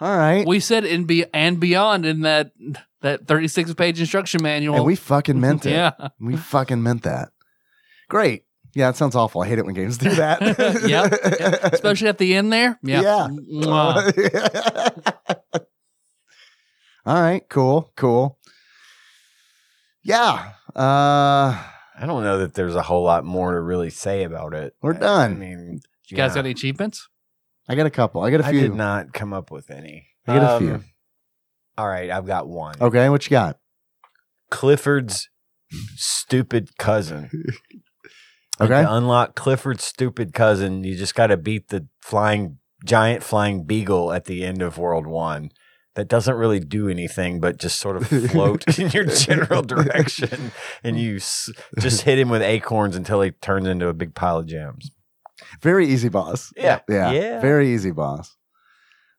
S2: All right.
S1: We said in be and beyond in that that 36 page instruction manual.
S2: and we fucking meant it.
S1: yeah.
S2: We fucking meant that. Great. Yeah, it sounds awful. I hate it when games do that.
S1: Yep, Especially at the end there.
S2: Yeah.
S1: Mwah.
S2: All right, cool, cool. Yeah. Uh
S3: I don't know that there's a whole lot more to really say about it.
S2: We're
S3: I- I
S2: done.
S3: mean,
S1: You guys
S3: yeah.
S1: got any achievements?
S2: I got a couple. I got a
S3: I did
S2: few.
S3: not come up with any. Um,
S2: I got a few.
S3: All right, I've got one.
S2: Okay, what you got?
S3: Clifford's stupid cousin. And
S2: Okay.
S3: To unlock Clifford's stupid cousin, you just got to beat the flying giant flying beagle at the end of World One. That doesn't really do anything, but just sort of float in your general direction, and you s- just hit him with acorns until he turns into a big pile of gems.
S2: Very easy boss.
S3: Yeah.
S2: Yeah. Very easy boss.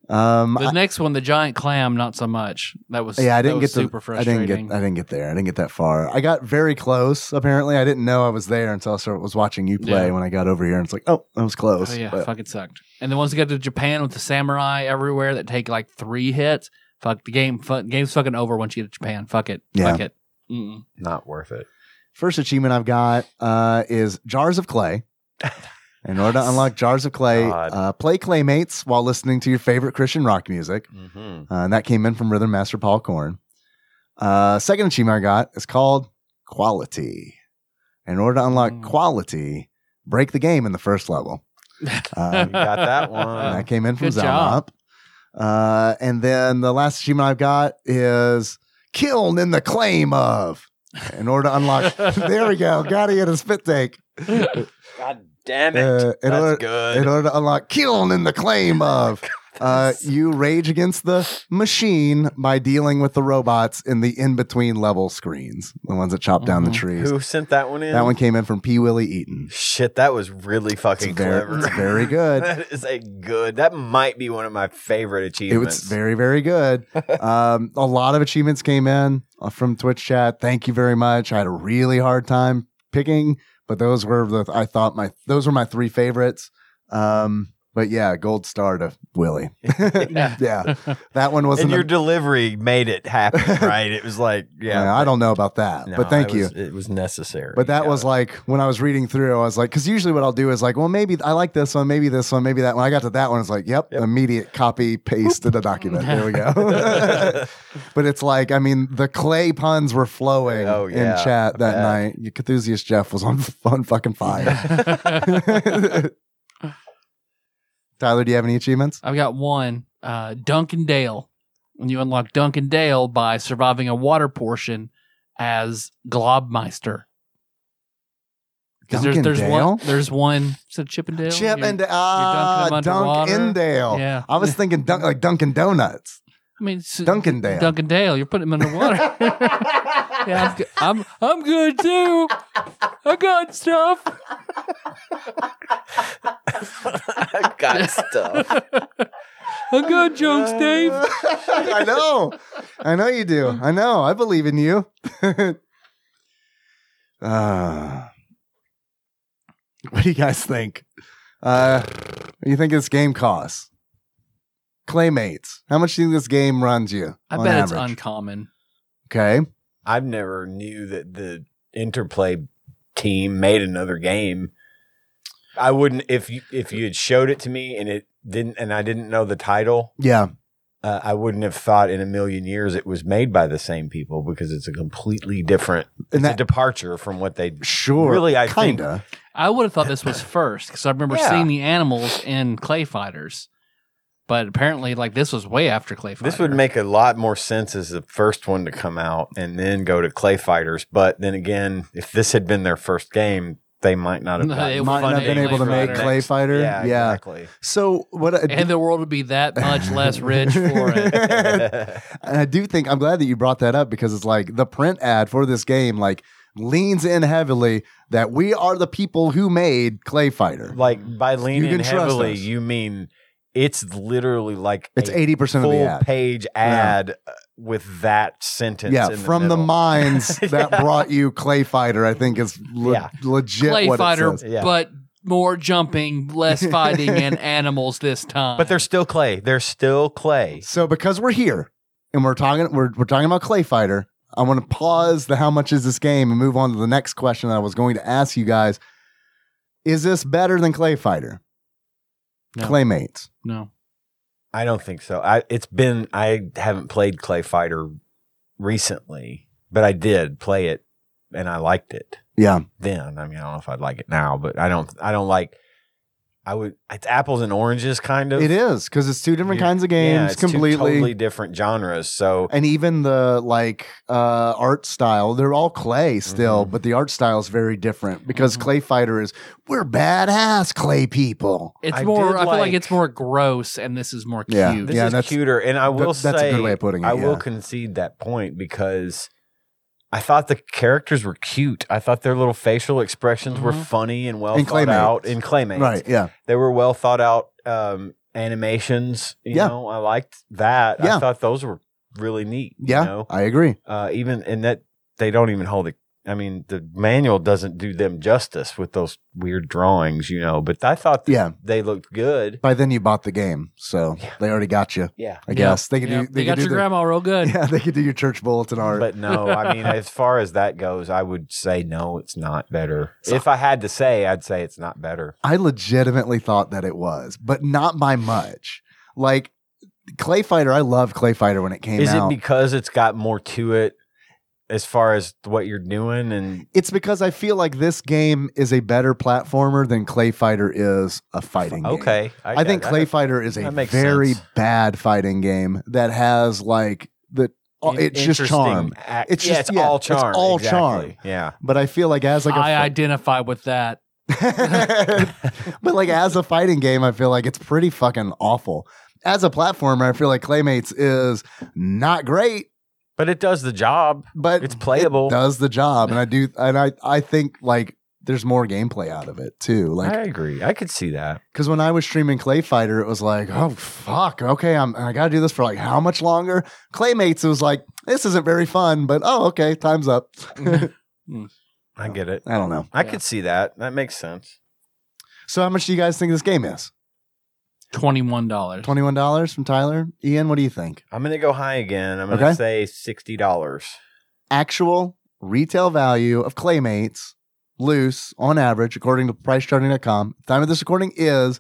S2: Um
S1: The next one, the giant clam, not so much. That was
S2: Yeah, I
S1: that
S2: didn't
S1: was
S2: get to-
S1: super
S2: I
S1: frustrating.
S2: didn't get I didn't get there. I didn't get that far. I got very close. Apparently, I didn't know I was there until I started, was watching you play
S1: Yeah.
S2: when I got over here. And it's like, oh, I was close.
S1: Oh yeah,
S2: But
S1: fucking sucked. And then once you get to Japan with the samurai everywhere that take like three hits, fuck the game. Fuck, game's fucking over once you get to Japan. Fuck it.
S2: Yeah.
S1: Fuck it. Mm-mm.
S3: not worth it.
S2: first achievement I've got uh, is jars of clay. In order to unlock jars of clay,
S3: God.
S2: uh, play Claymates while listening to your favorite Christian rock music.
S3: Mm-hmm.
S2: Uh, and that came in from Rhythm Master Paul Korn. Uh, second achievement I got is called Quality. In order to unlock
S1: Mm.
S2: quality, break the game in the first level. Um,
S3: got that one.
S2: And that came in from
S1: Good job.
S2: Zalop. Uh, and then the last achievement I've got is Kiln in the Claim of. In order to unlock, there we go. Got it in a spit take.
S3: God damn
S2: Uh, in, order,
S3: good.
S2: in order to unlock Kiln in the Claim of, Uh, you rage against the machine by dealing with the robots in the in between level screens, the ones that chop down the
S1: Mhm.
S2: trees.
S3: Who sent that one in?
S2: That one came in from P. Willie Eaton.
S3: Shit, that was really fucking
S2: It's very-
S3: clever.
S2: it's very good.
S3: that is a good. That might be one of my favorite
S2: It
S3: achievements.
S2: was very, very good. um, a lot of achievements came in uh, from Twitch chat. Thank you very much. I had a really hard time picking, but those were the I thought my those were my three favorites. Um, but yeah, gold star to Willie. yeah, that one was
S3: and
S2: an
S3: your delivery made it happen, right? It was like, yeah,
S2: Yeah, I don't know about that,
S3: No,
S2: but thank
S3: it
S2: you.
S3: was- it was necessary.
S2: but that
S3: Yeah.
S2: was like when I was reading through, I was like, because usually what I'll do is like, well, maybe I like this one, maybe this one, maybe that one. I got to that one, it's like, yep,
S3: Yep.
S2: immediate copy paste to the document. There we go. but it's like, I mean, the clay puns were flowing
S3: Oh, yeah,
S2: in chat
S3: I
S2: that
S3: bet.
S2: night. Your Cthusiast Jeff was on on fucking fire. Tyler, do you have any achievements?
S1: I've got one. Uh, Duncan Dale. And you unlock Duncan Dale by surviving a water portion as Globmeister. Because there's,
S2: Duncan
S1: there's
S2: Dale?
S1: one. There's one. Is it Chippendale?
S2: Chip
S1: You're-
S2: and ah,
S1: dunking them
S2: Dunk
S1: underwater.
S2: in Dale.
S1: Yeah.
S2: I was thinking dunk, like Dunkin' Donuts.
S1: I mean, it's,
S2: Dunkin' Dale.
S1: Duncan Dale. You're putting him underwater. yeah, I'm, g- I'm I'm good too. I got stuff.
S3: I got stuff.
S1: I got jokes, Dave.
S2: I know. I know you do. I know. I believe in you. uh, what do you guys think? Uh, what do you think this game costs? Claymates. How much do you think this game runs you?
S1: I
S2: on
S1: bet it's
S2: average?
S1: uncommon.
S2: okay.
S3: I've never knew that the Interplay team made another game. I wouldn't if you if you had showed it to me and it didn't and I didn't know the title.
S2: Yeah.
S3: Uh, I wouldn't have thought in a million years it was made by the same people because it's a completely different
S2: And
S3: it's a
S2: that
S3: departure from what they
S2: sure.
S3: Really, I think-
S2: kinda.
S1: I would have thought this was first because I remember
S3: Yeah.
S1: seeing the animals in Clay Fighters, but apparently, like this was way after Clay Fighters.
S3: This would make a lot more sense as the first one to come out and then go to Clay Fighters. But then again, if this had been their first game, they might not have
S1: No,
S3: gotten
S1: it
S2: Might
S1: fun
S2: not
S1: to
S2: been
S1: make
S2: able to
S1: Clay
S2: make
S1: Fighter.
S2: Clay Fighter.
S3: Yeah,
S2: yeah.
S3: exactly.
S2: So what? uh, I,
S1: and the world would be that much less rich for it.
S2: And I do think I'm glad that you brought that up because it's like the print ad for this game like leans in heavily that we are the people who made Clay Fighter.
S3: like by leaning
S2: can trust
S3: heavily,
S2: us.
S3: you mean it's literally like
S2: It's
S3: a
S2: 80% of
S3: full
S2: the ad.
S3: page ad uh, with that sentence.
S2: Yeah,
S3: in
S2: from the,
S3: middle.
S2: minds that
S3: Yeah.
S2: brought you Clay Fighter, I think is le-
S3: Yeah.
S2: legit
S1: Clay
S2: what
S1: Fighter,
S2: it says.
S3: Yeah.
S1: but more jumping, less fighting, and animals this time.
S3: But they're still clay. They're still clay.
S2: So because we're here and we're talking we're, we're talking about Clay Fighter, I want to pause the how much is this game and move on to the next question that I was going to ask you guys. Is this better than Clay Fighter?
S1: No.
S2: Claymates.
S1: no.
S3: I don't think so. I it's been I haven't played Clay Fighter recently, but I did play it and I liked it
S2: Yeah.
S3: then. I mean, I don't know if I'd like it now, but I don't I don't like I would it's apples and oranges kind of.
S2: It is because it's two different
S3: Yeah.
S2: kinds of
S3: Yeah,
S2: games,
S3: it's two
S2: completely,
S3: totally different genres. So
S2: and even the like uh, art style. They're all clay still,
S3: Mhm.
S2: but the art style is very different because
S3: Mm-hmm.
S1: Mhm.
S2: Clay Fighter is we're badass clay people.
S1: It's
S3: I
S1: more.
S3: did
S1: I feel like
S3: like-
S1: it's more gross, and this is more
S2: Yeah.
S1: cute.
S3: this
S2: yeah,
S3: is
S2: that's-
S3: cuter and I
S2: That-
S3: will say
S2: that's a good way of putting it.
S3: I will
S2: yeah.
S3: concede that point because I thought the characters were cute. I thought their little facial expressions were
S1: Mhm.
S3: funny and well
S2: In
S3: thought
S2: Mm-hmm. Claymates.
S3: out in Claymates.
S2: Right? Yeah.
S3: they were well thought out um, animations. You
S2: Yeah.
S3: know, I liked that.
S2: Yeah.
S3: I thought those were really neat.
S2: Yeah.
S3: You know,
S2: I agree.
S3: uh, even and that they don't even hold it. I mean, the manual doesn't do them justice with those weird drawings, you know. But I thought that
S2: Yeah.
S3: they looked good.
S2: By then you bought the game, so
S3: Yeah.
S2: they already got you.
S3: Yeah.
S2: I
S1: Yeah.
S2: guess they could
S1: Yeah,
S2: do.
S1: they,
S2: could
S1: got
S2: do
S1: your
S2: the-
S1: grandma real good.
S2: Yeah, they could do your church bulletin art.
S3: But no, I mean, as far as that goes, I would say no, it's not better.
S2: So-
S3: if I had to say, I'd say it's not better.
S2: I legitimately thought that it was, but not by much. Like Clay Fighter, I love Clay Fighter when it came
S3: Is
S2: out.
S3: it because it's got more to it as far as what you're doing and
S2: It's because I feel like this game is a better platformer than Clay Fighter is a fighting game.
S3: okay?
S2: I, think
S3: got-
S2: Clay Fighter is a
S3: that makes
S2: very
S3: sense.
S2: bad fighting game that has like the oh,
S3: In-
S2: it's just
S3: interesting
S2: charm.
S3: act-
S2: It's
S3: yeah,
S2: just-
S3: it's
S2: yeah,
S3: all
S2: it's
S3: charm.
S2: all
S3: exactly.
S2: charm.
S3: Yeah.
S2: But I feel like as like a
S1: I
S2: fi-
S1: identify with that.
S2: but like as a fighting game, I feel like it's pretty fucking awful. as a platformer, I feel like Claymates is not great,
S3: But it does the job.
S2: but
S3: It's playable.
S2: It does the job, and I do, and I I think like there's more gameplay out of it too.
S3: I
S2: Like
S3: agree. I could see that.
S2: because when I was streaming Clay Fighter, it was like, oh fuck, okay, I'm I got to do this for like how much longer? Claymates it was like this isn't very fun, but oh okay, time's up. I
S3: I get it.
S2: don't know.
S3: I
S1: Yeah.
S3: could see that. That makes sense.
S2: So how much do you guys think this game is?
S1: Twenty-one dollars.
S2: Twenty one dollars from Tyler. Ian, what do you think?
S3: I'm gonna go high again. I'm gonna
S2: Okay.
S3: say sixty dollars.
S2: Actual retail value of Claymates loose on average, according to PriceCharting.com, time of this recording is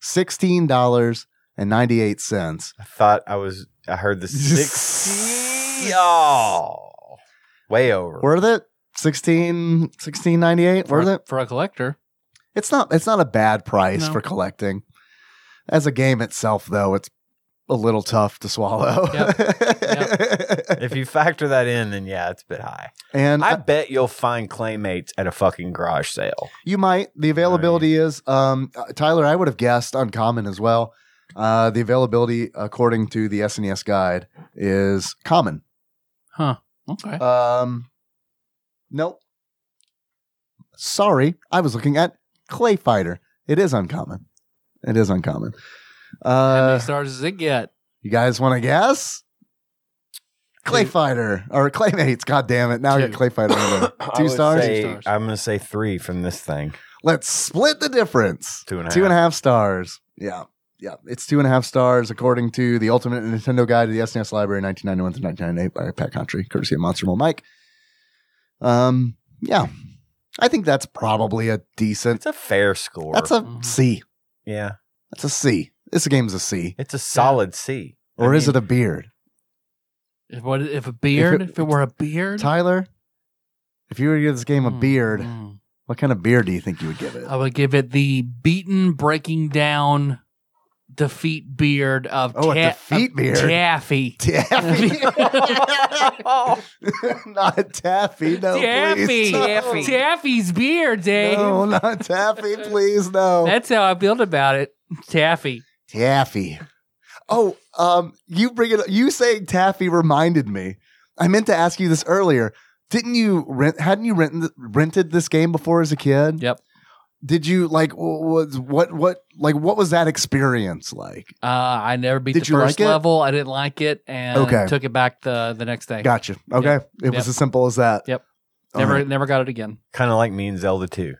S2: sixteen dollars and ninety eight cents.
S3: I thought I was. I heard the sixty. Oh, way over.
S2: worth it 16 1698
S1: for,
S2: worth it
S1: for a collector.
S2: it's not it's not a bad price
S1: No.
S2: for collecting as a game itself though it's a little tough to swallow
S1: Yep.
S3: if you factor that in, then yeah, it's a bit high.
S2: and
S3: I
S2: uh,
S3: bet you'll find claymates at a fucking garage sale.
S2: you might the availability is um uh, tyler i would have guessed uncommon as well uh the availability according to the snes guide is common
S1: Okay.
S2: um nope sorry i was looking at clay fighter it is uncommon it is uncommon
S1: How many
S2: uh
S1: stars does it get?
S2: You guys want to guess? Clay
S1: Two.
S2: Fighter or Claymates? God damn it! Now I
S1: Two.
S2: got Clay Fighter. in there.
S3: I
S2: Two
S3: would
S2: stars?
S3: say-
S1: Two stars.
S3: I'm gonna say three from this thing.
S2: Let's split the difference.
S3: Two and a
S2: Two and a
S3: half.
S2: half stars. Yeah, yeah. It's two and a half stars according to the Ultimate Nintendo Guide to the SNES Library, 1991 to 1998 by Pat Country, courtesy of Monster Mole Mike. Um, yeah, I think that's probably a decent.
S3: It's a fair score.
S2: That's a
S1: Mhm.
S2: C.
S3: yeah.
S2: That's a C. This game's a C,
S3: It's a solid C.
S2: or is it a beard?
S1: If, what, if a beard? If
S2: it-
S1: it, were a
S3: mm-hmm.
S1: beard?
S2: Tyler, if you were to give this game a
S3: Hmm.
S1: Mm,
S2: beard,
S1: mm.
S2: What kind of beer do you think you would give it?
S1: I would give it the beaten, breaking down, defeat beard of
S2: Oh, a
S1: Ta-
S2: defeat
S1: of
S2: beard?
S1: Taffy.
S2: Taffy.
S3: Oh,
S2: not taffy, no.
S1: Taffy.
S2: Please, no.
S3: Taffy.
S1: Taffy's beard, Dave.
S2: No, not taffy, please, no.
S1: That's how I feel about it. Taffy.
S2: taffy. Oh, um, you bring it you saying taffy reminded me. I meant to ask you this earlier. Didn't you rent hadn't you rented rented this game before as a kid?
S1: Yep.
S2: Did you like w- was what what like what was that experience like?
S1: Uh, I never beat
S2: Did
S1: the
S2: you
S1: first
S2: like it?
S1: level. I didn't like it and
S2: Okay.
S1: took it back the, the next day.
S2: Gotcha. Okay. It was
S1: Yep.
S2: as simple as that.
S1: Yep.
S2: All
S1: never
S2: right.
S1: never got it again.
S3: kind of like me and Zelda 2.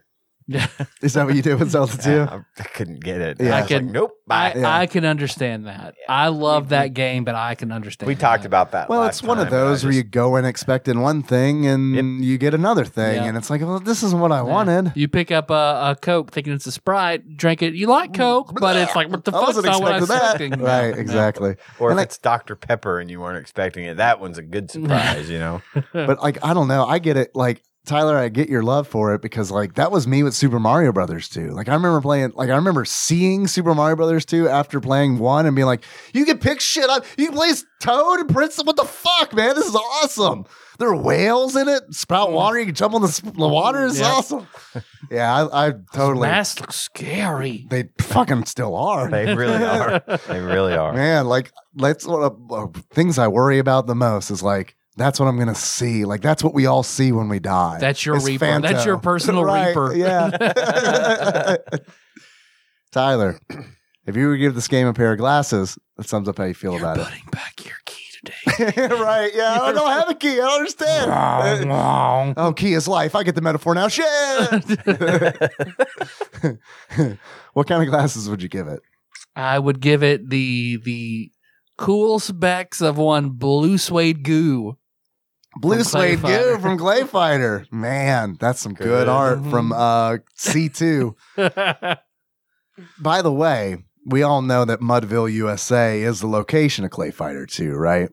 S2: Is that what you did with Zelda 2?
S3: Yeah, I, I couldn't get it.
S2: Yeah.
S3: I,
S2: I
S3: was
S1: can-
S3: like, nope,
S1: I,
S3: bye.
S2: Yeah.
S1: I can understand that. I love that game, but I can understand.
S3: we talked
S1: that.
S3: about that.
S2: Well,
S3: last
S2: it's one of
S3: time, but I
S2: those where you
S3: just-
S2: go in expecting one thing and
S3: Yep.
S2: you get another thing,
S1: Yeah.
S2: and it's like, well, this isn't what I
S1: Yeah.
S2: wanted.
S1: You pick up a, a Coke thinking it's a Sprite, drink it. You like Coke, but it's like what the
S2: I
S1: fuck's
S2: wasn't
S1: not what I
S2: expecting
S1: was
S2: that.
S1: expecting.
S2: Right, exactly.
S3: or if
S2: and I-
S3: it's Dr. Pepper and you weren't expecting it, that one's a good surprise, you know?
S2: But like, I don't know. I get it. Like Tyler, I get your love for it because like that was me with Super Mario Brothers too. Like I remember playing. Like I remember seeing Super Mario Brothers two after playing one and being like, you can pick shit up. You can play as Toad and Prince. What the fuck, man? This is awesome. There are whales in it. Spout
S1: Mm.
S2: water. You can jump on the, sp- the water. It's
S1: Yeah.
S2: awesome. Yeah, I, I totally.
S1: Mask looks scary.
S2: They fucking still are.
S3: They really are. They really are.
S2: Man, like that's one of uh, things I worry about the most is like that's what I'm gonna see. Like that's what we all see when we die.
S1: That's your
S2: It's
S1: reaper. That's
S2: Phanto.
S1: your personal
S2: Right,
S1: reaper.
S2: Yeah. Tyler, if you were to give this game a pair of glasses, that sums up how you feel
S1: You're
S2: about
S1: putting back your key today.
S2: it. right? Yeah, I don't have a key. I don't understand. Uh,
S1: Wrong.
S2: oh, key is life. I get the metaphor now. Shit. what kind of glasses would you give it?
S1: I would give it the the cool specs of one blue suede goo.
S2: Blue
S1: From Clay
S2: Slade Goo
S1: Fighter.
S2: from Clay Fighter. Man, that's some good,
S3: Good.
S2: art
S1: Mhm.
S2: from uh, C2.
S1: Oh,
S2: By the way, we all know that Mudville, USA is the location of Clay Fighter 2, right?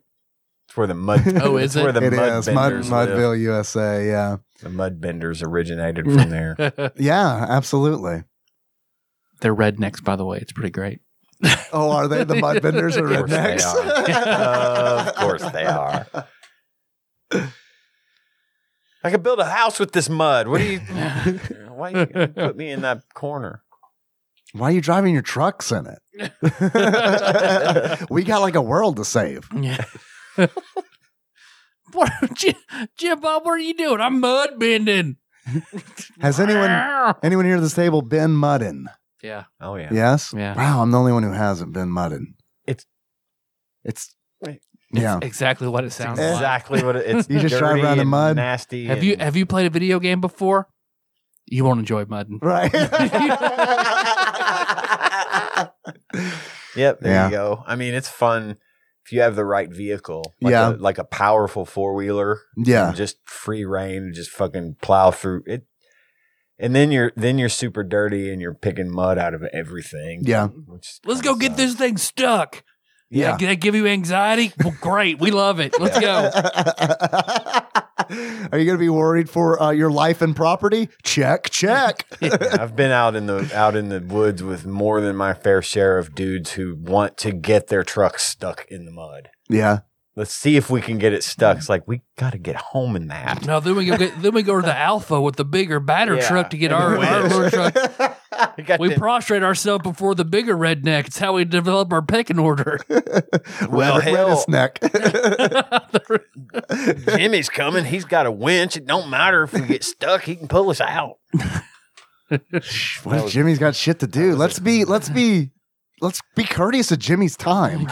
S3: It's where the mud.
S1: Oh, is
S3: it's Where
S1: it?
S3: the
S2: It
S3: mud
S2: is. Mud,
S3: benders live.
S2: Mudville, USA. Yeah.
S3: The mud benders originated from there.
S2: Yeah, absolutely.
S1: They're rednecks, by the way. It's pretty great.
S2: Oh, are they the Mudbenders or
S3: Of course they
S2: rednecks?
S3: are. Of course they are. I could build a house with this mud. What do you? Why you gonna put me in that corner?
S2: Why are you driving your trucks in it? we got like a world to save.
S1: Yeah. what, Jim, Jim Bob, what are you doing? I'm mud bending.
S2: Has anyone anyone here at this table been mudding?
S1: Yeah.
S3: Oh yeah.
S2: Yes.
S1: Yeah.
S2: Wow, I'm the only one who hasn't been mudding.
S3: It's-
S2: it's
S3: Wait.
S2: yeah.
S1: It's exactly what it sounds like.
S3: Exactly what it, it's.
S2: You just drive
S3: dirty
S2: around in
S3: and
S2: mud?
S3: Nasty.
S1: Have you
S3: and-
S1: have you played a video game before? You won't enjoy mudding.
S2: right.
S3: Yep, there
S2: Yeah.
S3: you go. I mean, it's fun if you have the right vehicle. Like
S2: Yeah.
S3: a, like a powerful four wheeler.
S2: yeah.
S3: just free reign, just fucking plow through it. And then you're then you're super dirty and you're picking mud out of everything.
S2: Yeah.
S3: which
S1: Let's
S3: kinda
S1: go get
S3: sucks.
S1: this thing stuck.
S2: Yeah.
S1: Did that give you anxiety? Well, great. We love it. Let's go.
S2: Are you going to be worried for uh, your life and property? Check, check.
S3: Yeah, I've been out in the out in the woods with more than my fair share of dudes who want to get their trucks stuck in the mud.
S2: yeah.
S3: Let's see if we can get it stuck. It's like we got to get home in that.
S1: No, then we go get, then we go to the Alpha with the bigger, badder
S3: Yeah.
S1: truck to get
S3: And
S1: our,
S3: the
S1: our
S3: whiz.
S1: little truck.
S3: We got
S1: We
S3: the-
S1: prostrate ourselves before the bigger redneck. It's how we develop our pecking order.
S3: Well,
S2: Rabbit
S3: hell.
S2: redneck.
S3: Jimmy's coming. He's got a winch. It don't matter if we get stuck. He can pull us out.
S2: what if Jimmy's got shit to do? Let's be, let's be, let's be courteous of Jimmy's time.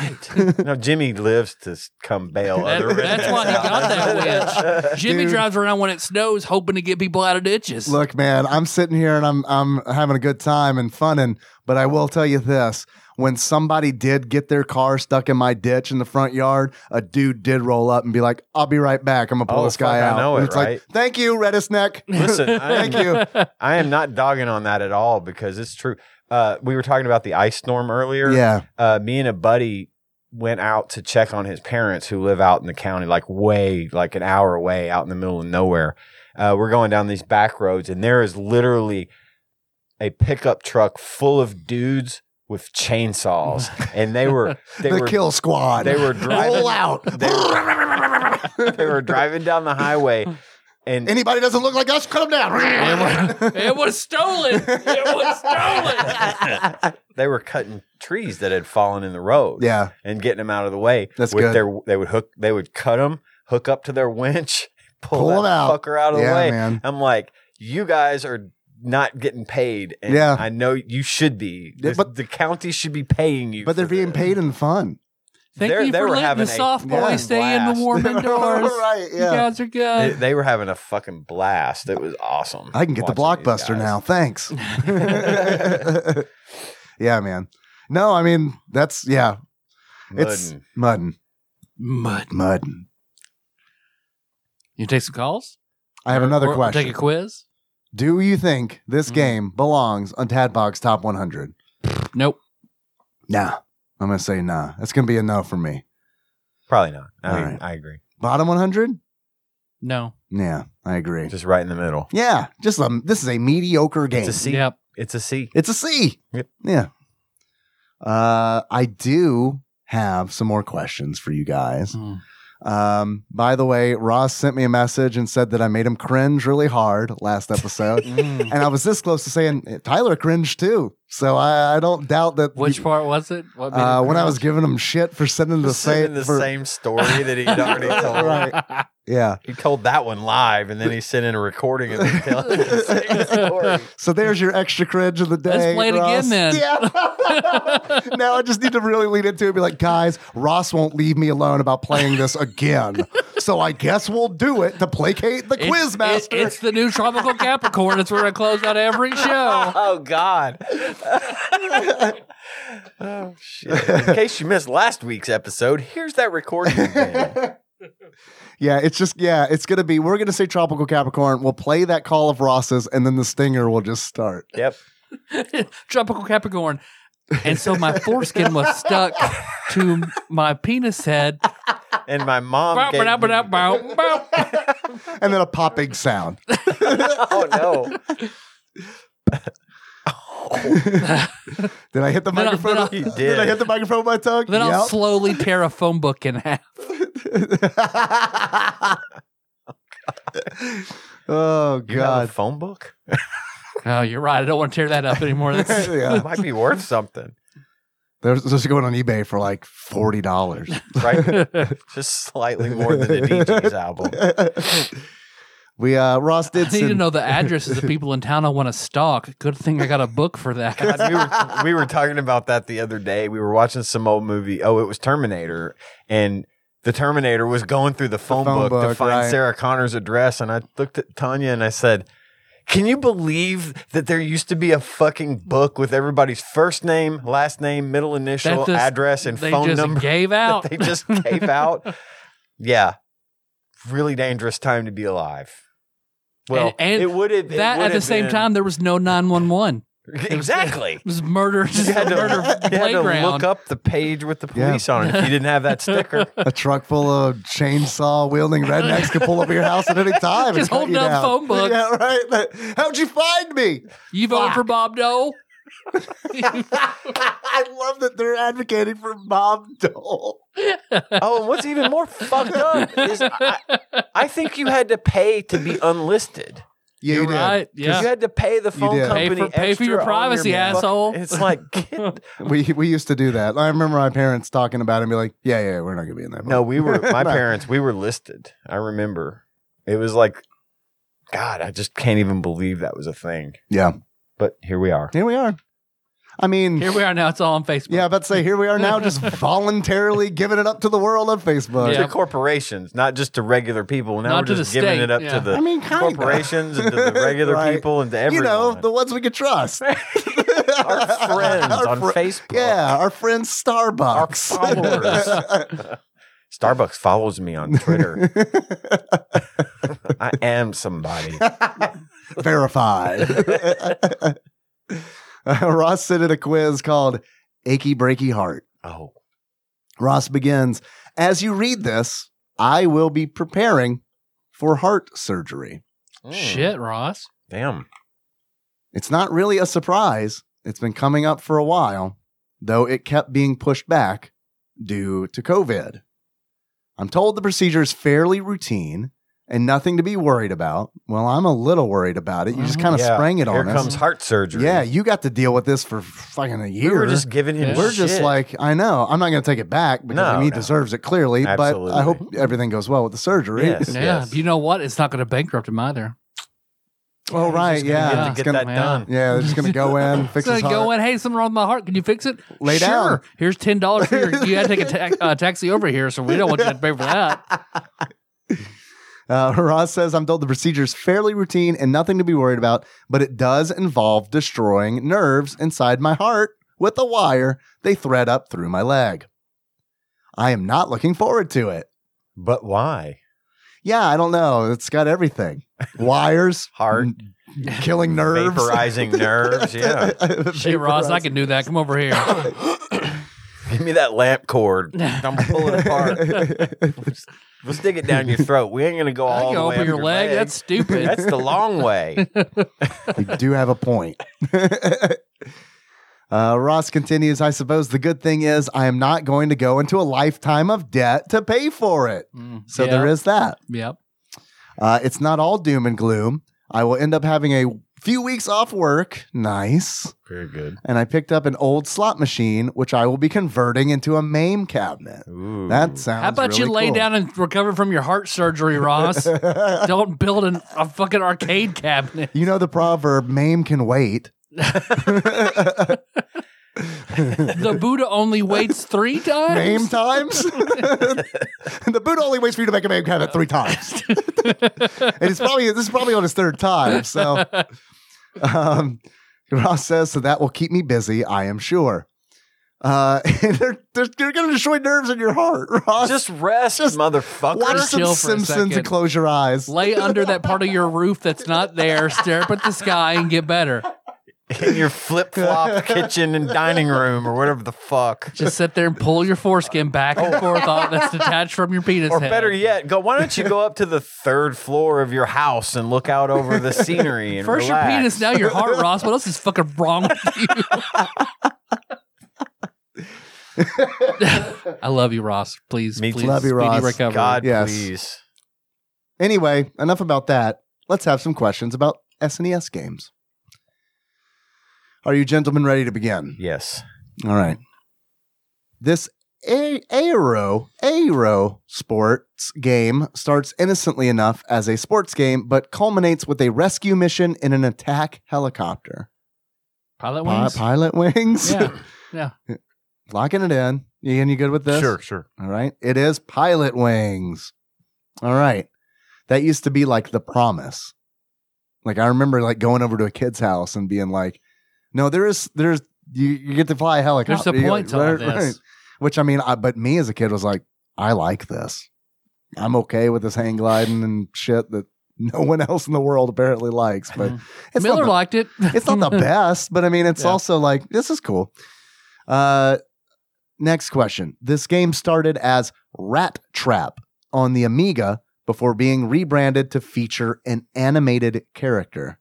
S3: No, Jimmy lives to s- come bail
S1: That-
S3: other.
S1: that's why he got that
S3: winch.
S1: Jimmy
S2: Dude.
S1: drives around when it snows, hoping to get people out of ditches.
S2: Look, man, I'm sitting here and I'm I'm having a good time and funning, but I will tell you this. When somebody did get their car stuck in my ditch in the front yard, a dude did roll up and be like, I'll be right back. I'm gonna pull
S3: Oh,
S2: this guy
S3: fuck, I
S2: out.
S3: know
S2: And
S3: it,
S2: it's
S3: right?
S2: like, thank you, Redis neck.
S3: Listen, I
S2: thank
S3: am-
S2: you.
S3: I am not dogging on that at all because it's true. Uh, we were talking about the ice storm earlier.
S2: Yeah.
S3: Uh, me and a buddy went out to check on his parents who live out in the county, like way, like an hour away, out in the middle of nowhere. Uh, we're going down these back roads, and there is literally a pickup truck full of dudes with chainsaws, and they were they
S2: the
S3: were
S2: kill squad.
S3: they were driving
S2: roll out.
S3: They were, they were driving down the highway, and
S2: Anybody doesn't look like us, cut them down.
S1: It was, it was stolen. It was stolen.
S3: they were cutting trees that had fallen in the road
S2: yeah.
S3: and getting them out of the way.
S2: That's
S3: with
S2: good.
S3: Their, they would hook, they would cut them, hook up to their winch, pull,
S2: Pull 'em
S3: that
S2: out.
S3: fucker out of
S2: yeah,
S3: the way.
S2: man.
S3: I'm like, you guys are not getting paid. And
S2: Yeah.
S3: I know you should be.
S2: Yeah,
S3: This-
S2: but-
S3: the county should be paying you.
S2: But they're
S3: for
S2: being
S3: this.
S2: paid in fun.
S1: Thank
S3: They're-
S1: you
S3: they
S1: for
S3: were
S1: letting the
S3: having a
S1: soft boy
S2: fun
S1: stay in
S3: blast.
S1: the warm indoors.
S2: right,
S1: You
S2: yeah.
S1: guys are
S3: They,
S1: good.
S3: they were having a fucking blast. It was awesome.
S2: I can get the
S3: watching these
S2: blockbuster
S3: guys.
S2: now. Thanks. yeah, man. No, I mean that's yeah. It's
S3: Muddin'.
S2: muddin,
S1: Mud.
S2: muddin.
S1: You take some calls.
S2: I have
S1: Or-
S2: another
S1: or
S2: question.
S1: Take a quiz.
S2: Do you think this
S3: Mm-hmm.
S1: Mhm.
S2: game belongs on Tadbox Top 100?
S1: Nope.
S2: Nah, I'm gonna say nah. That's gonna be a no for me.
S3: probably not. I
S2: All
S3: mean,
S2: right.
S3: I agree.
S2: Bottom 100?
S1: No.
S2: Yeah, I agree.
S3: Just right in the middle.
S2: yeah, just um, this is a mediocre game.
S3: It's a C.
S1: Yep.
S3: It's a C.
S2: It's a C.
S3: Yep.
S2: Yeah. Uh, I do have some more questions for you guys.
S1: Mm.
S2: Um, by the way, Ross sent me a message and said that I made him cringe really hard last episode.
S3: Mm.
S2: and I was this close to saying "Eh, Tyler cringed too. So I, I don't doubt that.
S1: Which
S2: you-
S1: part was it? What made
S2: uh,
S1: it
S2: when I
S1: cringe?
S2: was giving him shit for sending the same.
S3: Sending the
S2: for-
S3: same story that he'd already told.
S2: Right. Yeah.
S3: He told that one live, and then he sent in a recording of him telling the same story.
S2: So there's your extra cringe of the
S1: Let's
S2: day.
S1: play it again
S2: Ross.
S1: then.
S2: Yeah. now I just need to really lean into it and be like, guys, Ross won't leave me alone about playing this again. so I guess we'll do it to placate the
S1: It's-
S2: quiz master.
S1: it- it's the new tropical Capricorn. That's where I close out every show.
S3: Oh God! oh shit! In case you missed last week's episode, here's that recording. again.
S2: yeah, it's just yeah, it's gonna be we're gonna say tropical Capricorn. We'll play that call of Ross's and then the stinger will just start.
S3: yep.
S1: tropical Capricorn. And so my foreskin was stuck to my penis head.
S3: And my mom. Gave me,
S1: Bow-ba-da-ba-da-bow, bow.
S2: And then a popping sound.
S3: oh no!
S2: Did I hit the
S1: Then I'll-
S2: microphone?
S1: then I'll-
S3: You did.
S2: I hit the microphone with my tongue?
S1: Then I'll
S2: Yep.
S1: slowly tear a phone book in half.
S2: oh
S3: You have a
S2: God. Oh,
S3: phone book?
S1: Oh, you're right. I don't want to tear that up anymore. That's,
S3: It
S2: yeah.
S3: might be worth something,
S2: They're just going on eBay for like forty dollars.
S3: right? Just slightly more than the DJ's album.
S2: we uh Ross
S1: I
S2: did
S1: need to
S2: send-
S1: know the addresses of people in town I want to stalk. Good thing I got a book for that.
S3: God, we were we were talking about that the other day. We were watching some old movie. Oh, it was Terminator, and the Terminator was going through the phone,
S2: phone
S3: book, to
S2: book,
S3: find
S2: right.
S3: Sarah Connor's address. And I looked at Tanya and I said, "Can you believe that there used to be a fucking book with everybody's first name, last name, middle initial,
S1: That just-
S3: address, and
S1: They
S3: phone
S1: just
S3: number
S1: gave out.
S3: that they just gave out?" Yeah, really dangerous time to be alive. Well,
S1: and
S3: it would have it
S1: that
S3: would
S1: at the
S3: have
S1: same
S3: been-
S1: time there was no 911
S3: exactly.
S1: it was murder just
S3: You had,
S1: a
S3: to,
S1: murder
S3: you had to
S1: playground
S3: look up the page with the
S2: Yeah.
S3: police on it if you didn't have that sticker.
S2: a truck full of chainsaw wielding rednecks could pull up at your house at any time. and
S1: Just
S2: cut
S1: holding
S2: you
S1: up
S2: down.
S1: phone books.
S2: Yeah, right. How'd you find me?
S1: you voted for bob dole
S2: I love that they're advocating for Bob Dole.
S3: oh, and what's even more fucked up is I, I think you had to pay to be unlisted.
S2: Yeah,
S1: You're
S2: you did.
S1: right yeah
S3: You had to pay the phone
S2: did. Pay
S3: company.
S1: for- pay for your
S3: extra on
S1: privacy,
S3: fuck-
S1: asshole.
S3: It's like, get-
S2: We we used to do that. I remember my parents talking about it and be like, "Yeah, yeah, we're not gonna be in that."
S3: no,
S2: book."
S3: we were, my
S2: No.
S3: parents, we were listed. I remember. It was like, God, I just can't even believe that was a thing.
S2: Yeah,
S3: But here we are.
S2: here we are. I mean,
S1: here we are now it's all on facebook
S2: yeah, about to say here we are now, just voluntarily giving it up to the world on Facebook.
S1: Yeah.
S3: To corporations, not just to regular people. Now
S1: Not to
S3: we're just
S1: the
S3: giving
S1: state,
S3: it up
S1: yeah.
S3: to the
S2: I mean, kinda.
S3: corporations and to the regular
S2: Right.
S3: people and to everyone.
S2: You know, the ones we can trust. our
S3: our friends
S2: Our
S3: on
S2: fri-
S3: Facebook.
S2: Yeah, our friend
S3: Our
S2: Starbucks.
S3: followers. Starbucks follows me on Twitter. I am somebody.
S2: Verified. Uh, Ross sent in a quiz called Achy Breaky Heart.
S3: Oh,
S2: Ross begins As you read this, I will be preparing for heart surgery.
S3: Mm.
S1: shit ross
S3: Damn.
S2: It's not really a surprise. It's been coming up for a while, though it kept being pushed back due to COVID. I'm told the procedure is fairly routine and nothing to be worried about. Well, I'm a little worried about it. You just
S1: Mhm.
S2: kind of
S3: Yeah,
S2: sprang it
S3: Here
S2: on us.
S3: comes heart surgery.
S2: Yeah, you got to deal with this for fucking a
S3: we
S2: year.
S3: were just giving him.
S1: Yeah.
S2: We're just
S3: shit.
S2: like, I know, I'm not going to take it back because
S3: No,
S2: I mean, he
S3: no.
S2: deserves it clearly, but I
S3: Absolutely.
S2: hope everything goes well with the surgery.
S3: Yes.
S1: yeah
S3: Yes.
S1: you know what it's not going to bankrupt him either
S2: Oh, right.
S3: He's gonna
S2: Yeah.
S3: have to
S2: It's
S3: get
S2: gonna-
S3: that
S1: yeah.
S3: done.
S2: yeah, they're just going to go in, fix
S1: so
S2: his heart.
S1: go in hey something wrong with my heart can you fix it
S2: Lay
S1: sure.
S2: down.
S1: here's ten dollars for your you had to take a ta- uh, taxi over here so we don't want you to pay for that
S2: Uh, Ross says, I'm told the procedure is fairly routine and nothing to be worried about, but it does involve destroying nerves inside my heart with a wire they thread up through my leg. I am not looking forward to it.
S3: But why?
S2: Yeah, I don't know. It's got everything wires,
S3: Heart
S2: killing nerves,
S3: vaporizing nerves. Yeah.
S1: hey ross i can do that come over here
S3: Give me that lamp cord. I'm pulling it apart. We'll stick it down your throat. We ain't gonna go
S1: I
S3: all
S1: can
S3: the way
S1: open
S3: up
S1: your leg. That's stupid.
S3: That's the long way.
S2: you do have a point. Uh, Ross continues, I suppose the good thing is I am not going to go into a lifetime of debt to pay for it.
S1: Mm,
S2: So
S1: yeah,
S2: there is that.
S1: Yep.
S2: Uh, it's not all doom and gloom. I will end up having a few weeks off work. Nice.
S3: Very good.
S2: And I picked up an old slot machine, which I will be converting into a MAME cabinet.
S3: Ooh.
S2: That sounds.
S1: How about you
S2: really
S1: lay
S2: cool.
S1: down and recover from your heart surgery, Ross? Don't build an, a fucking arcade cabinet.
S2: You know the proverb, "MAME can wait."
S1: The Buddha only waits three times.
S2: MAME times. the boot only waits for you to make a MAME cabinet three times, and it's probably this is probably on his third time. So, um, Ross says, "So that will keep me busy, I am sure." Uh, and they're, they're, they're going to destroy nerves in your heart, Ross.
S3: Just rest,
S2: Just
S3: motherfucker.
S2: watch some
S1: Chill for a
S2: Simpsons
S1: second.
S2: and close your eyes.
S1: Lay under that part of your roof that's not there. Stare up at the sky and get better.
S3: in your flip flop kitchen and dining room or whatever the fuck.
S1: Just sit there and pull your foreskin back and forth off that's detached from your penis.
S3: Oh. Or
S1: head.
S3: better yet, go. Why don't you go up to the third floor of your house and look out over the scenery and
S1: first
S3: relax.
S1: your penis, now your heart, Ross. What else is fucking wrong with you? I love you, Ross. Please,
S3: Me too.
S1: please,
S2: Love you,
S1: speedy
S2: Ross.
S1: recovery.
S3: God,
S2: Yes.
S3: please.
S2: Anyway, enough about that. Let's have some questions about SNES E games. Are you gentlemen ready to begin?
S3: Yes.
S2: All right. This a- aero aero sports game starts innocently enough as a sports game, but culminates with a rescue mission in an attack helicopter.
S1: Pilot
S2: Pi-
S1: wings.
S2: pilot wings.
S1: Yeah.
S2: Locking it in. You, you good with this?
S3: Sure, sure.
S2: All right. It is Pilot Wings. All right. That used to be like the promise. Like I remember like going over to a kid's house and being like, no, there is there's you, you get to fly a
S1: There's
S2: helicopter.
S1: a point to all
S2: Right, right.
S1: this.
S2: Which I mean, I, but me as a kid was like, I like this. I'm okay with this hang gliding and shit that no one else in the world apparently likes. But
S1: Mm.
S2: it's not
S1: Miller
S2: the-
S1: liked it.
S2: it's not the best, but I mean, it's
S1: Yeah.
S2: also like this is cool. Uh, next question: This game started as Rat Trap on the Amiga before being rebranded to feature an animated character.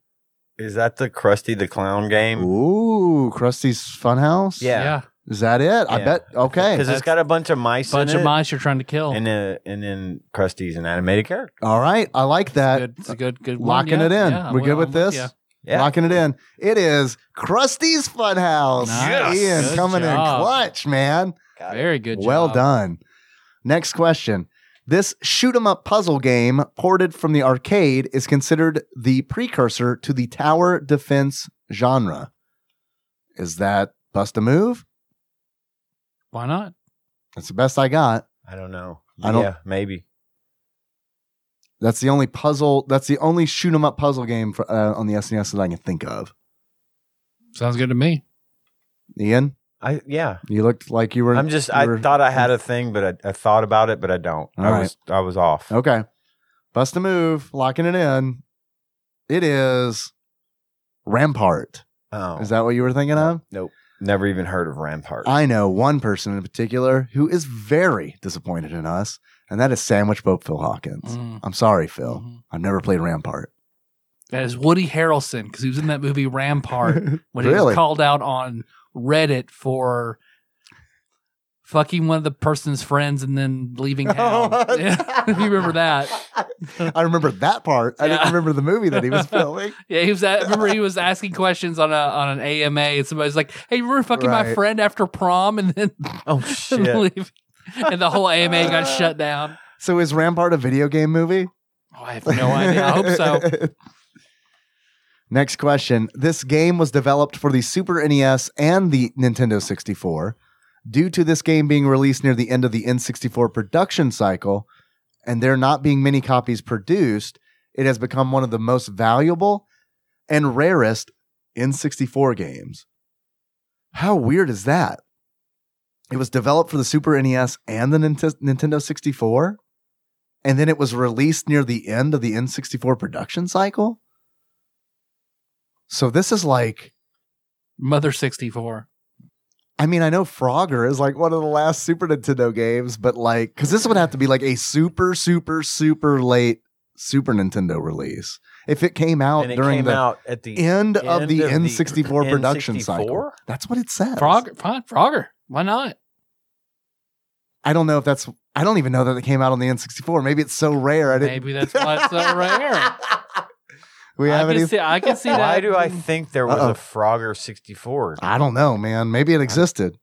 S3: Is that the Krusty the Clown game?
S2: Ooh, Krusty's Funhouse.
S3: Yeah.
S2: is that it? I
S3: Yeah.
S2: bet. Okay,
S3: Because it's got a bunch of mice
S1: Bunch
S3: in
S1: of
S3: it,
S1: mice you're trying to kill.
S3: And, uh, and then Krusty's an animated character.
S2: all right. I like that.
S1: good, it's a good, good one.
S2: Locking
S1: Yeah,
S2: it in.
S1: yeah,
S2: We're good
S1: well,
S2: with
S1: I'm
S2: this.
S1: ya.
S3: Yeah.
S2: Locking it in. It is Krusty's Funhouse.
S1: Nice.
S2: Ian
S1: Good
S2: coming
S1: job.
S2: in clutch, man.
S3: Got it.
S1: Very good.
S2: Well
S1: job.
S2: done. Next question. This shoot 'em up puzzle game ported from the arcade is considered the precursor to the tower defense genre. Is that bust a move?
S1: Why not?
S2: That's the best I got.
S3: I don't know.
S2: I don't-
S3: yeah, maybe.
S2: That's the only puzzle. That's the only shoot 'em up puzzle game for, uh, on the SNES that I can think of.
S1: Sounds good to me.
S2: Ian,
S3: I yeah.
S2: you looked like you were.
S3: I'm just.
S2: you
S3: I
S2: were-
S3: thought I had a thing, but I, I thought about it, but I don't. I
S2: All
S3: was I was off.
S2: Okay. Bust a move. Locking it in. It is Rampart.
S3: Oh.
S2: Is that what you were thinking of?
S3: Nope. Never even heard of Rampart.
S2: I know one person in particular who is very disappointed in us, and that is Sandwich Pope Phil Hawkins.
S1: Mm.
S2: I'm sorry, Phil.
S1: Mhm.
S2: I've never played Rampart.
S1: That is Woody Harrelson because he was in that movie Rampart when he
S2: Really?
S1: was called out on Reddit for fucking one of the person's friends and then leaving town. Yeah, if you remember that.
S2: I remember that part. I didn't
S1: Yeah.
S2: remember the movie that he was filming.
S1: Yeah, he was. I remember he was asking questions on a on an AMA, and somebody's like, "Hey, you remember fucking my
S2: Right.
S1: friend after prom?" And then
S3: oh
S1: leave. and the whole AMA
S2: Uh.
S1: got shut down.
S2: So is Rampart a video game movie?
S1: Oh, I have no idea. I hope so.
S2: Next question. This game was developed for the Super NES and the Nintendo 64. Due to this game being released near the end of the N64 production cycle and there not being many copies produced, it has become one of the most valuable and rarest N64 games. How weird is that? It was developed for the Super NES and the Nint- Nintendo 64 and then it was released near the end of the N64 production cycle. So this is like,
S1: Mother sixty four.
S2: I mean, I know Frogger is like one of the last Super Nintendo games, but like, because this would have to be like a super, super, super late Super Nintendo release if it came out
S3: And it
S2: during
S3: came
S2: the
S3: out at the
S2: end, of
S3: end
S2: the
S3: of the
S2: N64 production
S3: N64?
S2: cycle. That's what it says.
S1: Frogger, fine, Frogger. Why not?
S2: I don't know if that's. I don't even know that it came out on the N64. Maybe it's so rare. I didn't.
S1: Maybe that's why it's so rare.
S2: We
S1: I
S2: have any?
S1: can, see, I can see that.
S3: Why do I think there was
S2: Uh-oh.
S3: a Frogger 64?
S2: I don't know, man. Maybe it existed.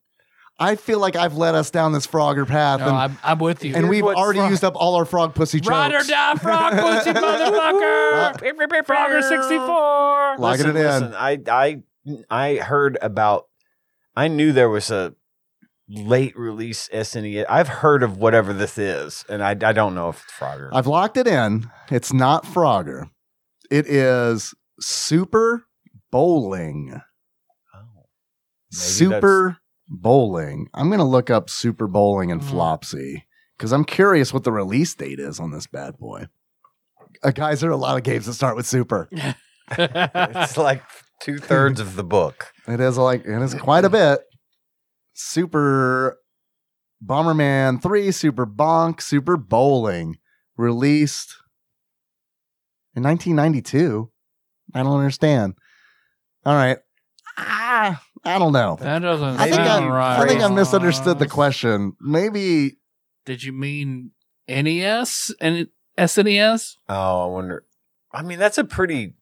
S2: I feel like I've led us down this Frogger path,
S1: No,
S2: and,
S1: I'm, I'm with you.
S2: and
S3: Here's
S2: we've
S3: what
S2: already
S3: Frog-
S2: used up all our frog pussy jokes.
S1: Ride or die, frog pussy motherfucker. Frogger sixty four.
S2: Lock it in.
S3: I I I heard about I knew there was a late release SNES. I've heard of whatever this is, and I, I don't know if it's Frogger.
S2: I've locked it in. It's not Frogger. It is Super Bowling.
S3: Oh. that's-
S2: Super Bowling. I'm gonna look up Super Bowling and
S1: Mm.
S2: Flopsy because I'm curious what the release date is on this bad boy. Uh, guys, there are a lot of games that start with Super.
S3: Oh. it's like two thirds of the book.
S2: It is like it is quite a bit. Super Bomberman 3, Super Bonk, Super Bowling released in 1992. I don't understand. All right. Ah, I don't know.
S1: that doesn't
S2: I think
S1: sound
S2: I,
S1: right.
S2: I think I misunderstood the question. Maybe
S1: Did you mean E NES and SNES? E
S3: Oh, I wonder. I mean, that's a pretty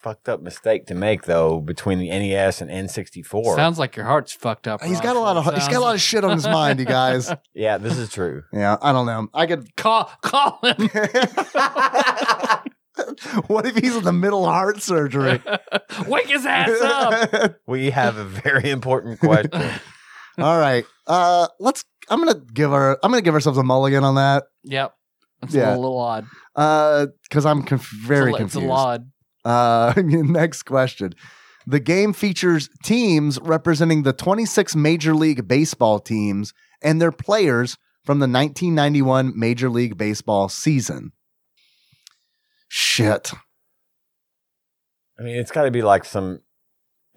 S3: fucked up mistake to make though between the NES and N64.
S1: Sounds like your heart's fucked up.
S2: He's
S1: Ross.
S2: got a lot of he's got a lot of shit on his mind, you guys.
S3: yeah, this is true.
S2: Yeah, I don't know. I could.
S1: Call, call him.
S2: what if he's in the middle of heart surgery?
S1: Wake his ass up.
S3: We have a very important question.
S2: All right. Uh, let's. I'm gonna give our. I'm gonna give ourselves a mulligan on that.
S1: Yep. It's
S2: Yeah.
S1: a little odd. It's
S2: Uh, because I'm conf-
S1: a
S2: very
S1: li- It's a
S2: confused.
S1: lot.
S2: Uh, next question. The game features teams representing the 26 Major League Baseball teams and their players from the 1991 Major League Baseball season. Shit.
S3: I mean, it's got to be like some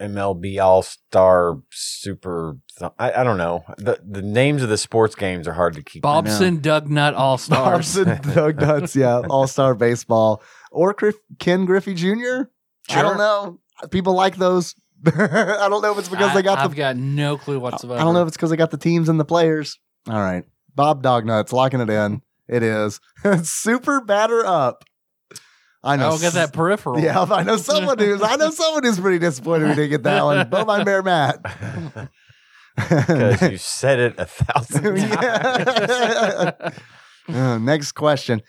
S3: MLB All Star Super. th- I, I don't know. The the names of the sports games are hard to keep.
S1: Bobson Dugnut All Stars.
S2: Bobson Doug Nuts, yeah, All Star Baseball or Griff- Ken Griffey Jr. I
S1: Sure.
S2: don't know. People like those. I don't know if it's because
S1: I,
S2: they got
S1: I've
S2: the.
S1: got no clue whatsoever.
S2: I don't know if it's because they got the teams and the players. All right, Bob Dog Nuts locking it in. It is super batter up. I know.
S1: I'll Oh, get that peripheral.
S2: Yeah, I know someone who's. I know someone who's pretty disappointed we didn't get that one. But my bear Matt.
S3: because you said it a thousand times.
S2: Yeah. Uh, next question.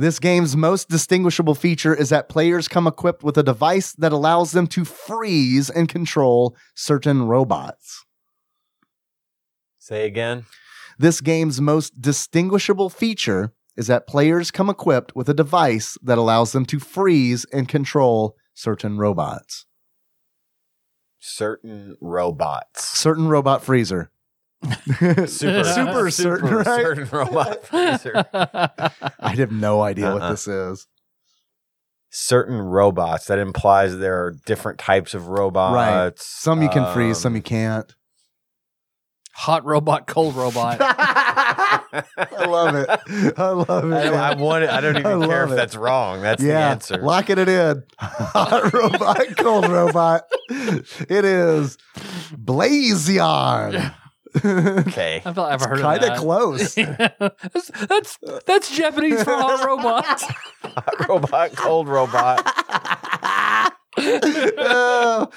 S2: This game's most distinguishable feature is that players come equipped with a device that allows them to freeze and control certain robots.
S3: Say again.
S2: This game's most distinguishable feature is that players come equipped with a device that allows them to freeze and control certain robots.
S3: Certain robots.
S2: Certain robot freezer.
S3: Super,
S2: super certain, right?
S3: certain robot freezer.
S2: I have no idea what
S3: Uh-uh.
S2: this is.
S3: certain robots. That implies there are different types of robots.
S2: Some you can freeze, some
S3: Um,
S2: you can't.
S1: Hot robot, cold robot.
S3: I
S2: I love it. I love it.
S3: I want it. I don't even
S2: I
S3: care
S2: love
S3: if
S2: it.
S3: that's wrong. That's the answer.
S2: Locking it in. Hot robot, cold robot. It is Blazion.
S3: Okay.
S1: I feel I've heard
S2: Kind of
S1: of
S2: close.
S1: that. that's, that's that's Japanese for hot robots.
S3: Hot robot, cold robot.
S2: Oh,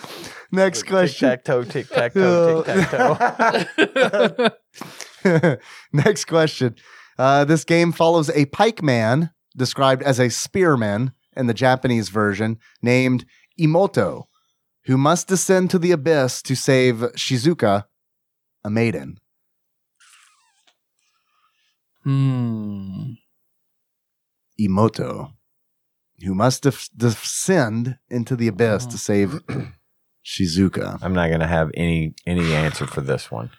S2: next question.
S3: Tic tac toe, tic tac toe, tic tac toe.
S2: Next question. Uh, this game follows a pikeman described as a spearman in the Japanese version named Imoto, who must descend to the abyss to save Shizuka, a maiden.
S1: Hmm.
S2: Imoto, who must def- descend into the abyss to save Shizuka.
S3: I'm not gonna have any any answer for this one.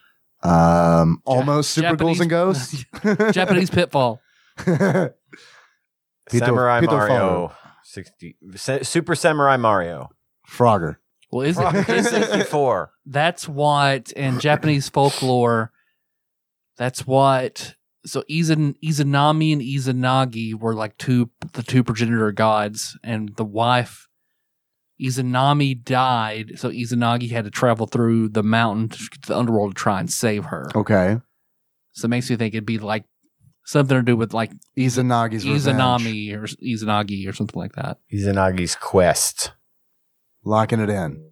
S2: Um, almost super
S1: Japanese-
S2: ghouls and ghosts.
S1: Japanese pitfall.
S2: Pito-
S3: Samurai
S2: Pito
S3: Mario, sixty Sa- Super Samurai Mario,
S2: Frogger.
S1: Well, is it? Is it
S3: sixty four.
S1: that's what in Japanese folklore, that's what so Izan, Izanami and Izanagi were like two the two progenitor gods, and the wife Izanami died, so Izanagi had to travel through the mountain to get to the underworld to try and save her.
S2: Okay.
S1: So it makes me think it'd be like something to do with like
S2: Izanagi's Revenge.
S1: Izanami or Izanagi or something like that.
S3: Izanagi's Quest.
S2: Locking it in.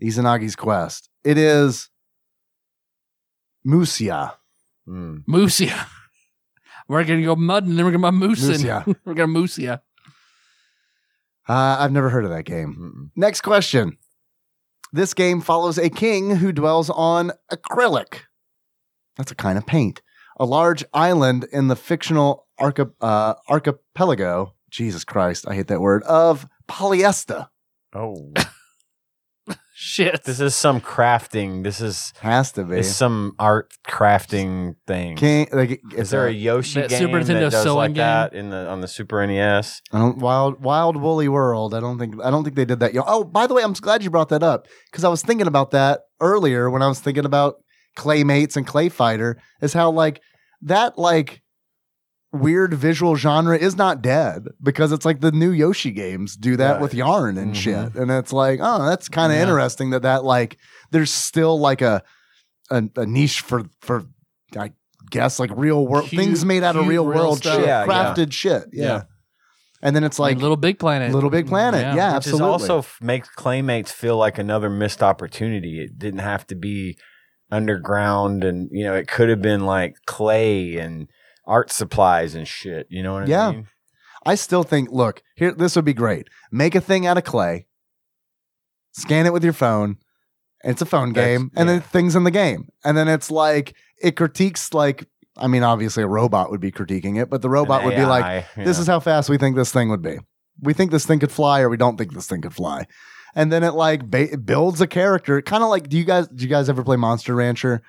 S2: Izanagi's quest. It is Musia.
S3: Mm.
S1: Moosia. We're gonna go mud and then we're gonna moosin.
S2: Musia.
S1: We're gonna moosia.
S2: Uh, I've never heard of that game.
S3: Mm-mm.
S2: Next question. This game follows a king who dwells on acrylic. That's a kind of paint. A large island in the fictional archi- uh, archipelago. Jesus Christ, I hate that word. Of polyester.
S3: Oh,
S1: Shit.
S3: this is some crafting. This is
S2: Has to be.
S3: it's some art crafting thing.
S2: King, like,
S3: is there a Yoshi
S1: That
S3: game
S1: Super Nintendo
S3: that does
S1: sewing
S3: like
S1: game?
S3: that in the on the Super E NES?
S2: I don't wild wild woolly world. I don't think I don't think they did that. You know- Oh, by the way, I'm glad you brought that up because I was thinking about that earlier when I was thinking about claymates and clay fighter is how like that like weird visual genre is not dead because it's like the new Yoshi games do that
S3: Right.
S2: with yarn and
S3: Mhm.
S2: shit, and it's like oh that's kind of
S1: Yeah.
S2: interesting that that like there's still like a a, a niche for for I guess like real world
S1: Cute-
S2: things made out of
S1: cute
S2: real
S1: real
S2: world
S1: stuff.
S2: shit,
S3: Yeah, yeah.
S2: crafted shit, yeah.
S1: Yeah.
S2: And then it's like
S1: like Little Big Planet.
S2: Little Big Planet. Yeah,
S3: Which is
S2: absolutely.
S3: also f- makes Claymates feel like another missed opportunity. It didn't have to be underground, and you know, it could have been like clay and art supplies and shit. You know what I
S2: Yeah.
S3: mean?
S2: I still think, look, here, this would be great. Make a thing out of clay, scan it with your phone. It's a phone
S3: That's-
S2: game, and then
S3: yeah.
S2: things in the game, and then it's like it critiques like. I mean, obviously, a robot would be critiquing it, but the robot
S3: An
S2: would be
S3: AI,
S2: like,
S3: you
S2: "This
S3: know.
S2: is how fast we think this thing would be. We think this thing could fly, or we don't think this thing could fly." And then it like ba- it builds a character, kind of like. Do you guys? Do you guys ever play Monster Rancher?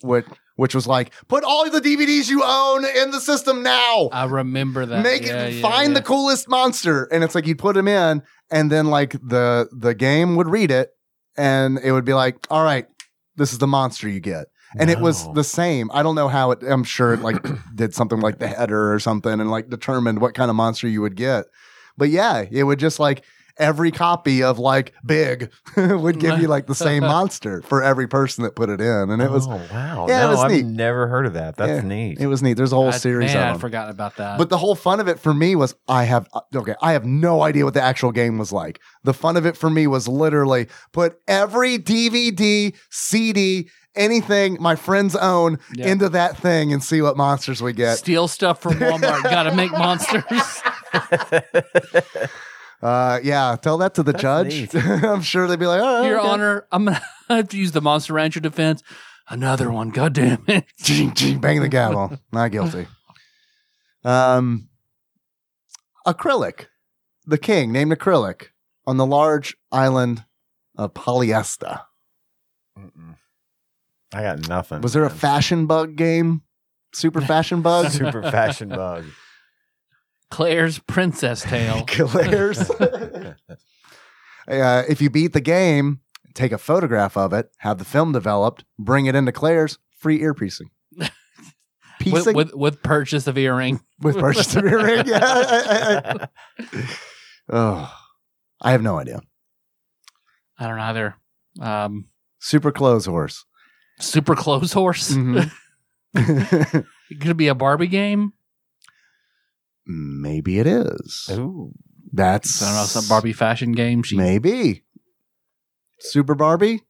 S2: Which which was like, put all the DVDs you own in the system now
S1: I remember that.
S2: make
S1: Yeah,
S2: it
S1: yeah,
S2: find
S1: yeah.
S2: the coolest monster and it's like you'd put him in and then like the the game would read it and it would be like all right this is the monster you get and it was
S3: No.
S2: the same i don't know how it i'm sure it like did something like the header or something and like determined what kind of monster you would get but yeah it would just like every copy of like big would give you like the same monster for every person that put it in and it was
S3: Oh, wow.
S2: Yeah, it
S3: no,
S2: was
S3: I've
S2: neat.
S3: never heard of that. That's
S2: Yeah.
S3: neat.
S2: it was neat there's a whole
S1: I-
S2: series
S1: Man,
S2: of
S1: I'd
S2: them.
S1: forgotten about that.
S2: But the whole fun of it for me was I have uh, okay, I have no idea what the actual game was like. The fun of it for me was literally put every DVD, CD, anything my friends own
S1: Yeah.
S2: into that thing and see what monsters we get.
S1: steal stuff from Walmart. Gotta make monsters.
S2: Uh, yeah, tell that to the
S3: That's
S2: judge. I'm sure they'd be like, "Oh,
S1: Your
S2: okay."
S1: Honor, I'm gonna I have to use the Monster Rancher defense. Another one. God damn it.
S2: Ching, ching, bang the gavel, not guilty." Um, acrylic, the king named acrylic on the large island of Polyesta.
S3: Mm-mm. I got nothing.
S2: Was there a
S3: man.
S2: fashion bug game? Super fashion bug?
S3: super fashion bug?
S1: Claire's Princess Tale.
S2: Killers. uh, if you beat the game, take a photograph of it, have the film developed, bring it into Claire's, free ear piercing.
S1: with,
S2: Piecing with,
S1: with with purchase of earring.
S2: purchase of earring. Yeah. I, I- I- oh, I have no idea.
S1: I don't know either. Um,
S2: Super clothes horse.
S1: super clothes horse.
S2: Mm-hmm. Mhm.
S1: It could be a Barbie game.
S2: Maybe it is.
S3: Ooh.
S2: That's
S1: I don't know some Barbie fashion game. She
S2: Maybe. Super Barbie?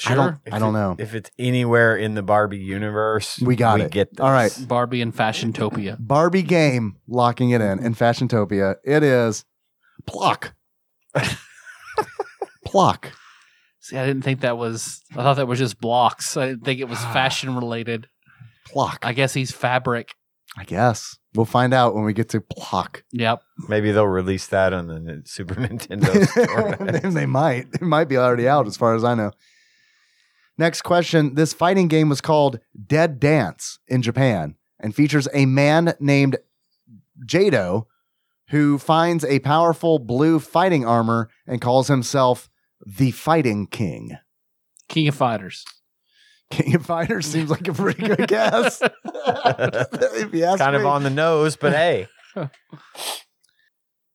S1: sure
S2: I don't.
S3: If
S2: I don't
S3: it-
S2: know.
S3: If it's anywhere in the Barbie universe,
S2: We got it.
S3: get this.
S2: All right.
S1: Barbie and Fashion Topia.
S2: Barbie game locking it in in Fashion Topia. It is Plock. Plock.
S1: See, I didn't think that was. I thought that was just blocks. I didn't think it was fashion related.
S2: Plock.
S1: I guess he's fabric.
S2: I guess. We'll find out when we get to Plock.
S1: Yep.
S3: Maybe they'll release that on the N- Super Nintendo
S2: they
S3: store.
S2: they might. It might be already out as far as I know. Next question. This fighting game was called Dead Dance in Japan and features a man named Jado who finds a powerful blue fighting armor and calls himself the Fighting King.
S1: King of Fighters.
S2: King of Fighters seems like a pretty good guess. if you ask
S3: kind
S2: me.
S3: of on the nose, but hey,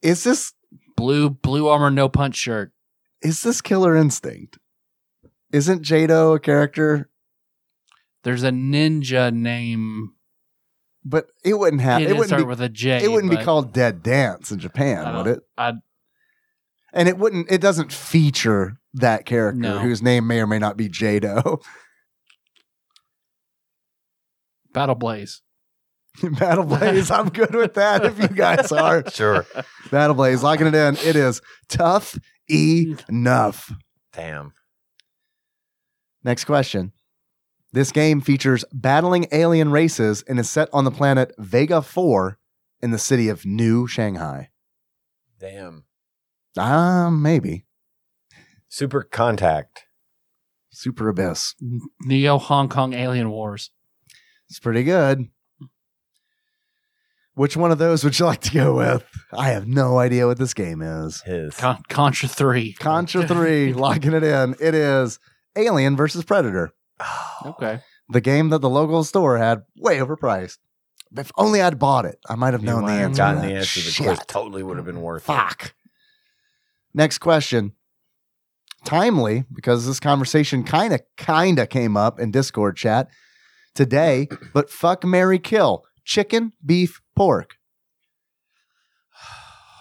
S2: is this
S1: Blue blue armor, no punch shirt.
S2: is this Killer Instinct? Isn't Jado a character?
S1: There's a ninja name.
S2: But it wouldn't have.
S1: it
S2: It,
S1: didn't
S2: wouldn't
S1: start
S2: be.
S1: with a J.
S2: it wouldn't be
S1: but
S2: called Dead Dance in
S1: I
S2: Japan, would
S1: don't-
S2: it?
S1: I-
S2: And it wouldn't. It doesn't feature that character
S1: No.
S2: whose name may or may not be Jado.
S1: Battle Blaze.
S2: Battle Blaze. I'm good with that. If you guys are
S3: sure.
S2: Battle Blaze, locking it in. It is tough enough.
S3: Damn.
S2: Next question. This game features battling alien races and is set on the planet Vega 4 in the city of New Shanghai.
S3: Damn.
S2: Ah, maybe.
S3: Super Contact.
S2: Super Abyss.
S1: Neo Hong Kong Alien Wars.
S2: It's pretty good. Which one of those would you like to go with? I have no idea what this game is.
S3: His.
S1: Con- Contra Three.
S2: Contra 3, locking it in. It is Alien versus Predator,
S1: Okay.
S2: the game that the local store had way overpriced. If only I'd bought it, I might have
S3: You
S2: known the
S3: might have
S2: answer. to
S3: Gotten
S2: that.
S3: the answer. The
S2: Shit.
S3: quiz totally would have been worth it.
S2: Fuck. Next question. Timely, because this conversation kind of kind of came up in Discord chat today, but fuck Mary Kill. Chicken, beef, pork.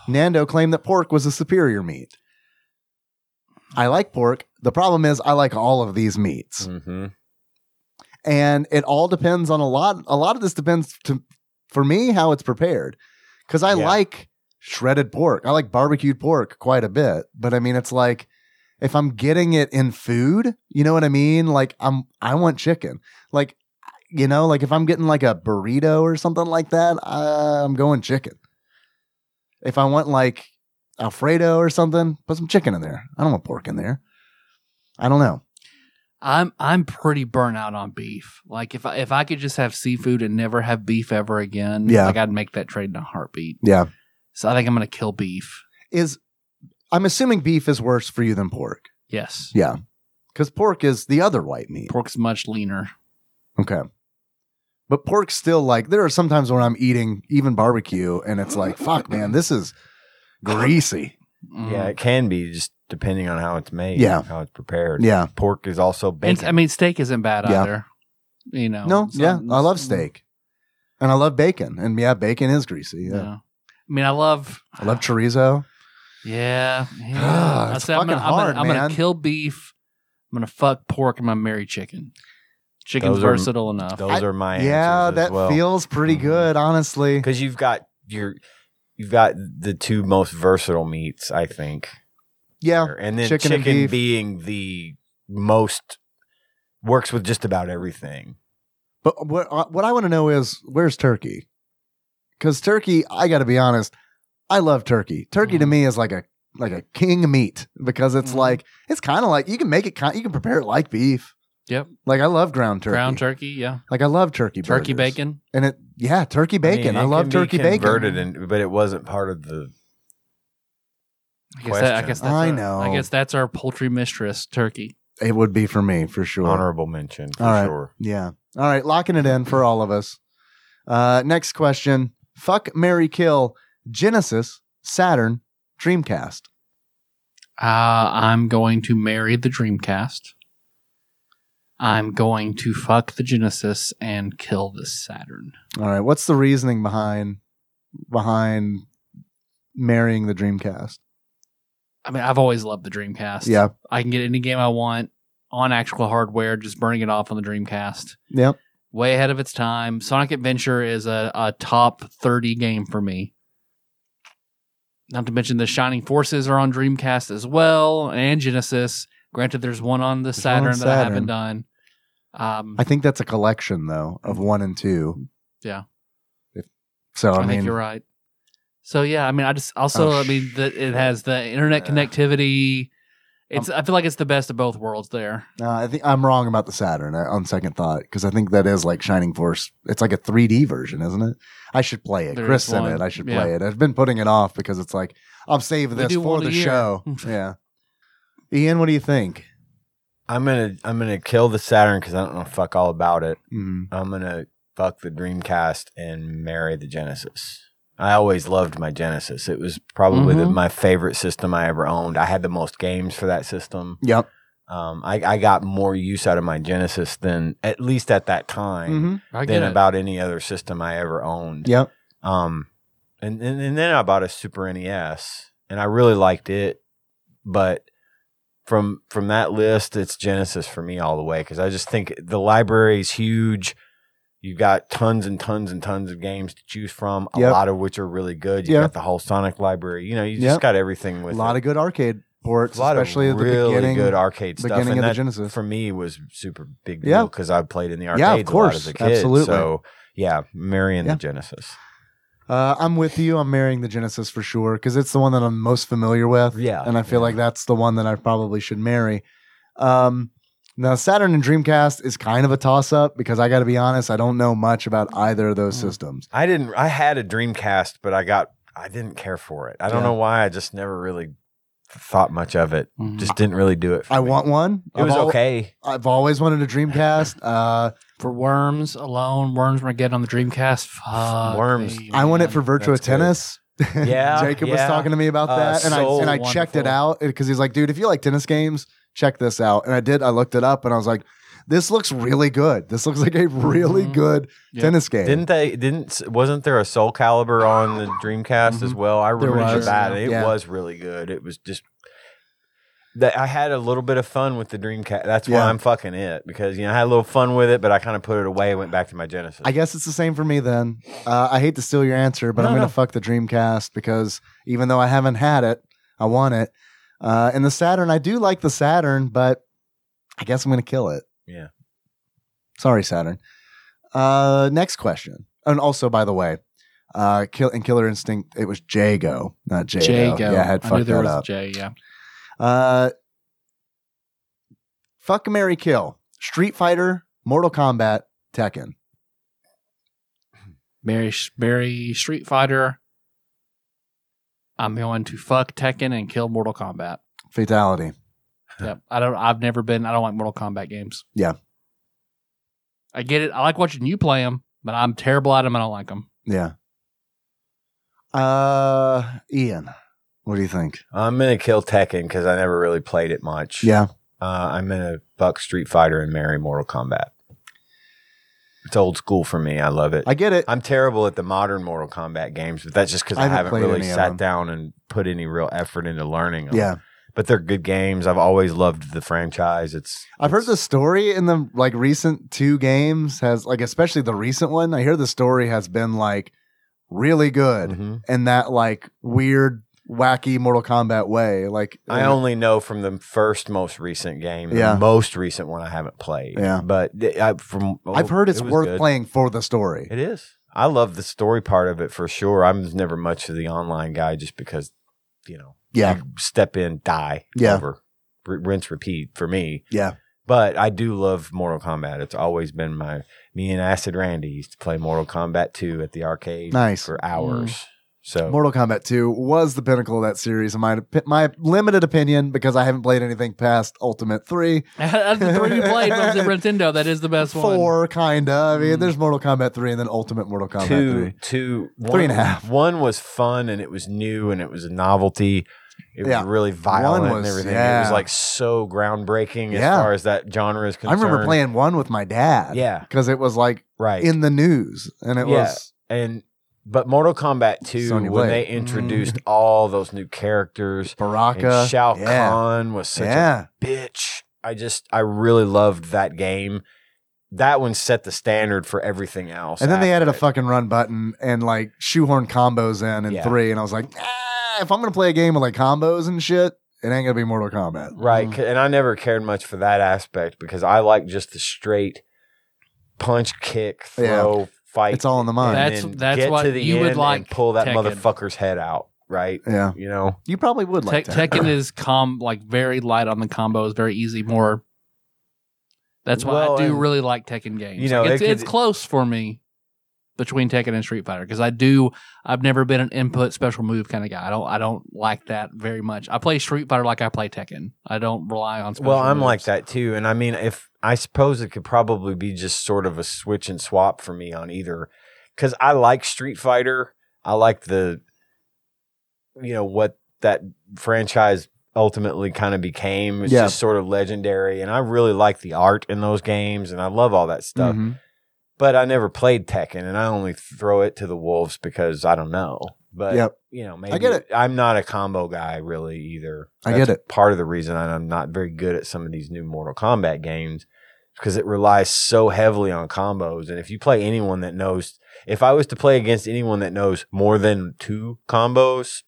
S2: Nando claimed that pork was a superior meat. I like pork. The problem is, I like all of these meats,
S3: Mm-hmm.
S2: and it all depends on a lot. A lot of this depends to, for me, how it's prepared, because I
S3: Yeah.
S2: like shredded pork. I like barbecued pork quite a bit, but I mean, it's like if I'm getting it in food, you know what I mean? Like I'm, I want chicken. Like, you know, like if I'm getting like a burrito or something like that, uh, I'm going chicken. If I want like Alfredo or something, put some chicken in there. I don't want pork in there. I don't know.
S1: I'm I'm pretty burnt out on beef. Like if I if I could just have seafood and never have beef ever again,
S2: Yeah.
S1: like I'd make that trade in a heartbeat.
S2: Yeah.
S1: So I think I'm gonna kill beef.
S2: Is I'm assuming beef is worse for you than pork
S1: Yes.
S2: Yeah. because pork is the other white meat.
S1: Pork's much leaner.
S2: Okay. But pork's still like there are sometimes when I'm eating even barbecue and it's like, fuck man, this is greasy.
S1: Mm.
S3: Yeah, it can be just depending on how it's made.
S2: Yeah.
S3: how it's prepared.
S2: Yeah.
S3: Pork is also
S1: And,
S3: bacon.
S1: I mean steak isn't bad
S2: Yeah.
S1: either. You know.
S2: No,
S1: it's
S2: yeah.
S1: not-
S2: I love steak. And I love bacon. And yeah, bacon is greasy.
S1: Yeah.
S2: Yeah.
S1: I mean I love
S2: I love chorizo.
S1: Yeah.
S2: Ah,
S1: yeah.
S2: it's
S1: I said I'm gonna, I'm gonna-
S2: fucking hard,
S1: I'm gonna
S2: man.
S1: kill beef. I'm gonna fuck pork and I'm gonna marry chicken. Chicken's
S3: Those are-
S1: versatile enough.
S3: Those are my
S2: Yeah, that feels pretty
S1: Mm-hmm.
S3: Mhm.
S2: good, honestly.
S3: because you've got your you've got the two most versatile meats, I think.
S2: Yeah.
S3: there. and then
S2: chicken
S3: chicken,
S2: and beef.
S3: being the most works with just about everything.
S2: But what what I want to know is where's turkey? Because turkey, I got to be honest, I love turkey. Turkey to
S1: Mhm.
S2: me is like a like a king meat because it's
S1: Mhm.
S2: like it's kind of like you can make it kind you can prepare it like beef.
S1: Yep.
S2: Like I love ground turkey.
S1: Ground turkey, yeah.
S2: Like I love turkey.
S1: Turkey
S2: burgers.
S1: bacon.
S2: And it yeah, turkey bacon. I,
S3: mean, it
S2: love
S3: can be
S2: turkey bacon.
S3: converted and- but it wasn't part of the.
S1: I guess, that, I
S3: question.
S1: guess that's
S2: I
S1: our-
S2: know.
S1: I guess that's our poultry mistress, turkey.
S2: It would be for me for sure.
S3: Honorable mention for
S2: All right.
S3: sure.
S2: Yeah. All right, locking it in for all of us. Uh, next question: Fuck Mary Kill Genesis Saturn Dreamcast.
S1: Uh, I'm going to marry the Dreamcast. I'm going to fuck the Genesis and kill the Saturn.
S2: All right. What's the reasoning behind behind marrying the Dreamcast?
S1: I mean, I've always loved the Dreamcast.
S2: Yeah.
S1: I can get any game I want on actual hardware, just burning it off on the Dreamcast.
S2: Yep.
S1: Way ahead of its time. Sonic Adventure is a, a top 30 game for me. Not to mention the Shining Forces are on Dreamcast as well and Genesis. Granted, there's one on the
S2: There's one on
S1: Saturn that I haven't
S2: Saturn.
S1: done. Um,
S2: I think that's a collection though of one and two.
S1: Yeah.
S2: If- so I,
S1: I, think
S2: mean,
S1: you're right. So yeah, I mean, I just also,
S2: Oh, um,
S1: I mean, the, it has the internet
S3: Uh.
S1: connectivity. It's, I feel like it's the best of both worlds there.
S2: uh, I think I'm wrong about the Saturn uh, on second thought because I think that is like Shining Force. It's like a 3D version, isn't it? I should play it.
S1: There
S2: Chris
S1: is
S2: sent
S1: one.
S2: it. I should
S1: Yeah.
S2: play it. I've been putting it off because it's like I'll save
S1: We
S2: this
S1: do
S2: for
S1: one a
S2: the
S1: year.
S2: show. yeah. Ian, what do you think?
S3: I'm gonna I'm gonna kill the Saturn because I don't know fuck all about it.
S2: Mm.
S3: I'm gonna fuck the Dreamcast and marry the Genesis. I always loved my Genesis. It was probably the,
S2: Mm-hmm.
S1: Mhm.
S3: my favorite system I ever owned. I had the most games for that system.
S2: Yep.
S3: Um, I, I got more use out of my Genesis than at least at that time
S2: hmm
S1: I get
S3: than
S1: it.
S3: about any other system I ever owned.
S2: Yep.
S3: Um, and, and and then I bought a Super NES, and I really liked it, but from from that list, it's Genesis for me all the way because I just think the library is huge. You've got tons and tons and tons of games to choose from, a
S2: Yep.
S3: lot of which are really good. You've
S2: Yeah.
S3: got the whole Sonic library. You know, you
S2: Yep.
S3: just got everything
S2: A
S3: with
S2: lot
S3: it.
S2: of good arcade ports,
S3: a lot
S2: especially
S3: of
S2: at the
S3: really
S2: beginning.
S3: good arcade stuff.
S2: beginning
S3: and
S2: of the
S3: that-
S2: Genesis.
S3: for me was super big
S2: Yeah.
S3: deal because I played in the arcades
S2: Yeah, of
S3: a lot as
S2: course.
S3: a kid.
S2: Absolutely.
S3: So yeah, marrying
S2: Yeah.
S3: the Genesis.
S2: Uh, I'm with you. I'm marrying the Genesis for sure because it's the one that I'm most familiar with.
S3: Yeah,
S2: And I feel
S3: yeah.
S2: like that's the one that I probably should marry. Um, now, Saturn and Dreamcast is kind of a toss up because I got to be honest, I don't know much about either of those
S3: Hmm.
S1: Mm.
S2: systems.
S3: I didn't. I had a Dreamcast, but I got. I didn't care for it. I don't
S2: Yeah.
S3: know why. I just never really thought much of it.
S1: Mhm.
S3: Just didn't really do it. For
S2: I
S3: me.
S2: want one.
S3: It was
S2: I've al-
S3: okay.
S2: I've always wanted a Dreamcast. Uh,
S1: for Worms alone. Worms we're getting on the Dreamcast. Fuck
S3: Worms.
S1: me,
S2: I want it
S1: man.
S2: for Virtua
S3: that's good.
S2: Tennis.
S3: Yeah,
S2: Jacob was
S3: yeah.
S2: talking to me about
S3: Uh,
S2: that, and I
S3: so
S2: and I checked it
S1: wonderful.
S2: out because he's like, "Dude, if you like tennis games, check this out. And I did. I looked it up and I was like, this looks really good. This looks like a really
S3: Mm-hmm.
S1: Mhm.
S2: good
S1: Yeah.
S2: tennis game.
S3: Didn't they? Didn't wasn't there a Soul Caliber on the Dreamcast as
S1: Mhm.
S3: well? I remember
S1: was.
S3: that. It
S2: Mm-hmm. Yeah.
S3: was really good. It was just that I had a little bit of fun with the Dreamcast. That's
S2: Yeah.
S3: why I'm fucking it because you know I had a little fun with it, but I kind of put it away. Went back to my Genesis.
S2: I guess it's the same for me then. Uh, I hate to steal your answer, but
S3: No,
S2: I'm going to
S3: no.
S2: fuck the Dreamcast because even though I haven't had it, I want it. Uh, and the Saturn, I do like the Saturn, but I guess I'm going to kill it.
S3: Yeah.
S2: Sorry, Saturn. Uh, next question. And also, by the way, uh, kill in Killer Instinct, it was Jago, not Jago.
S1: Jago.
S2: Yeah, I had
S1: I knew
S2: fucked
S1: there
S2: that
S1: was a
S2: up.
S1: J. Yeah.
S2: Uh, fuck Mary Kill, Street Fighter, Mortal Kombat, Tekken.
S1: Mary, Mary Street Fighter. I'm going to fuck Tekken and kill Mortal Kombat.
S2: Fatality.
S1: Yep. I don't. I've never been. I don't like Mortal Kombat games.
S2: Yeah.
S1: I get it. I like watching you play them, but I'm terrible at them. I don't like them.
S2: Yeah. Uh, Ian, what do you think?
S3: I'm gonna kill Tekken because I never really played it much.
S2: Yeah,
S3: uh, I'm gonna buck Street Fighter and marry Mortal Kombat. It's old school for me. I love it.
S2: I get it.
S3: I'm terrible at the modern Mortal Kombat games, but that's just because
S2: I
S3: I,
S2: haven't
S3: haven't
S2: played
S3: really
S2: any of them.
S3: sat down and put any real effort into learning them.
S2: yeah,
S3: But they're good games. I've always loved the franchise. It's
S2: I've heard the story in the like recent two games has like especially the recent one. I hear the story has been like really good
S3: Mhm.
S2: in that like weird, wacky Mortal Kombat way. Like
S3: I only know from the first most recent game,
S2: Yeah.
S3: the most recent one I haven't played.
S2: Yeah.
S3: But th- I, from oh,
S2: I've heard it's
S3: it was
S2: worth
S3: good.
S2: playing for the story.
S3: It is. I love the story part of it for sure. I'm never much of the online guy just because, you know,
S2: yeah,
S3: you step in, die,
S2: Yeah.
S3: over, r- rinse, repeat for me.
S2: yeah.
S3: But I do love Mortal Kombat. It's always been my me and Acid Randy used to play Mortal Kombat 2 at the arcade
S2: Nice.
S3: for hours. So
S2: Mortal Kombat 2 was the pinnacle of that series in my my limited opinion because I haven't played anything past Ultimate 3.
S1: Out of the three you played from the Nintendo, that is the best one.
S2: four, kinda. I mean,
S1: Mm.
S2: there's Mortal Kombat three and then Ultimate Mortal Kombat
S3: two,
S2: three.
S3: two, one,
S2: Three and a half.
S3: One was fun and it was new and it was a novelty. It
S2: Yeah.
S3: was really violent
S2: was-
S3: and everything. It
S2: yeah.
S3: was like so groundbreaking as
S2: Yeah.
S3: far as that genre is
S2: I
S3: concerned.
S2: remember playing one with my dad.
S3: Yeah,
S2: because it was like
S3: right.
S2: in the news, and it
S3: Yeah.
S2: was
S3: and but Mortal Kombat 2
S2: Sonya
S3: when
S2: Blade. Mm-hmm.
S3: they introduced all those new characters
S2: Baraka.
S3: and Shao
S2: yeah.
S3: Kahn was such a
S2: yeah,
S3: bitch. I just I really loved that game. That one set the standard for everything else.
S2: and then they
S3: after
S2: added a
S3: it.
S2: fucking run button and like shoehorn combos in in
S3: Yeah.
S2: three, and I was like, "Ah, if I'm gonna play a game with like combos and shit, it ain't gonna be Mortal Kombat.
S3: right, 'cause- and I never cared much for that aspect because I like just the straight punch, kick,
S2: Yeah.
S3: throw, fight.
S2: It's all in the
S3: and
S2: mind.
S1: That's-
S3: then
S1: that's
S3: get
S1: what
S3: to the
S1: you would
S3: end and
S1: like
S3: Pull that
S1: Tekken.
S3: motherfucker's head out, right?
S2: Yeah,
S3: You know,
S2: you probably would like
S1: Tek-
S2: that.
S1: Tekken is com like very light on the combos, very easy. More. That's why
S3: Well,
S1: I do
S3: and-
S1: really like Tekken games.
S3: You know,
S1: Like, it's,
S3: it could-
S1: it's close for me between Tekken and Street Fighter because I do. I've never been an input special move kind of guy. I don't. I don't like that very much. I play Street Fighter like I play Tekken. I don't rely on. Special
S3: Well, I'm
S1: moves.
S3: like that too, and I mean, if I suppose it could probably be just sort of a switch and swap for me on either, because I like Street Fighter. I like the, you know, what that franchise ultimately kind of became. It's
S2: Yeah.
S3: just sort of legendary, and I really like the art in those games, and I love all that stuff.
S2: Mhm.
S1: Mm-hmm.
S3: But I never played Tekken, and I only throw it to the wolves because I don't know. But
S2: Yep.
S3: you know, maybe
S2: get it.
S3: I'm not a combo guy really either.
S2: I get it.
S3: Part of the reason I- I'm not very good at some of these new Mortal Kombat games because it relies so heavily on combos. And if you play anyone that knows, if I was to play against anyone that knows more than two combos,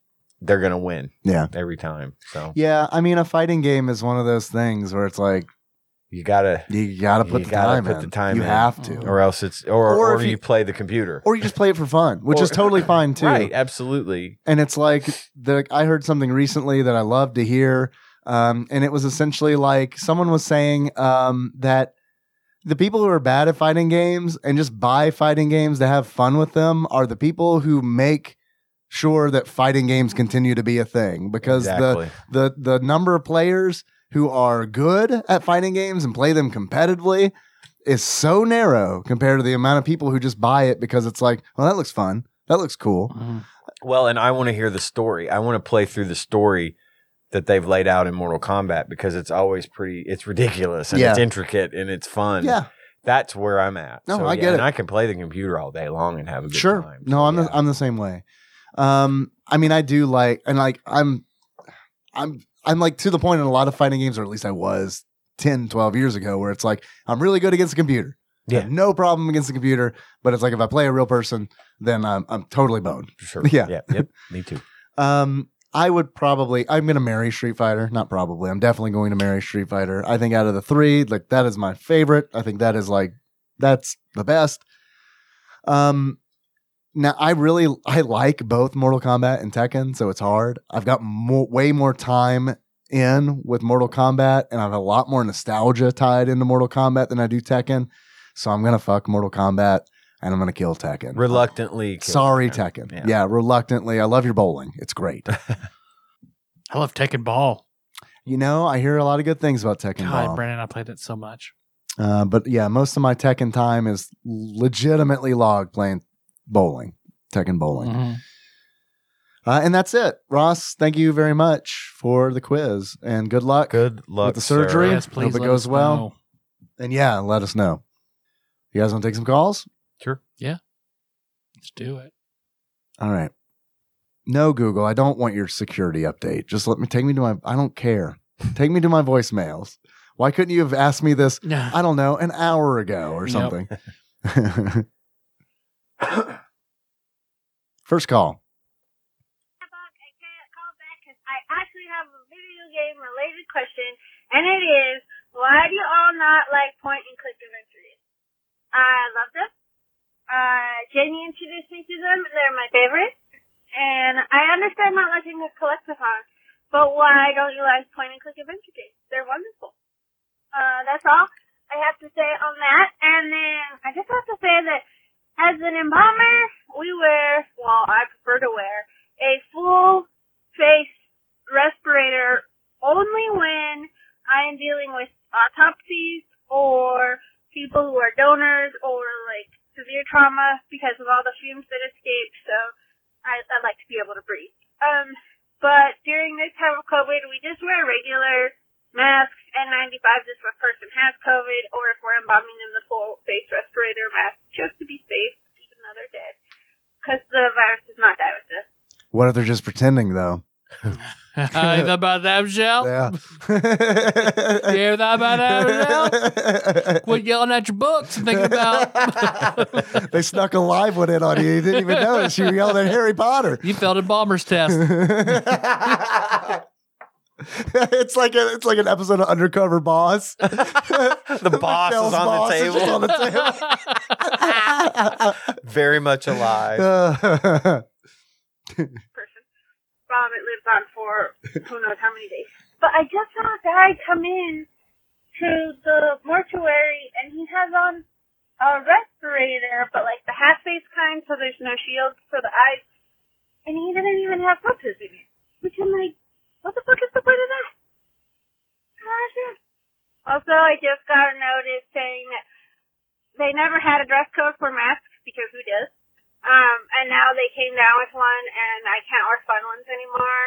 S3: they're gonna win
S2: Yeah,
S3: every time. So
S2: yeah. I mean, a fighting game is one of those things where it's like
S3: you gotta,
S2: you gotta put
S3: You
S2: the
S3: gotta
S2: time
S3: put
S2: in.
S3: the time
S2: you
S3: in.
S2: have to.
S3: or else it's, or
S2: Or
S3: or,
S2: if
S3: you,
S2: you-
S3: play the computer.
S2: or you just play it for fun, which is
S3: Or-
S2: totally fine too.
S3: Right, absolutely.
S2: And it's like the I heard something recently that I love to hear, um, and it was essentially like someone was saying um, that the people who are bad at fighting games and just buy fighting games to have fun with them are the people who make sure that fighting games continue to be a thing because the
S3: exactly.
S2: the the number of players who are good at fighting games and play them competitively is so narrow compared to the amount of people who just buy it because it's like, well, that looks fun, that looks cool.
S1: Mhm.
S3: Well, and I want to hear the story. I want to play through the story that they've laid out in Mortal Kombat because it's always pretty, it's ridiculous and it's
S2: Yeah.
S3: intricate and it's fun.
S2: Yeah,
S3: That's where I'm at.
S2: No, I get
S3: And
S2: it.
S3: I can play the computer all day long and have a good
S2: sure.
S3: time.
S2: No,
S3: So,
S2: I'm
S3: yeah.
S2: the, I'm the same way. Um, I mean, I do like and like I'm, I'm I'm like to the point in a lot of fighting games, or at least I was 10, 12 years ago, where it's like I'm really good against the computer. I have
S3: Yeah.
S2: no problem against the computer, but it's like if I play a real person, then I'm I'm totally boned.
S3: Sure.
S2: Yeah.
S3: Yeah. Yep. Me too.
S2: Um, I would probably. I'm going to marry Street Fighter. Not probably. I'm definitely going to marry Street Fighter. I think out of the three, like that is my favorite. I think that is like that's the best. Um, now I really I like both Mortal Kombat and Tekken, so it's hard. I've got more, way more time in with Mortal Kombat, and I have a lot more nostalgia tied into Mortal Kombat than I do Tekken. So I'm gonna fuck Mortal Kombat, and I'm gonna kill Tekken.
S3: Reluctantly. killed
S2: Sorry,
S3: him.
S2: Tekken.
S3: Yeah.
S2: Yeah. reluctantly. I love your bowling. It's great.
S1: I love Tekken Ball.
S2: you know, I hear a lot of good things about Tekken
S1: God,
S2: Ball.
S1: Brandon, I played it so much.
S2: Uh, but yeah, most of my Tekken time is legitimately logged playing bowling, Tekken bowling.
S1: Mm-hmm.
S3: Mm-hmm.
S2: Uh, and that's it. Ross, thank you very much for the quiz and good luck.
S3: Good luck.
S2: the surgery?
S3: sir.
S1: Yes, please.
S2: Hope it
S1: let
S2: goes
S1: us
S2: well.
S1: know.
S2: And yeah, let us know. You guys want to take some calls?
S3: Sure.
S1: Let's do it.
S2: All right. No, Google, I don't want your security update. Just let me take me to my, I don't care. Take me to my voicemails. Why couldn't you have asked me this
S1: Yeah.
S2: I don't know, an hour ago or
S1: Yep.
S2: something. First call.
S4: Bob, I can't call back 'cause I actually have a video game related question, and it is, why do you all not like point and click adventures? I love them. Uh, Jenny introduced me to them. They're my favorite. And I understand not liking a collectathon, but why don't you like point and click adventure games? They're wonderful. Uh, that's all I have to say on that. And then I just have to say that as an embalmer, we wear, well, I prefer to wear a full face respirator only when I am dealing with autopsies or people who are donors or like severe trauma because of all the fumes that escaped. So I, I like to be able to breathe. Um, but during this time of COVID, we just wear regular masks and 95s if a person has COVID or if we're embalming them the full face respirator mask just to be safe, even though they're dead. Because the virus does not die with us.
S2: What if they're just pretending though?
S1: Hear that about that, Michelle?
S2: Yeah.
S1: Hear that about that, Michelle? Quit yelling at your books and thinking about.
S2: they snuck a live one in on you. You didn't even notice. You yelled at Harry Potter.
S1: you failed a bomber's test.
S2: it's like a, it's like an episode of Undercover Boss.
S3: The boss
S2: Michelle's
S3: is on
S2: boss
S3: the
S2: is
S3: table.
S2: just on the table.
S3: Very much alive.
S4: person. Um, it lives on for who knows how many days. But I just saw a guy come in to the mortuary and he has on a respirator, but like the half face kind, so there's no shield for the eyes. And he didn't even have filters in it. Which I'm like, what the fuck is the point of that? I don't understand. Also, I just got a notice saying that they never had a dress code for masks because who does? Um, and now they came down with one, and I can't wear fun ones anymore.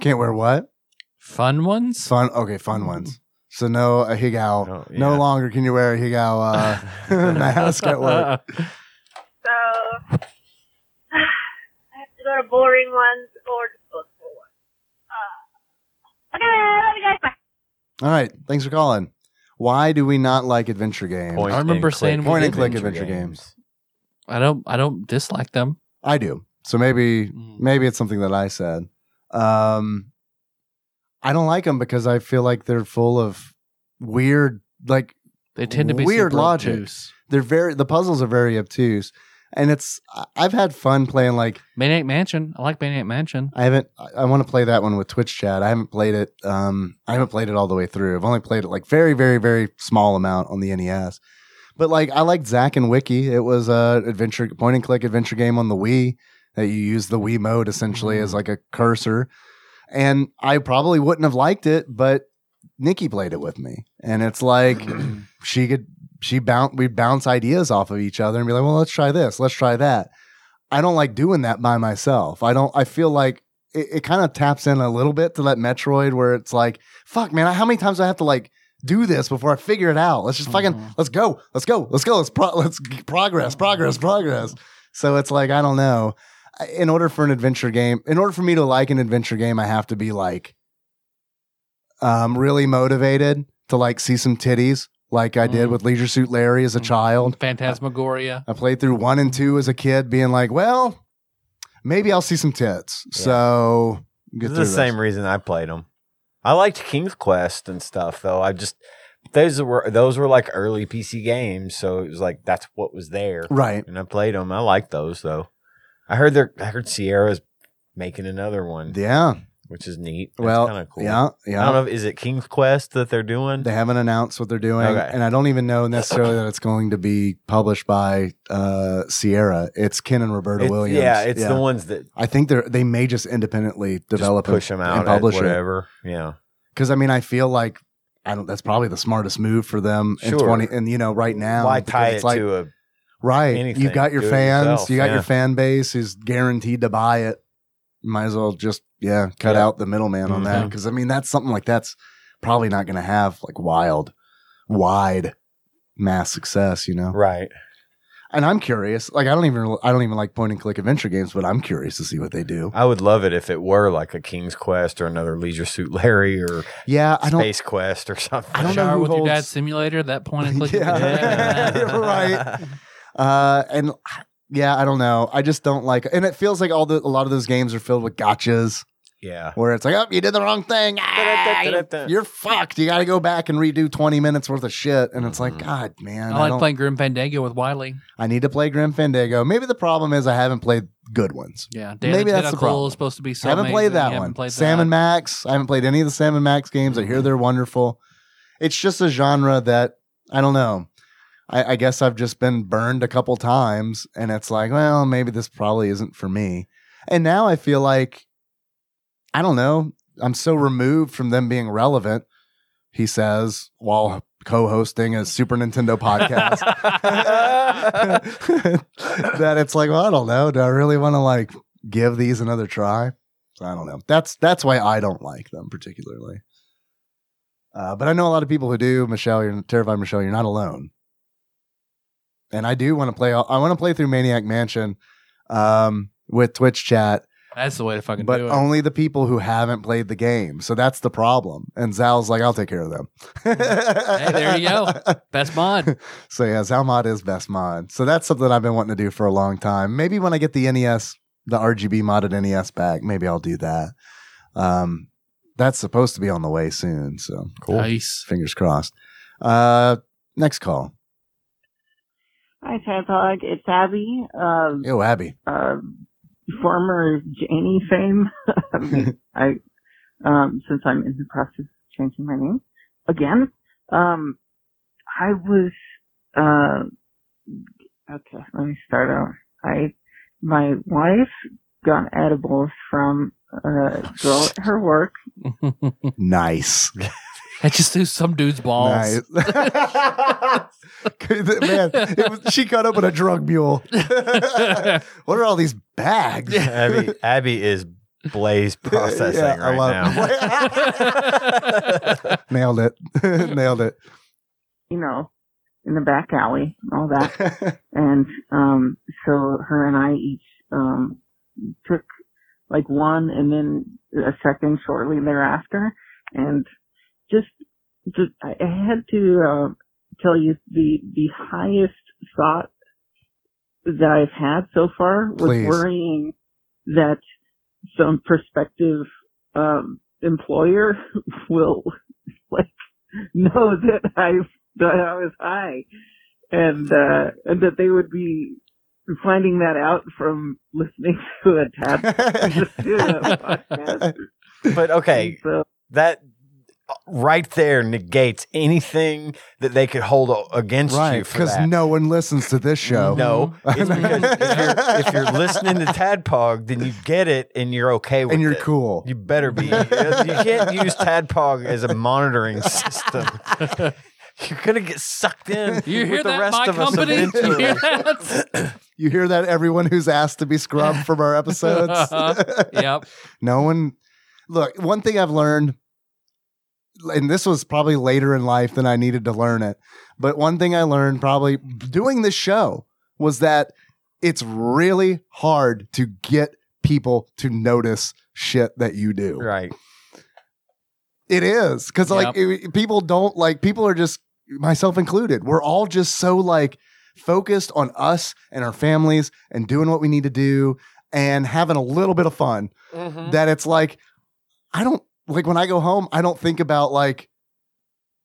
S2: Can't wear what?
S1: Fun ones?
S2: Fun. Okay, fun ones. So no a higao.
S3: Oh, yeah.
S2: No longer can you wear a higao uh, mask at work.
S4: So I have to go to boring ones or disposable ones. Uh, okay, love you guys. Bye.
S2: All right. Thanks for calling. Why do we not like adventure games?
S3: Point
S1: I remember
S3: and
S1: saying
S3: click
S2: Point and click adventure
S1: I don't. I don't dislike them.
S2: I do. So maybe
S1: Mm.
S2: maybe it's something that I said. Um, I don't like them because I feel like they're full of weird, like
S1: They tend to be
S2: Weird
S1: super
S2: logic.
S1: obtuse.
S2: they're very the puzzles are very obtuse, and it's I- I've had fun playing like
S1: Maniac Mansion. I like Maniac Mansion.
S2: I haven't. I, I want to play that one with Twitch chat. I haven't played it. Um, I haven't played it all the way through. I've only played it like very, very, very small amount on the NES. But like, I like Zack and Wiki. It was a adventure point and click adventure game on the Wii that you use the Wii mode essentially as like a cursor. And I probably wouldn't have liked it, but Nikki played it with me, and it's like she could she bounce we bounce ideas off of each other and be like, well, let's try this, let's try that. I don't like doing that by myself. I don't. I feel like it, it kind of taps in a little bit to that Metroid where it's like, fuck, man, how many times do I have to like do this before I figure it out? Let's just fucking
S1: Mhm.
S2: let's go, let's go, let's go, let's pro- let's g- progress, progress, progress. So it's like I don't know. I- In order for an adventure game, in order for me to like an adventure game, I have to be like, um, really motivated to like see some titties, like I did
S1: Mm.
S2: with Leisure Suit Larry as a
S1: Mm.
S2: child.
S1: Phantasmagoria.
S2: I played through one and two as a kid, being like, well, maybe I'll see some tits.
S3: Yeah.
S2: So get
S3: This is
S2: through
S3: the
S2: this.
S3: same reason I played them. I liked King's Quest and stuff, though. I just those were those were like early PC games, so it was like that's what was there,
S2: Right.
S3: and I played them. I liked those though. I heard they're I heard Sierra's making another one,
S2: Yeah.
S3: which is neat. That's
S2: Well,
S3: kind of cool.
S2: Yeah.
S3: I
S2: Yeah.
S3: don't know. Is it King's Quest that they're doing?
S2: They haven't announced what they're doing.
S3: Okay.
S2: And I don't even know necessarily that it's going to be published by uh, Sierra. It's Ken and Roberta
S3: It-
S2: Williams.
S3: Yeah, it's the ones that
S2: I think they're they may just independently develop
S3: develop
S2: and-
S3: push them out
S2: and publish
S3: at
S2: it.
S3: whatever. Yeah,
S2: Because I mean, I feel like I don't. That's probably the smartest move for them in
S3: Sure.
S2: twenty. And you know, right now,
S3: Why
S2: because
S3: tie
S2: it's
S3: it
S2: like-
S3: to a?
S2: Right.
S3: anything.
S2: You've got your
S3: Do it
S2: fans,
S3: yourself,
S2: you got
S3: yeah.
S2: your fan base who's guaranteed to buy it. Might as well just, yeah, cut
S3: Yeah. Mm-hmm.
S2: out the middleman on that.
S1: Mhm.
S2: Cause I mean, that's something like that's probably not going to have like wild, wide mass success, you know?
S3: Right.
S2: And I'm curious, like, I don't even, I don't even like point and click adventure games, but I'm curious to see what they do.
S3: I would love it if it were like a King's Quest or another Leisure Suit Larry or
S2: Yeah. I don't,
S3: Space Quest or something.
S2: I don't know
S1: Shower
S2: who
S1: with your
S2: holds-
S1: dad's simulator. That point and click.
S2: Yeah. You're right. uh, and yeah, I don't know. I just don't like, and it feels like all the, a lot of those games are filled with gotchas
S3: Yeah.
S2: where it's like, oh, you did the wrong thing. Ah, you you're fucked. You got to go back and redo 20 minutes worth of shit. And it's like,
S3: Mhm.
S2: God, man,
S1: Mm-hmm. I
S2: I,
S1: like
S2: don't-
S1: playing Grim Fandango with Wiley.
S2: I need to play Grim Fandango. Maybe the problem is I haven't played good ones.
S1: Yeah, Day
S2: Maybe
S1: of the
S2: that's the
S1: Tentacle
S2: problem.
S1: is supposed to be. So
S2: I haven't played
S1: amazing.
S2: that
S1: You
S2: one.
S1: Haven't played
S2: Sam
S1: that.
S2: and Max. I haven't played any of the Sam and Max games. I hear they're wonderful. It's just a genre that I don't know. I, I guess I've just been burned a couple times, and it's like, well, maybe this probably isn't for me. And now I feel like I don't know. I'm so removed from them being relevant. He says while co-hosting a Super Nintendo podcast that it's like, well, I don't know. Do I really want to like give these another try? So I don't know. That's that's why I don't like them particularly. Uh, but I know a lot of people who do. Michelle, you're terrified. Michelle, you're not alone. And I do want to play. I want to play through Maniac Mansion um, with Twitch chat
S1: That's the way to fucking
S2: but
S1: do it.
S2: only the people who haven't played the game. So that's the problem. And Zal's like, I'll take care of them. hey,
S1: there you go. Best mod.
S2: So yeah, Zalmod is best mod. So that's something I've been wanting to do for a long time. Maybe when I get the NES, the RGB modded NES E back, maybe I'll do that. Um, that's supposed to be on the way soon. So
S3: Cool.
S1: Nice.
S2: fingers crossed. Uh, next call.
S5: Hi, Tadpog. It's Abby, um,
S2: Yo, Abby.
S5: uh, former Janie fame. I, um, since I'm in the process of changing my name again. Um, I was, uh, okay, let me start out. I, my wife got edibles from a girl at her work
S2: Nice.
S1: I just threw some dude's balls.
S2: Nice. Man, it was, she caught up with a drug mule. what are all these bags?
S3: Abby, Abby is blaze processing
S2: Yeah, I
S3: right now.
S2: love- Nailed it. Nailed it.
S5: you know, in the back alley and all that. And um so her and I each um took like one and then a second shortly thereafter and just just I I had to uh tell you the the highest thought that I've had so far was
S2: Please.
S5: worrying that some prospective um employer will like know that I've that I was high and uh and that they would be finding that out from listening to a tab to a podcast.
S3: But okay,
S5: So,
S3: that right there negates anything that they could hold a- against
S2: right,
S3: you for
S2: because
S3: that.
S2: no one listens to this show.
S3: No, it's because if you're, if you're listening to Tadpog, then you get it and you're okay with
S2: and you're
S3: it.
S2: cool.
S3: You better be. You can't use Tadpog as a monitoring system. You're gonna get sucked in.
S1: You hear
S3: with
S1: that,
S3: the rest
S1: my
S3: of
S1: company?
S3: us
S1: You
S3: eventually.
S1: hear that?
S2: You hear that everyone who's asked to be scrubbed from our episodes.
S1: yep.
S2: no one look, one thing I've learned and this was probably later in life than I needed to learn it. But one thing I learned probably doing this show was that it's really hard to get people to notice shit that you do.
S3: Right.
S2: It is because like it- people don't like people are just myself included. We're all just so like focused on us and our families and doing what we need to do and having a little bit of fun
S3: Mm-hmm.
S2: that it's like I don't like when I go home. I don't think about like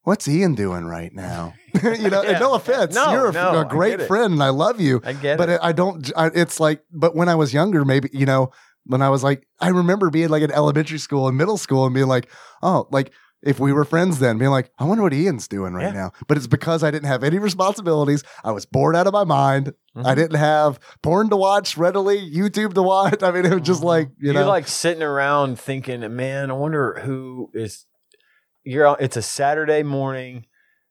S2: what's Ian doing right now. you know, and
S3: Yeah.
S2: no offense,
S3: No,
S2: you're a,
S3: no,
S2: a
S3: I
S2: great
S3: get it.
S2: friend and I love you,
S3: I get
S2: but uh,
S3: it.
S2: it, I don't. I, it's like, but when I was younger, maybe you know, when I was like, I remember being like in elementary school and middle school and being like, oh, like if we were friends then, being like, I wonder what Ian's doing right
S3: Yeah.
S2: now. But it's because I didn't have any responsibilities. I was bored out of my mind. I
S3: Mhm.
S2: didn't have porn to watch readily, YouTube to watch. I mean, it was just like you
S3: are
S2: know,
S3: Mm-hmm. like sitting around thinking, man, I wonder who is. You're. on- It's a Saturday morning.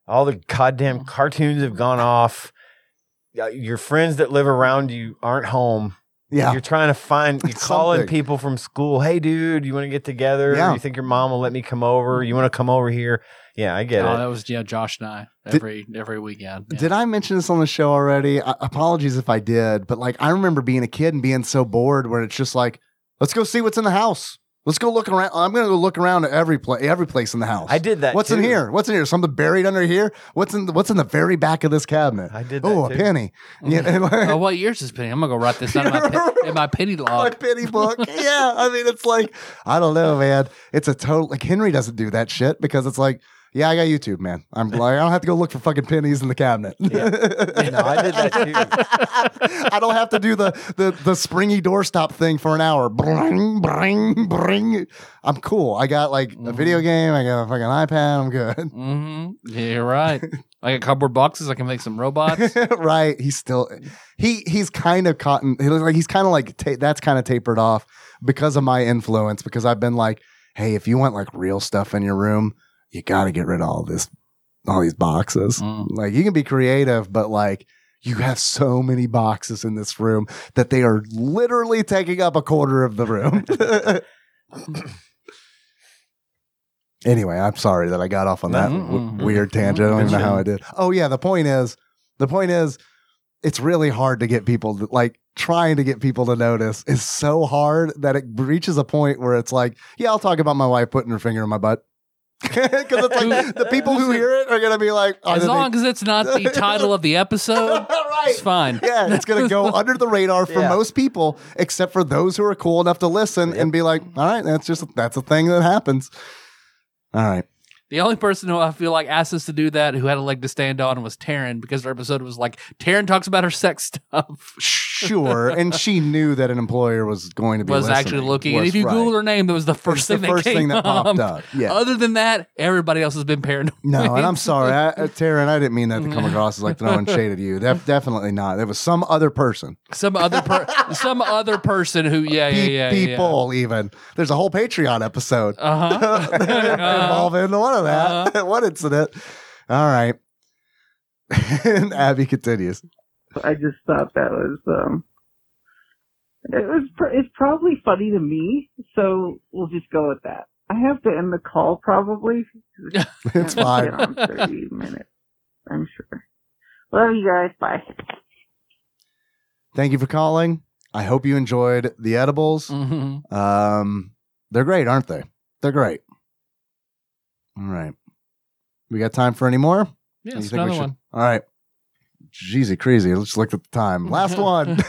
S3: All the goddamn cartoons have gone off. Uh, Your friends that live around you aren't home.
S2: yeah,
S3: You're trying to find. You're calling
S2: Something.
S3: people from school. Hey, dude, you want to get together?
S2: Yeah.
S3: You think your mom will let me come over? You want to come over here? Yeah, I get
S1: Oh,
S3: it.
S1: that was yeah, Josh and I
S2: Did-
S1: every every weekend. Yeah.
S2: Did I mention this on the show already? I, apologies if I did, but like I remember being a kid and being so bored where it's just like, let's go see what's in the house. Let's go look around. I'm gonna go look around at every place, every place in the house.
S3: I did that.
S2: What's in
S3: too.
S2: here? What's in here? Something buried under here? What's in the, What's in the very back of this cabinet?
S3: I did. That
S2: Oh, a
S3: too.
S2: penny. Yeah, and
S1: Oh,
S2: like,
S1: what year's this penny? I'm gonna go write this down in my, pe- in my penny
S2: my
S1: log.
S2: penny book. yeah, I mean, it's like I don't know, man. It's a total like Henry doesn't do that shit because it's like. Yeah, I got YouTube, man. I'm like, I don't have to go look for fucking pennies in the cabinet.
S3: No, I did that too.
S2: I don't have to do the the the springy doorstop thing for an hour. Bring, bring, bring. I'm cool. I got like a
S3: Mm-hmm.
S1: Mhm.
S2: video game. I got a fucking iPad. I'm good.
S1: Mm-hmm. Yeah, you're right. I got cardboard boxes. I can make some robots.
S2: right? He's still he he's kind of cotton. He looks like he's kind of like ta- that's kind of tapered off because of my influence. Because I've been like, hey, if you want like real stuff in your room, you got to get rid of all this, all these boxes.
S1: Mm.
S2: Like you can be creative, but like you have so many boxes in this room that they are literally taking up a quarter of the room. anyway, I'm sorry that I got off on that w-
S1: Mm-mm.
S2: weird tangent. I don't even know
S3: Good
S2: how I did. Oh yeah, the point is, the point is, it's really hard to get people to, like trying to get people to notice is so hard that it reaches a point where it's like, yeah, I'll talk about my wife putting her finger in my butt. Because it's like the people who hear it are gonna be like, oh,
S1: As
S2: did they-
S1: long as it's not the title of the episode,
S2: right.
S1: it's fine.
S2: Yeah, it's going to go under the radar for
S3: Yeah.
S2: most people, except for those who are cool enough to listen and be like, "All right, that's just that's a thing that happens." All right,
S1: The only person who I feel like asked us to do that who had a leg to stand on was Taryn because her episode was like Taryn talks about her sex stuff.
S2: sure. and she knew that an employer was going to be
S1: was actually
S2: listening,
S1: looking. And
S2: was
S1: if you
S2: right.
S1: Google her name, that was the first
S2: It's
S1: thing
S2: the
S1: that
S2: first
S1: came
S2: thing that popped up. Yeah.
S1: Other than that, everybody else has been paranoid.
S2: No, and I'm sorry, I, uh, Taryn. I didn't mean that to come across as like throwing shade at you. Def- definitely not. It was some other person,
S1: some other per- some other person who yeah yeah
S2: Pe-
S1: yeah yeah.
S2: people. Even there's a whole Patreon episode
S1: Uh-huh. uh
S2: involved in one of that
S1: Uh-huh.
S2: one incident. All right. and Abby continues.
S5: I just thought that was um, it was pr- it's probably funny to me, so we'll just go with that. I have to end the call probably.
S2: It's
S5: Get
S2: fine.
S5: on thirty minutes, I'm sure. Love you guys. Bye.
S2: Thank you for calling. I hope you enjoyed the edibles.
S1: Mhm.
S2: Um, they're great, aren't they? They're great. All right. We got time for any more?
S1: Yeah,
S2: You
S1: it's
S2: think we
S1: another
S2: should-
S1: one.
S2: All right. Jeezy crazy. Let's look at the time. Last one.
S6: Hey,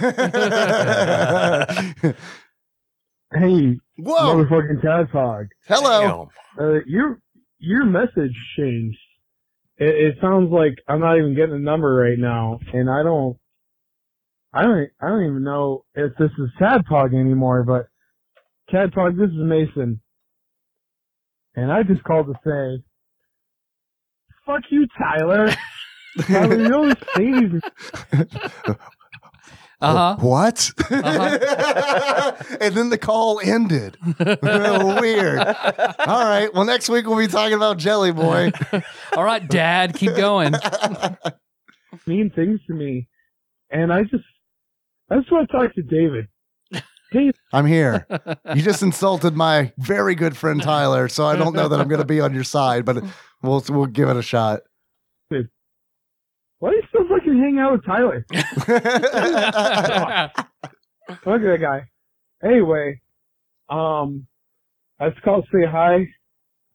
S2: Whoa.
S6: motherfucking Tad Pod.
S2: Hello.
S6: Uh, your your message changed. It, it sounds like I'm not even getting a number right now, and I don't, I don't, I don't even know if this is Tad Pog anymore. But Tad Pog, this is Mason, and I just called to say, fuck you, Tyler. Tyler, you always say these
S1: Uh huh.
S2: What? and then the call ended. Weird. All right. Well, next week we'll be talking about Jelly Boy.
S1: All right, Dad, keep going.
S6: mean things to me, and I just that's why I talked to David. Dave,
S2: I'm here. You just insulted my very good friend Tyler, so I don't know that I'm going to be on your side, but we'll we'll give it a shot.
S6: why do you still fucking hang out with Tyler? Look at that guy. Anyway, um, I just called to say hi,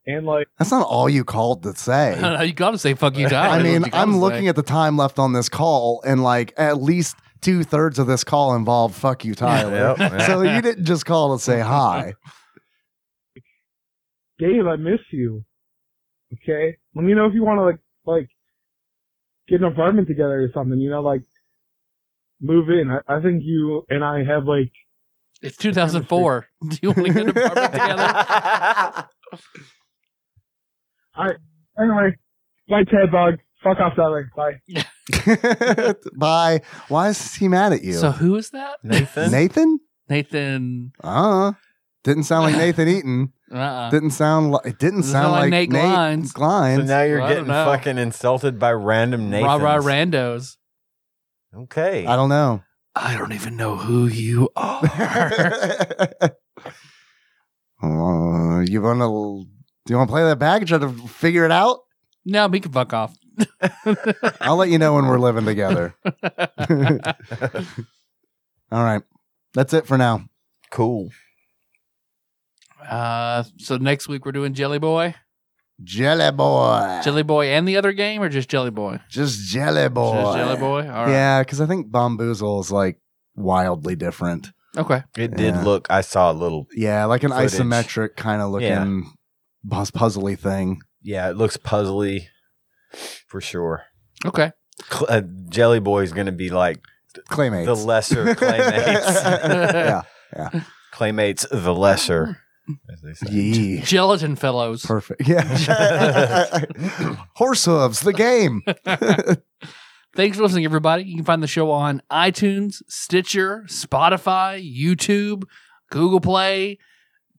S6: and like
S2: That's not all you called to say.
S1: you gotta say fuck you, Dad.
S2: I mean, I'm looking at the time left on this call, and like at least two thirds of this call involved "fuck you, Tyler."
S3: Yep, yeah.
S2: So you didn't just call to say hi.
S6: Dave, I miss you. Okay, let me know if you want to like like get an apartment together or something. You know, like move in. I, I think you and I have like
S1: It's 2004. Do you want to get an apartment together?
S6: anyway. Bye, Ted Bug. Fuck off, Tyler. Bye.
S2: Bye. Why is he mad at you,
S1: So who is that?
S3: Nathan?
S2: Nathan?
S1: Nathan.
S2: Uh didn't sound like Nathan Eaton.
S1: Uh-uh.
S2: Didn't sound like it. Didn't
S1: Doesn't
S2: sound like, Nate
S1: Glines.
S2: Glines.
S3: So now you're
S1: I don't
S3: getting
S1: know.
S3: fucking insulted by random Nathan.
S1: Rah rah randos.
S3: Okay.
S2: I don't know.
S1: I don't even know who you are.
S2: Uh, you want to? Do you want to play that back? and Try to figure it out.
S1: no, we can fuck off.
S2: I'll let you know when we're living together. All right. That's it for now.
S3: cool.
S1: Uh, so next week we're doing Jelly Boy,
S2: Jelly boy.
S1: Jelly Boy, and the other game, or just Jelly Boy?
S2: Just jelly boy.
S1: Just Jelly Boy. All right.
S2: Yeah, because I think Bomboozle is like wildly different.
S1: Okay.
S3: It did
S2: Yeah.
S3: look. I saw a little.
S2: Yeah, like an
S3: Footage.
S2: isometric kind of looking
S3: Yeah.
S2: buzz puzzly thing.
S3: Yeah, it looks puzzly for sure.
S1: Okay.
S3: Cl- uh, Jelly Boy is going to be like
S2: Claymates.
S3: the lesser Claymates.
S2: yeah.
S3: Claymates, the lesser,
S2: Mm.
S3: as they say.
S2: Yee.
S1: Gelatin Fellows.
S2: Perfect. Yeah. Horse hooves, the game.
S1: Thanks for listening, everybody. You can find the show on iTunes, Stitcher, Spotify, YouTube, Google Play,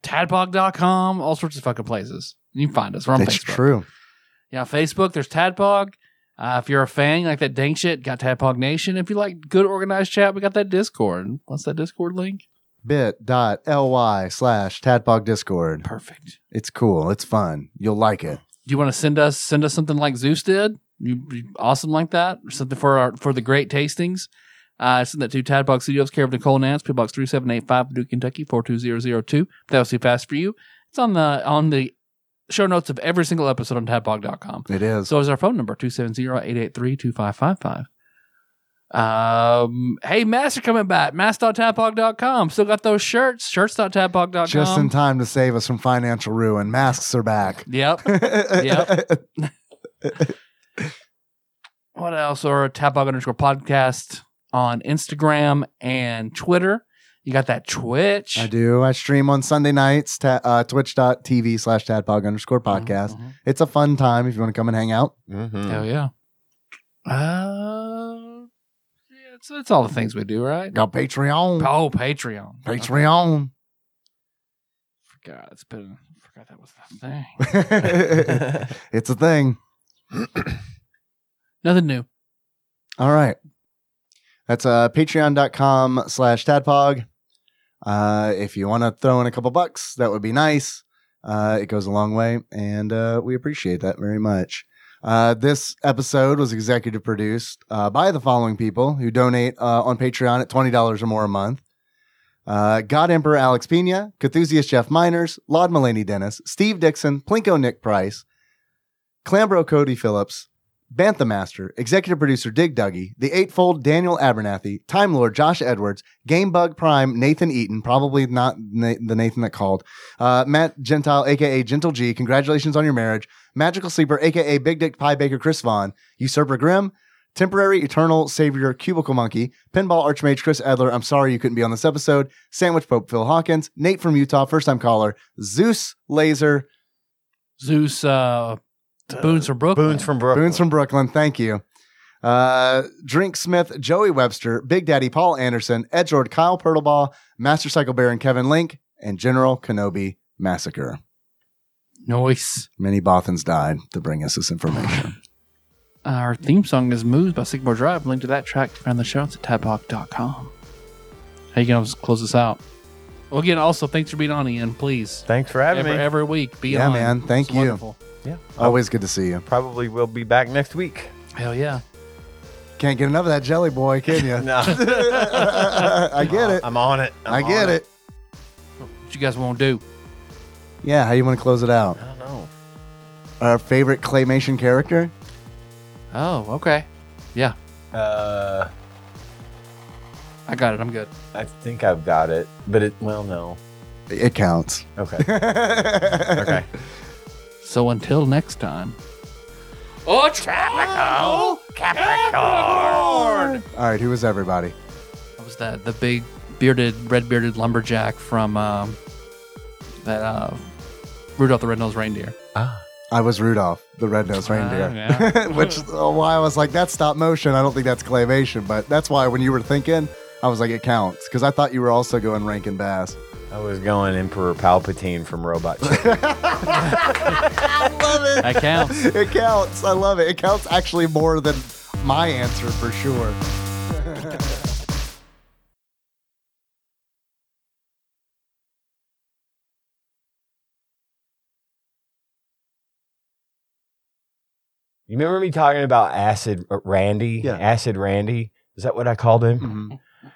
S1: Tadpog.com, all sorts of fucking places. You can find us. We're on
S2: It's
S1: Facebook.
S2: true.
S1: Yeah, Facebook, there's Tadpog. Uh, if you're a fan, you like that dang shit, got Tadpog Nation. If you like good organized chat, we got that Discord. What's that Discord link?
S2: Bit.ly slash Tadpog Discord.
S1: Perfect.
S2: It's cool. It's fun. You'll like it.
S1: Do you want to send us send us something like Zeus did? You you awesome like that? Or something for our for the great tastings? Uh, send that to Tadpog Studios, care of Nicole Nance, P Box three seven eight five, Duke, Kentucky four two zero zero two. That was too fast for you. It's on the on the show notes of every single episode on Tadpog.com.
S2: It is.
S1: So is our phone number 270-883-2555. Um, hey, Master coming back. Mass.tapog.com. Still got those shirts. Shirts.tapog.com.
S2: Just in time to save us from financial ruin. Masks are back.
S1: Yep. Yep. What else? Or tapog underscore podcast on Instagram and Twitter. You got that Twitch.
S2: I do. I stream on Sunday nights, ta- uh, twitch.tv slash tadpog underscore podcast.
S1: Mhm.
S2: It's a fun time if you want to come and hang out.
S3: Mhm.
S1: Hell yeah. Uh, yeah, it's, it's all the things we do, right?
S2: Got Patreon.
S1: Oh, Patreon.
S2: Patreon.
S1: forgot. It's been, forgot that was the thing.
S2: it's a thing.
S1: Nothing new.
S2: All right. That's uh, patreon.com slash tadpog. Uh, if you want to throw in a couple bucks, that would be nice. Uh, it goes a long way, and uh, we appreciate that very much. Uh, this episode was executive produced uh, by the following people who donate uh, on Patreon at $20 or more a month. Uh, God Emperor Alex Pena, Cthusiast Jeff Miners, Laud Mulaney Dennis, Steve Dixon, Plinko Nick Price, Clambro Cody Phillips, Bantha Master, Executive Producer Dig Duggy, The Eightfold Daniel Abernathy, Time Lord Josh Edwards, Gamebug Prime Nathan Eaton, probably not Na- the Nathan that called, uh, Matt Gentile, aka Gentle G, congratulations on your marriage, Magical Sleeper, aka Big Dick Pie Baker Chris Vaughn, Usurper Grimm, Temporary Eternal Savior Cubicle Monkey, Pinball Archmage Chris Edler, I'm sorry you couldn't be on this episode, Sandwich Pope Phil Hawkins, Nate from Utah, first time caller, Zeus Laser,
S1: Zeus, uh, Boons from Brooklyn.
S3: Boons from Brooklyn.
S2: Boons from Brooklyn, thank you. Uh, Drink Smith, Joey Webster, Big Daddy Paul Anderson, Edgelord Kyle Pertlebaugh, Master Cycle Baron Kevin Link, and General Kenobi Massacre.
S1: Noise.
S2: Many Bothans died to bring us this information.
S1: Our theme song is Moves by Sigmar Drive. Link to that track found in the show notes at tadpock.com. How you going to close this out? Well, again, also, thanks for being on, Ian, please.
S3: Thanks for having
S1: Every,
S3: me.
S1: every week, be
S2: Yeah,
S1: on.
S2: man. Thank
S1: It's
S2: you.
S1: wonderful.
S2: Always good to see you.
S3: Probably will be back next week.
S1: Hell yeah.
S2: Can't get enough of that jelly boy, can you?
S3: No.
S2: I get it.
S3: I'm on it.
S2: I get it.
S1: What you guys won't do?
S2: Yeah, how you want to close it out?
S3: I don't know.
S2: Our favorite claymation character?
S1: Oh, okay.
S3: Uh,
S1: I got it. I'm good.
S3: I think I've got it, but it. Well, no.
S2: It counts.
S3: Okay.
S2: okay.
S3: Okay.
S1: So until next time. Oh, Capricorn! Capricorn!
S2: All right, who was everybody?
S1: That was the the big bearded, red bearded lumberjack from um, that uh, Rudolph the Red Nosed Reindeer.
S2: I was Rudolph, the red-nosed
S1: Ah,
S2: reindeer.
S1: yeah.
S2: Which uh, why I was like, that's stop motion. I don't think that's claymation, but that's why when you were thinking, I was like, it counts because I thought you were also going Rankin Bass.
S3: I was going Emperor Palpatine from Robot Chicken.
S2: I love
S1: That counts.
S2: it. It counts. I love it. It counts actually more than my answer for sure.
S3: You remember me talking about Acid uh, Randy?
S2: Yeah.
S3: Acid Randy. Is that what I called him?
S2: Mhm.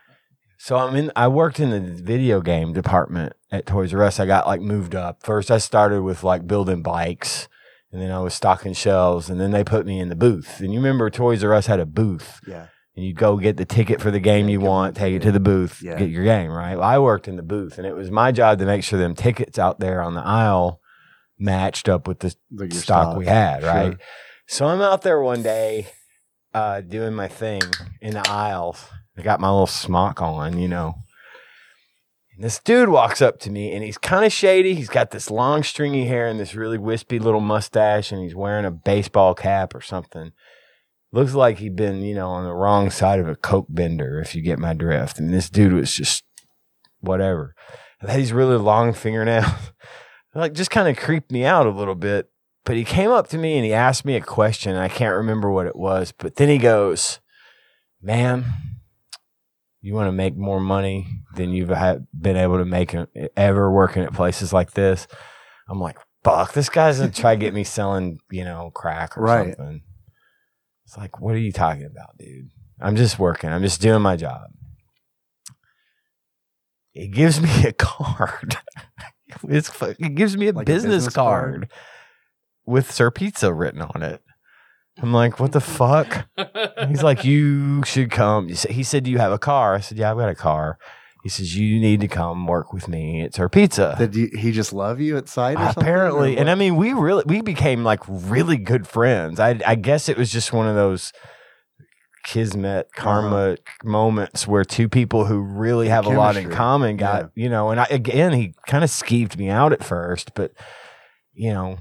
S3: So I'm in. I worked in the video game department at Toys R Us. I got like moved up. First, I started with like building bikes, and then I was stocking shelves, and then they put me in the booth. And you remember Toys R Us had a booth,
S2: Yeah.
S3: and you'd go get the ticket for the game you want, take it to the booth,
S2: Yeah.
S3: get your game. Right. Well, I worked in the booth, and it was my job to make sure them tickets out there on the aisle matched up with the
S2: Like your
S3: stock, we had,
S2: Sure.
S3: right? So I'm out there one day uh, doing my thing in the aisles. I got my little smock on, you know. And this dude walks up to me and he's kind of shady. He's got this long, stringy hair and this really wispy little mustache, and he's wearing a baseball cap or something. Looks like he'd been, you know, on the wrong side of a Coke bender, if you get my drift. And this dude was just whatever. And these really long fingernails, like, just kind of creeped me out a little bit but he came up to me and he asked me a question and i can't remember what it was but then he goes man you want to make more money than you've ha- been able to make in- ever working at places like this i'm like fuck this guy's gonna try to get me selling you know crack or
S2: Right.
S3: something it's like what are you talking about dude i'm just working i'm just doing my job it gives me a card it's, fu- it gives me a
S2: Like a
S3: business,
S2: business
S3: card,
S2: card?
S3: with Sir Pizza written on it. I'm like, what the fuck? He's like, you should come. He said- He said, do you have a car? I said, yeah, I've got a car. He says, you need to come work with me at Sir Pizza.
S2: Did you, he just love you at sight? Or something, or
S3: Apparently, and
S2: what?
S3: I mean, we really we became like really good friends. I I guess it was just one of those kismet
S2: Uh-huh.
S3: karma moments where two people who really have a lot in
S2: Chemistry.
S3: common got you know. And I again, he kind of skeeved me out at first, but you know,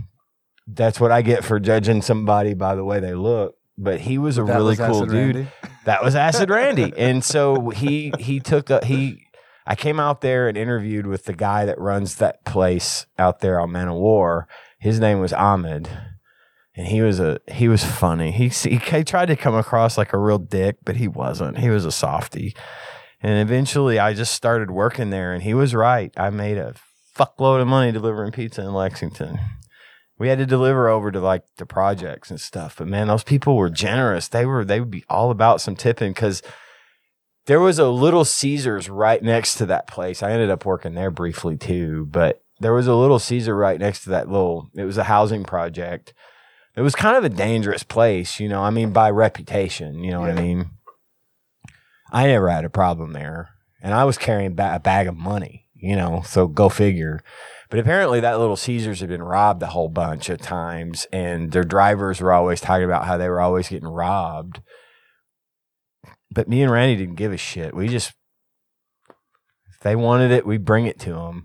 S3: that's what I get for judging somebody by the way they look. But he was a
S2: That
S3: really
S2: was
S3: cool
S2: Acid
S3: dude
S2: Randy?
S3: that was acid randy and so he he took a, he i came out there and interviewed with the guy that runs that place out there on man of war his name was ahmed and he was a he was funny he, s- he ca- tried to come across like a real dick but he wasn't he was a softy and eventually i just started working there and he was right i made a fuckload of money delivering pizza in lexington we had to deliver over to like the projects and stuff. But man, those people were generous. They were they would be all about some tipping because there was a little Caesars right next to that place. I ended up working there briefly too, but there was a little Caesar right next to that little. It was a housing project. It was kind of a dangerous place, you know. I mean, by reputation, you know what I mean. I never had a problem there, and I was carrying ba- a bag of money, you know. So go figure. But apparently, that little Caesars had been robbed a whole bunch of times, and their drivers were always talking about how they were always getting robbed. But me and Randy didn't give a shit. We just, if they wanted it, we'd bring it to them.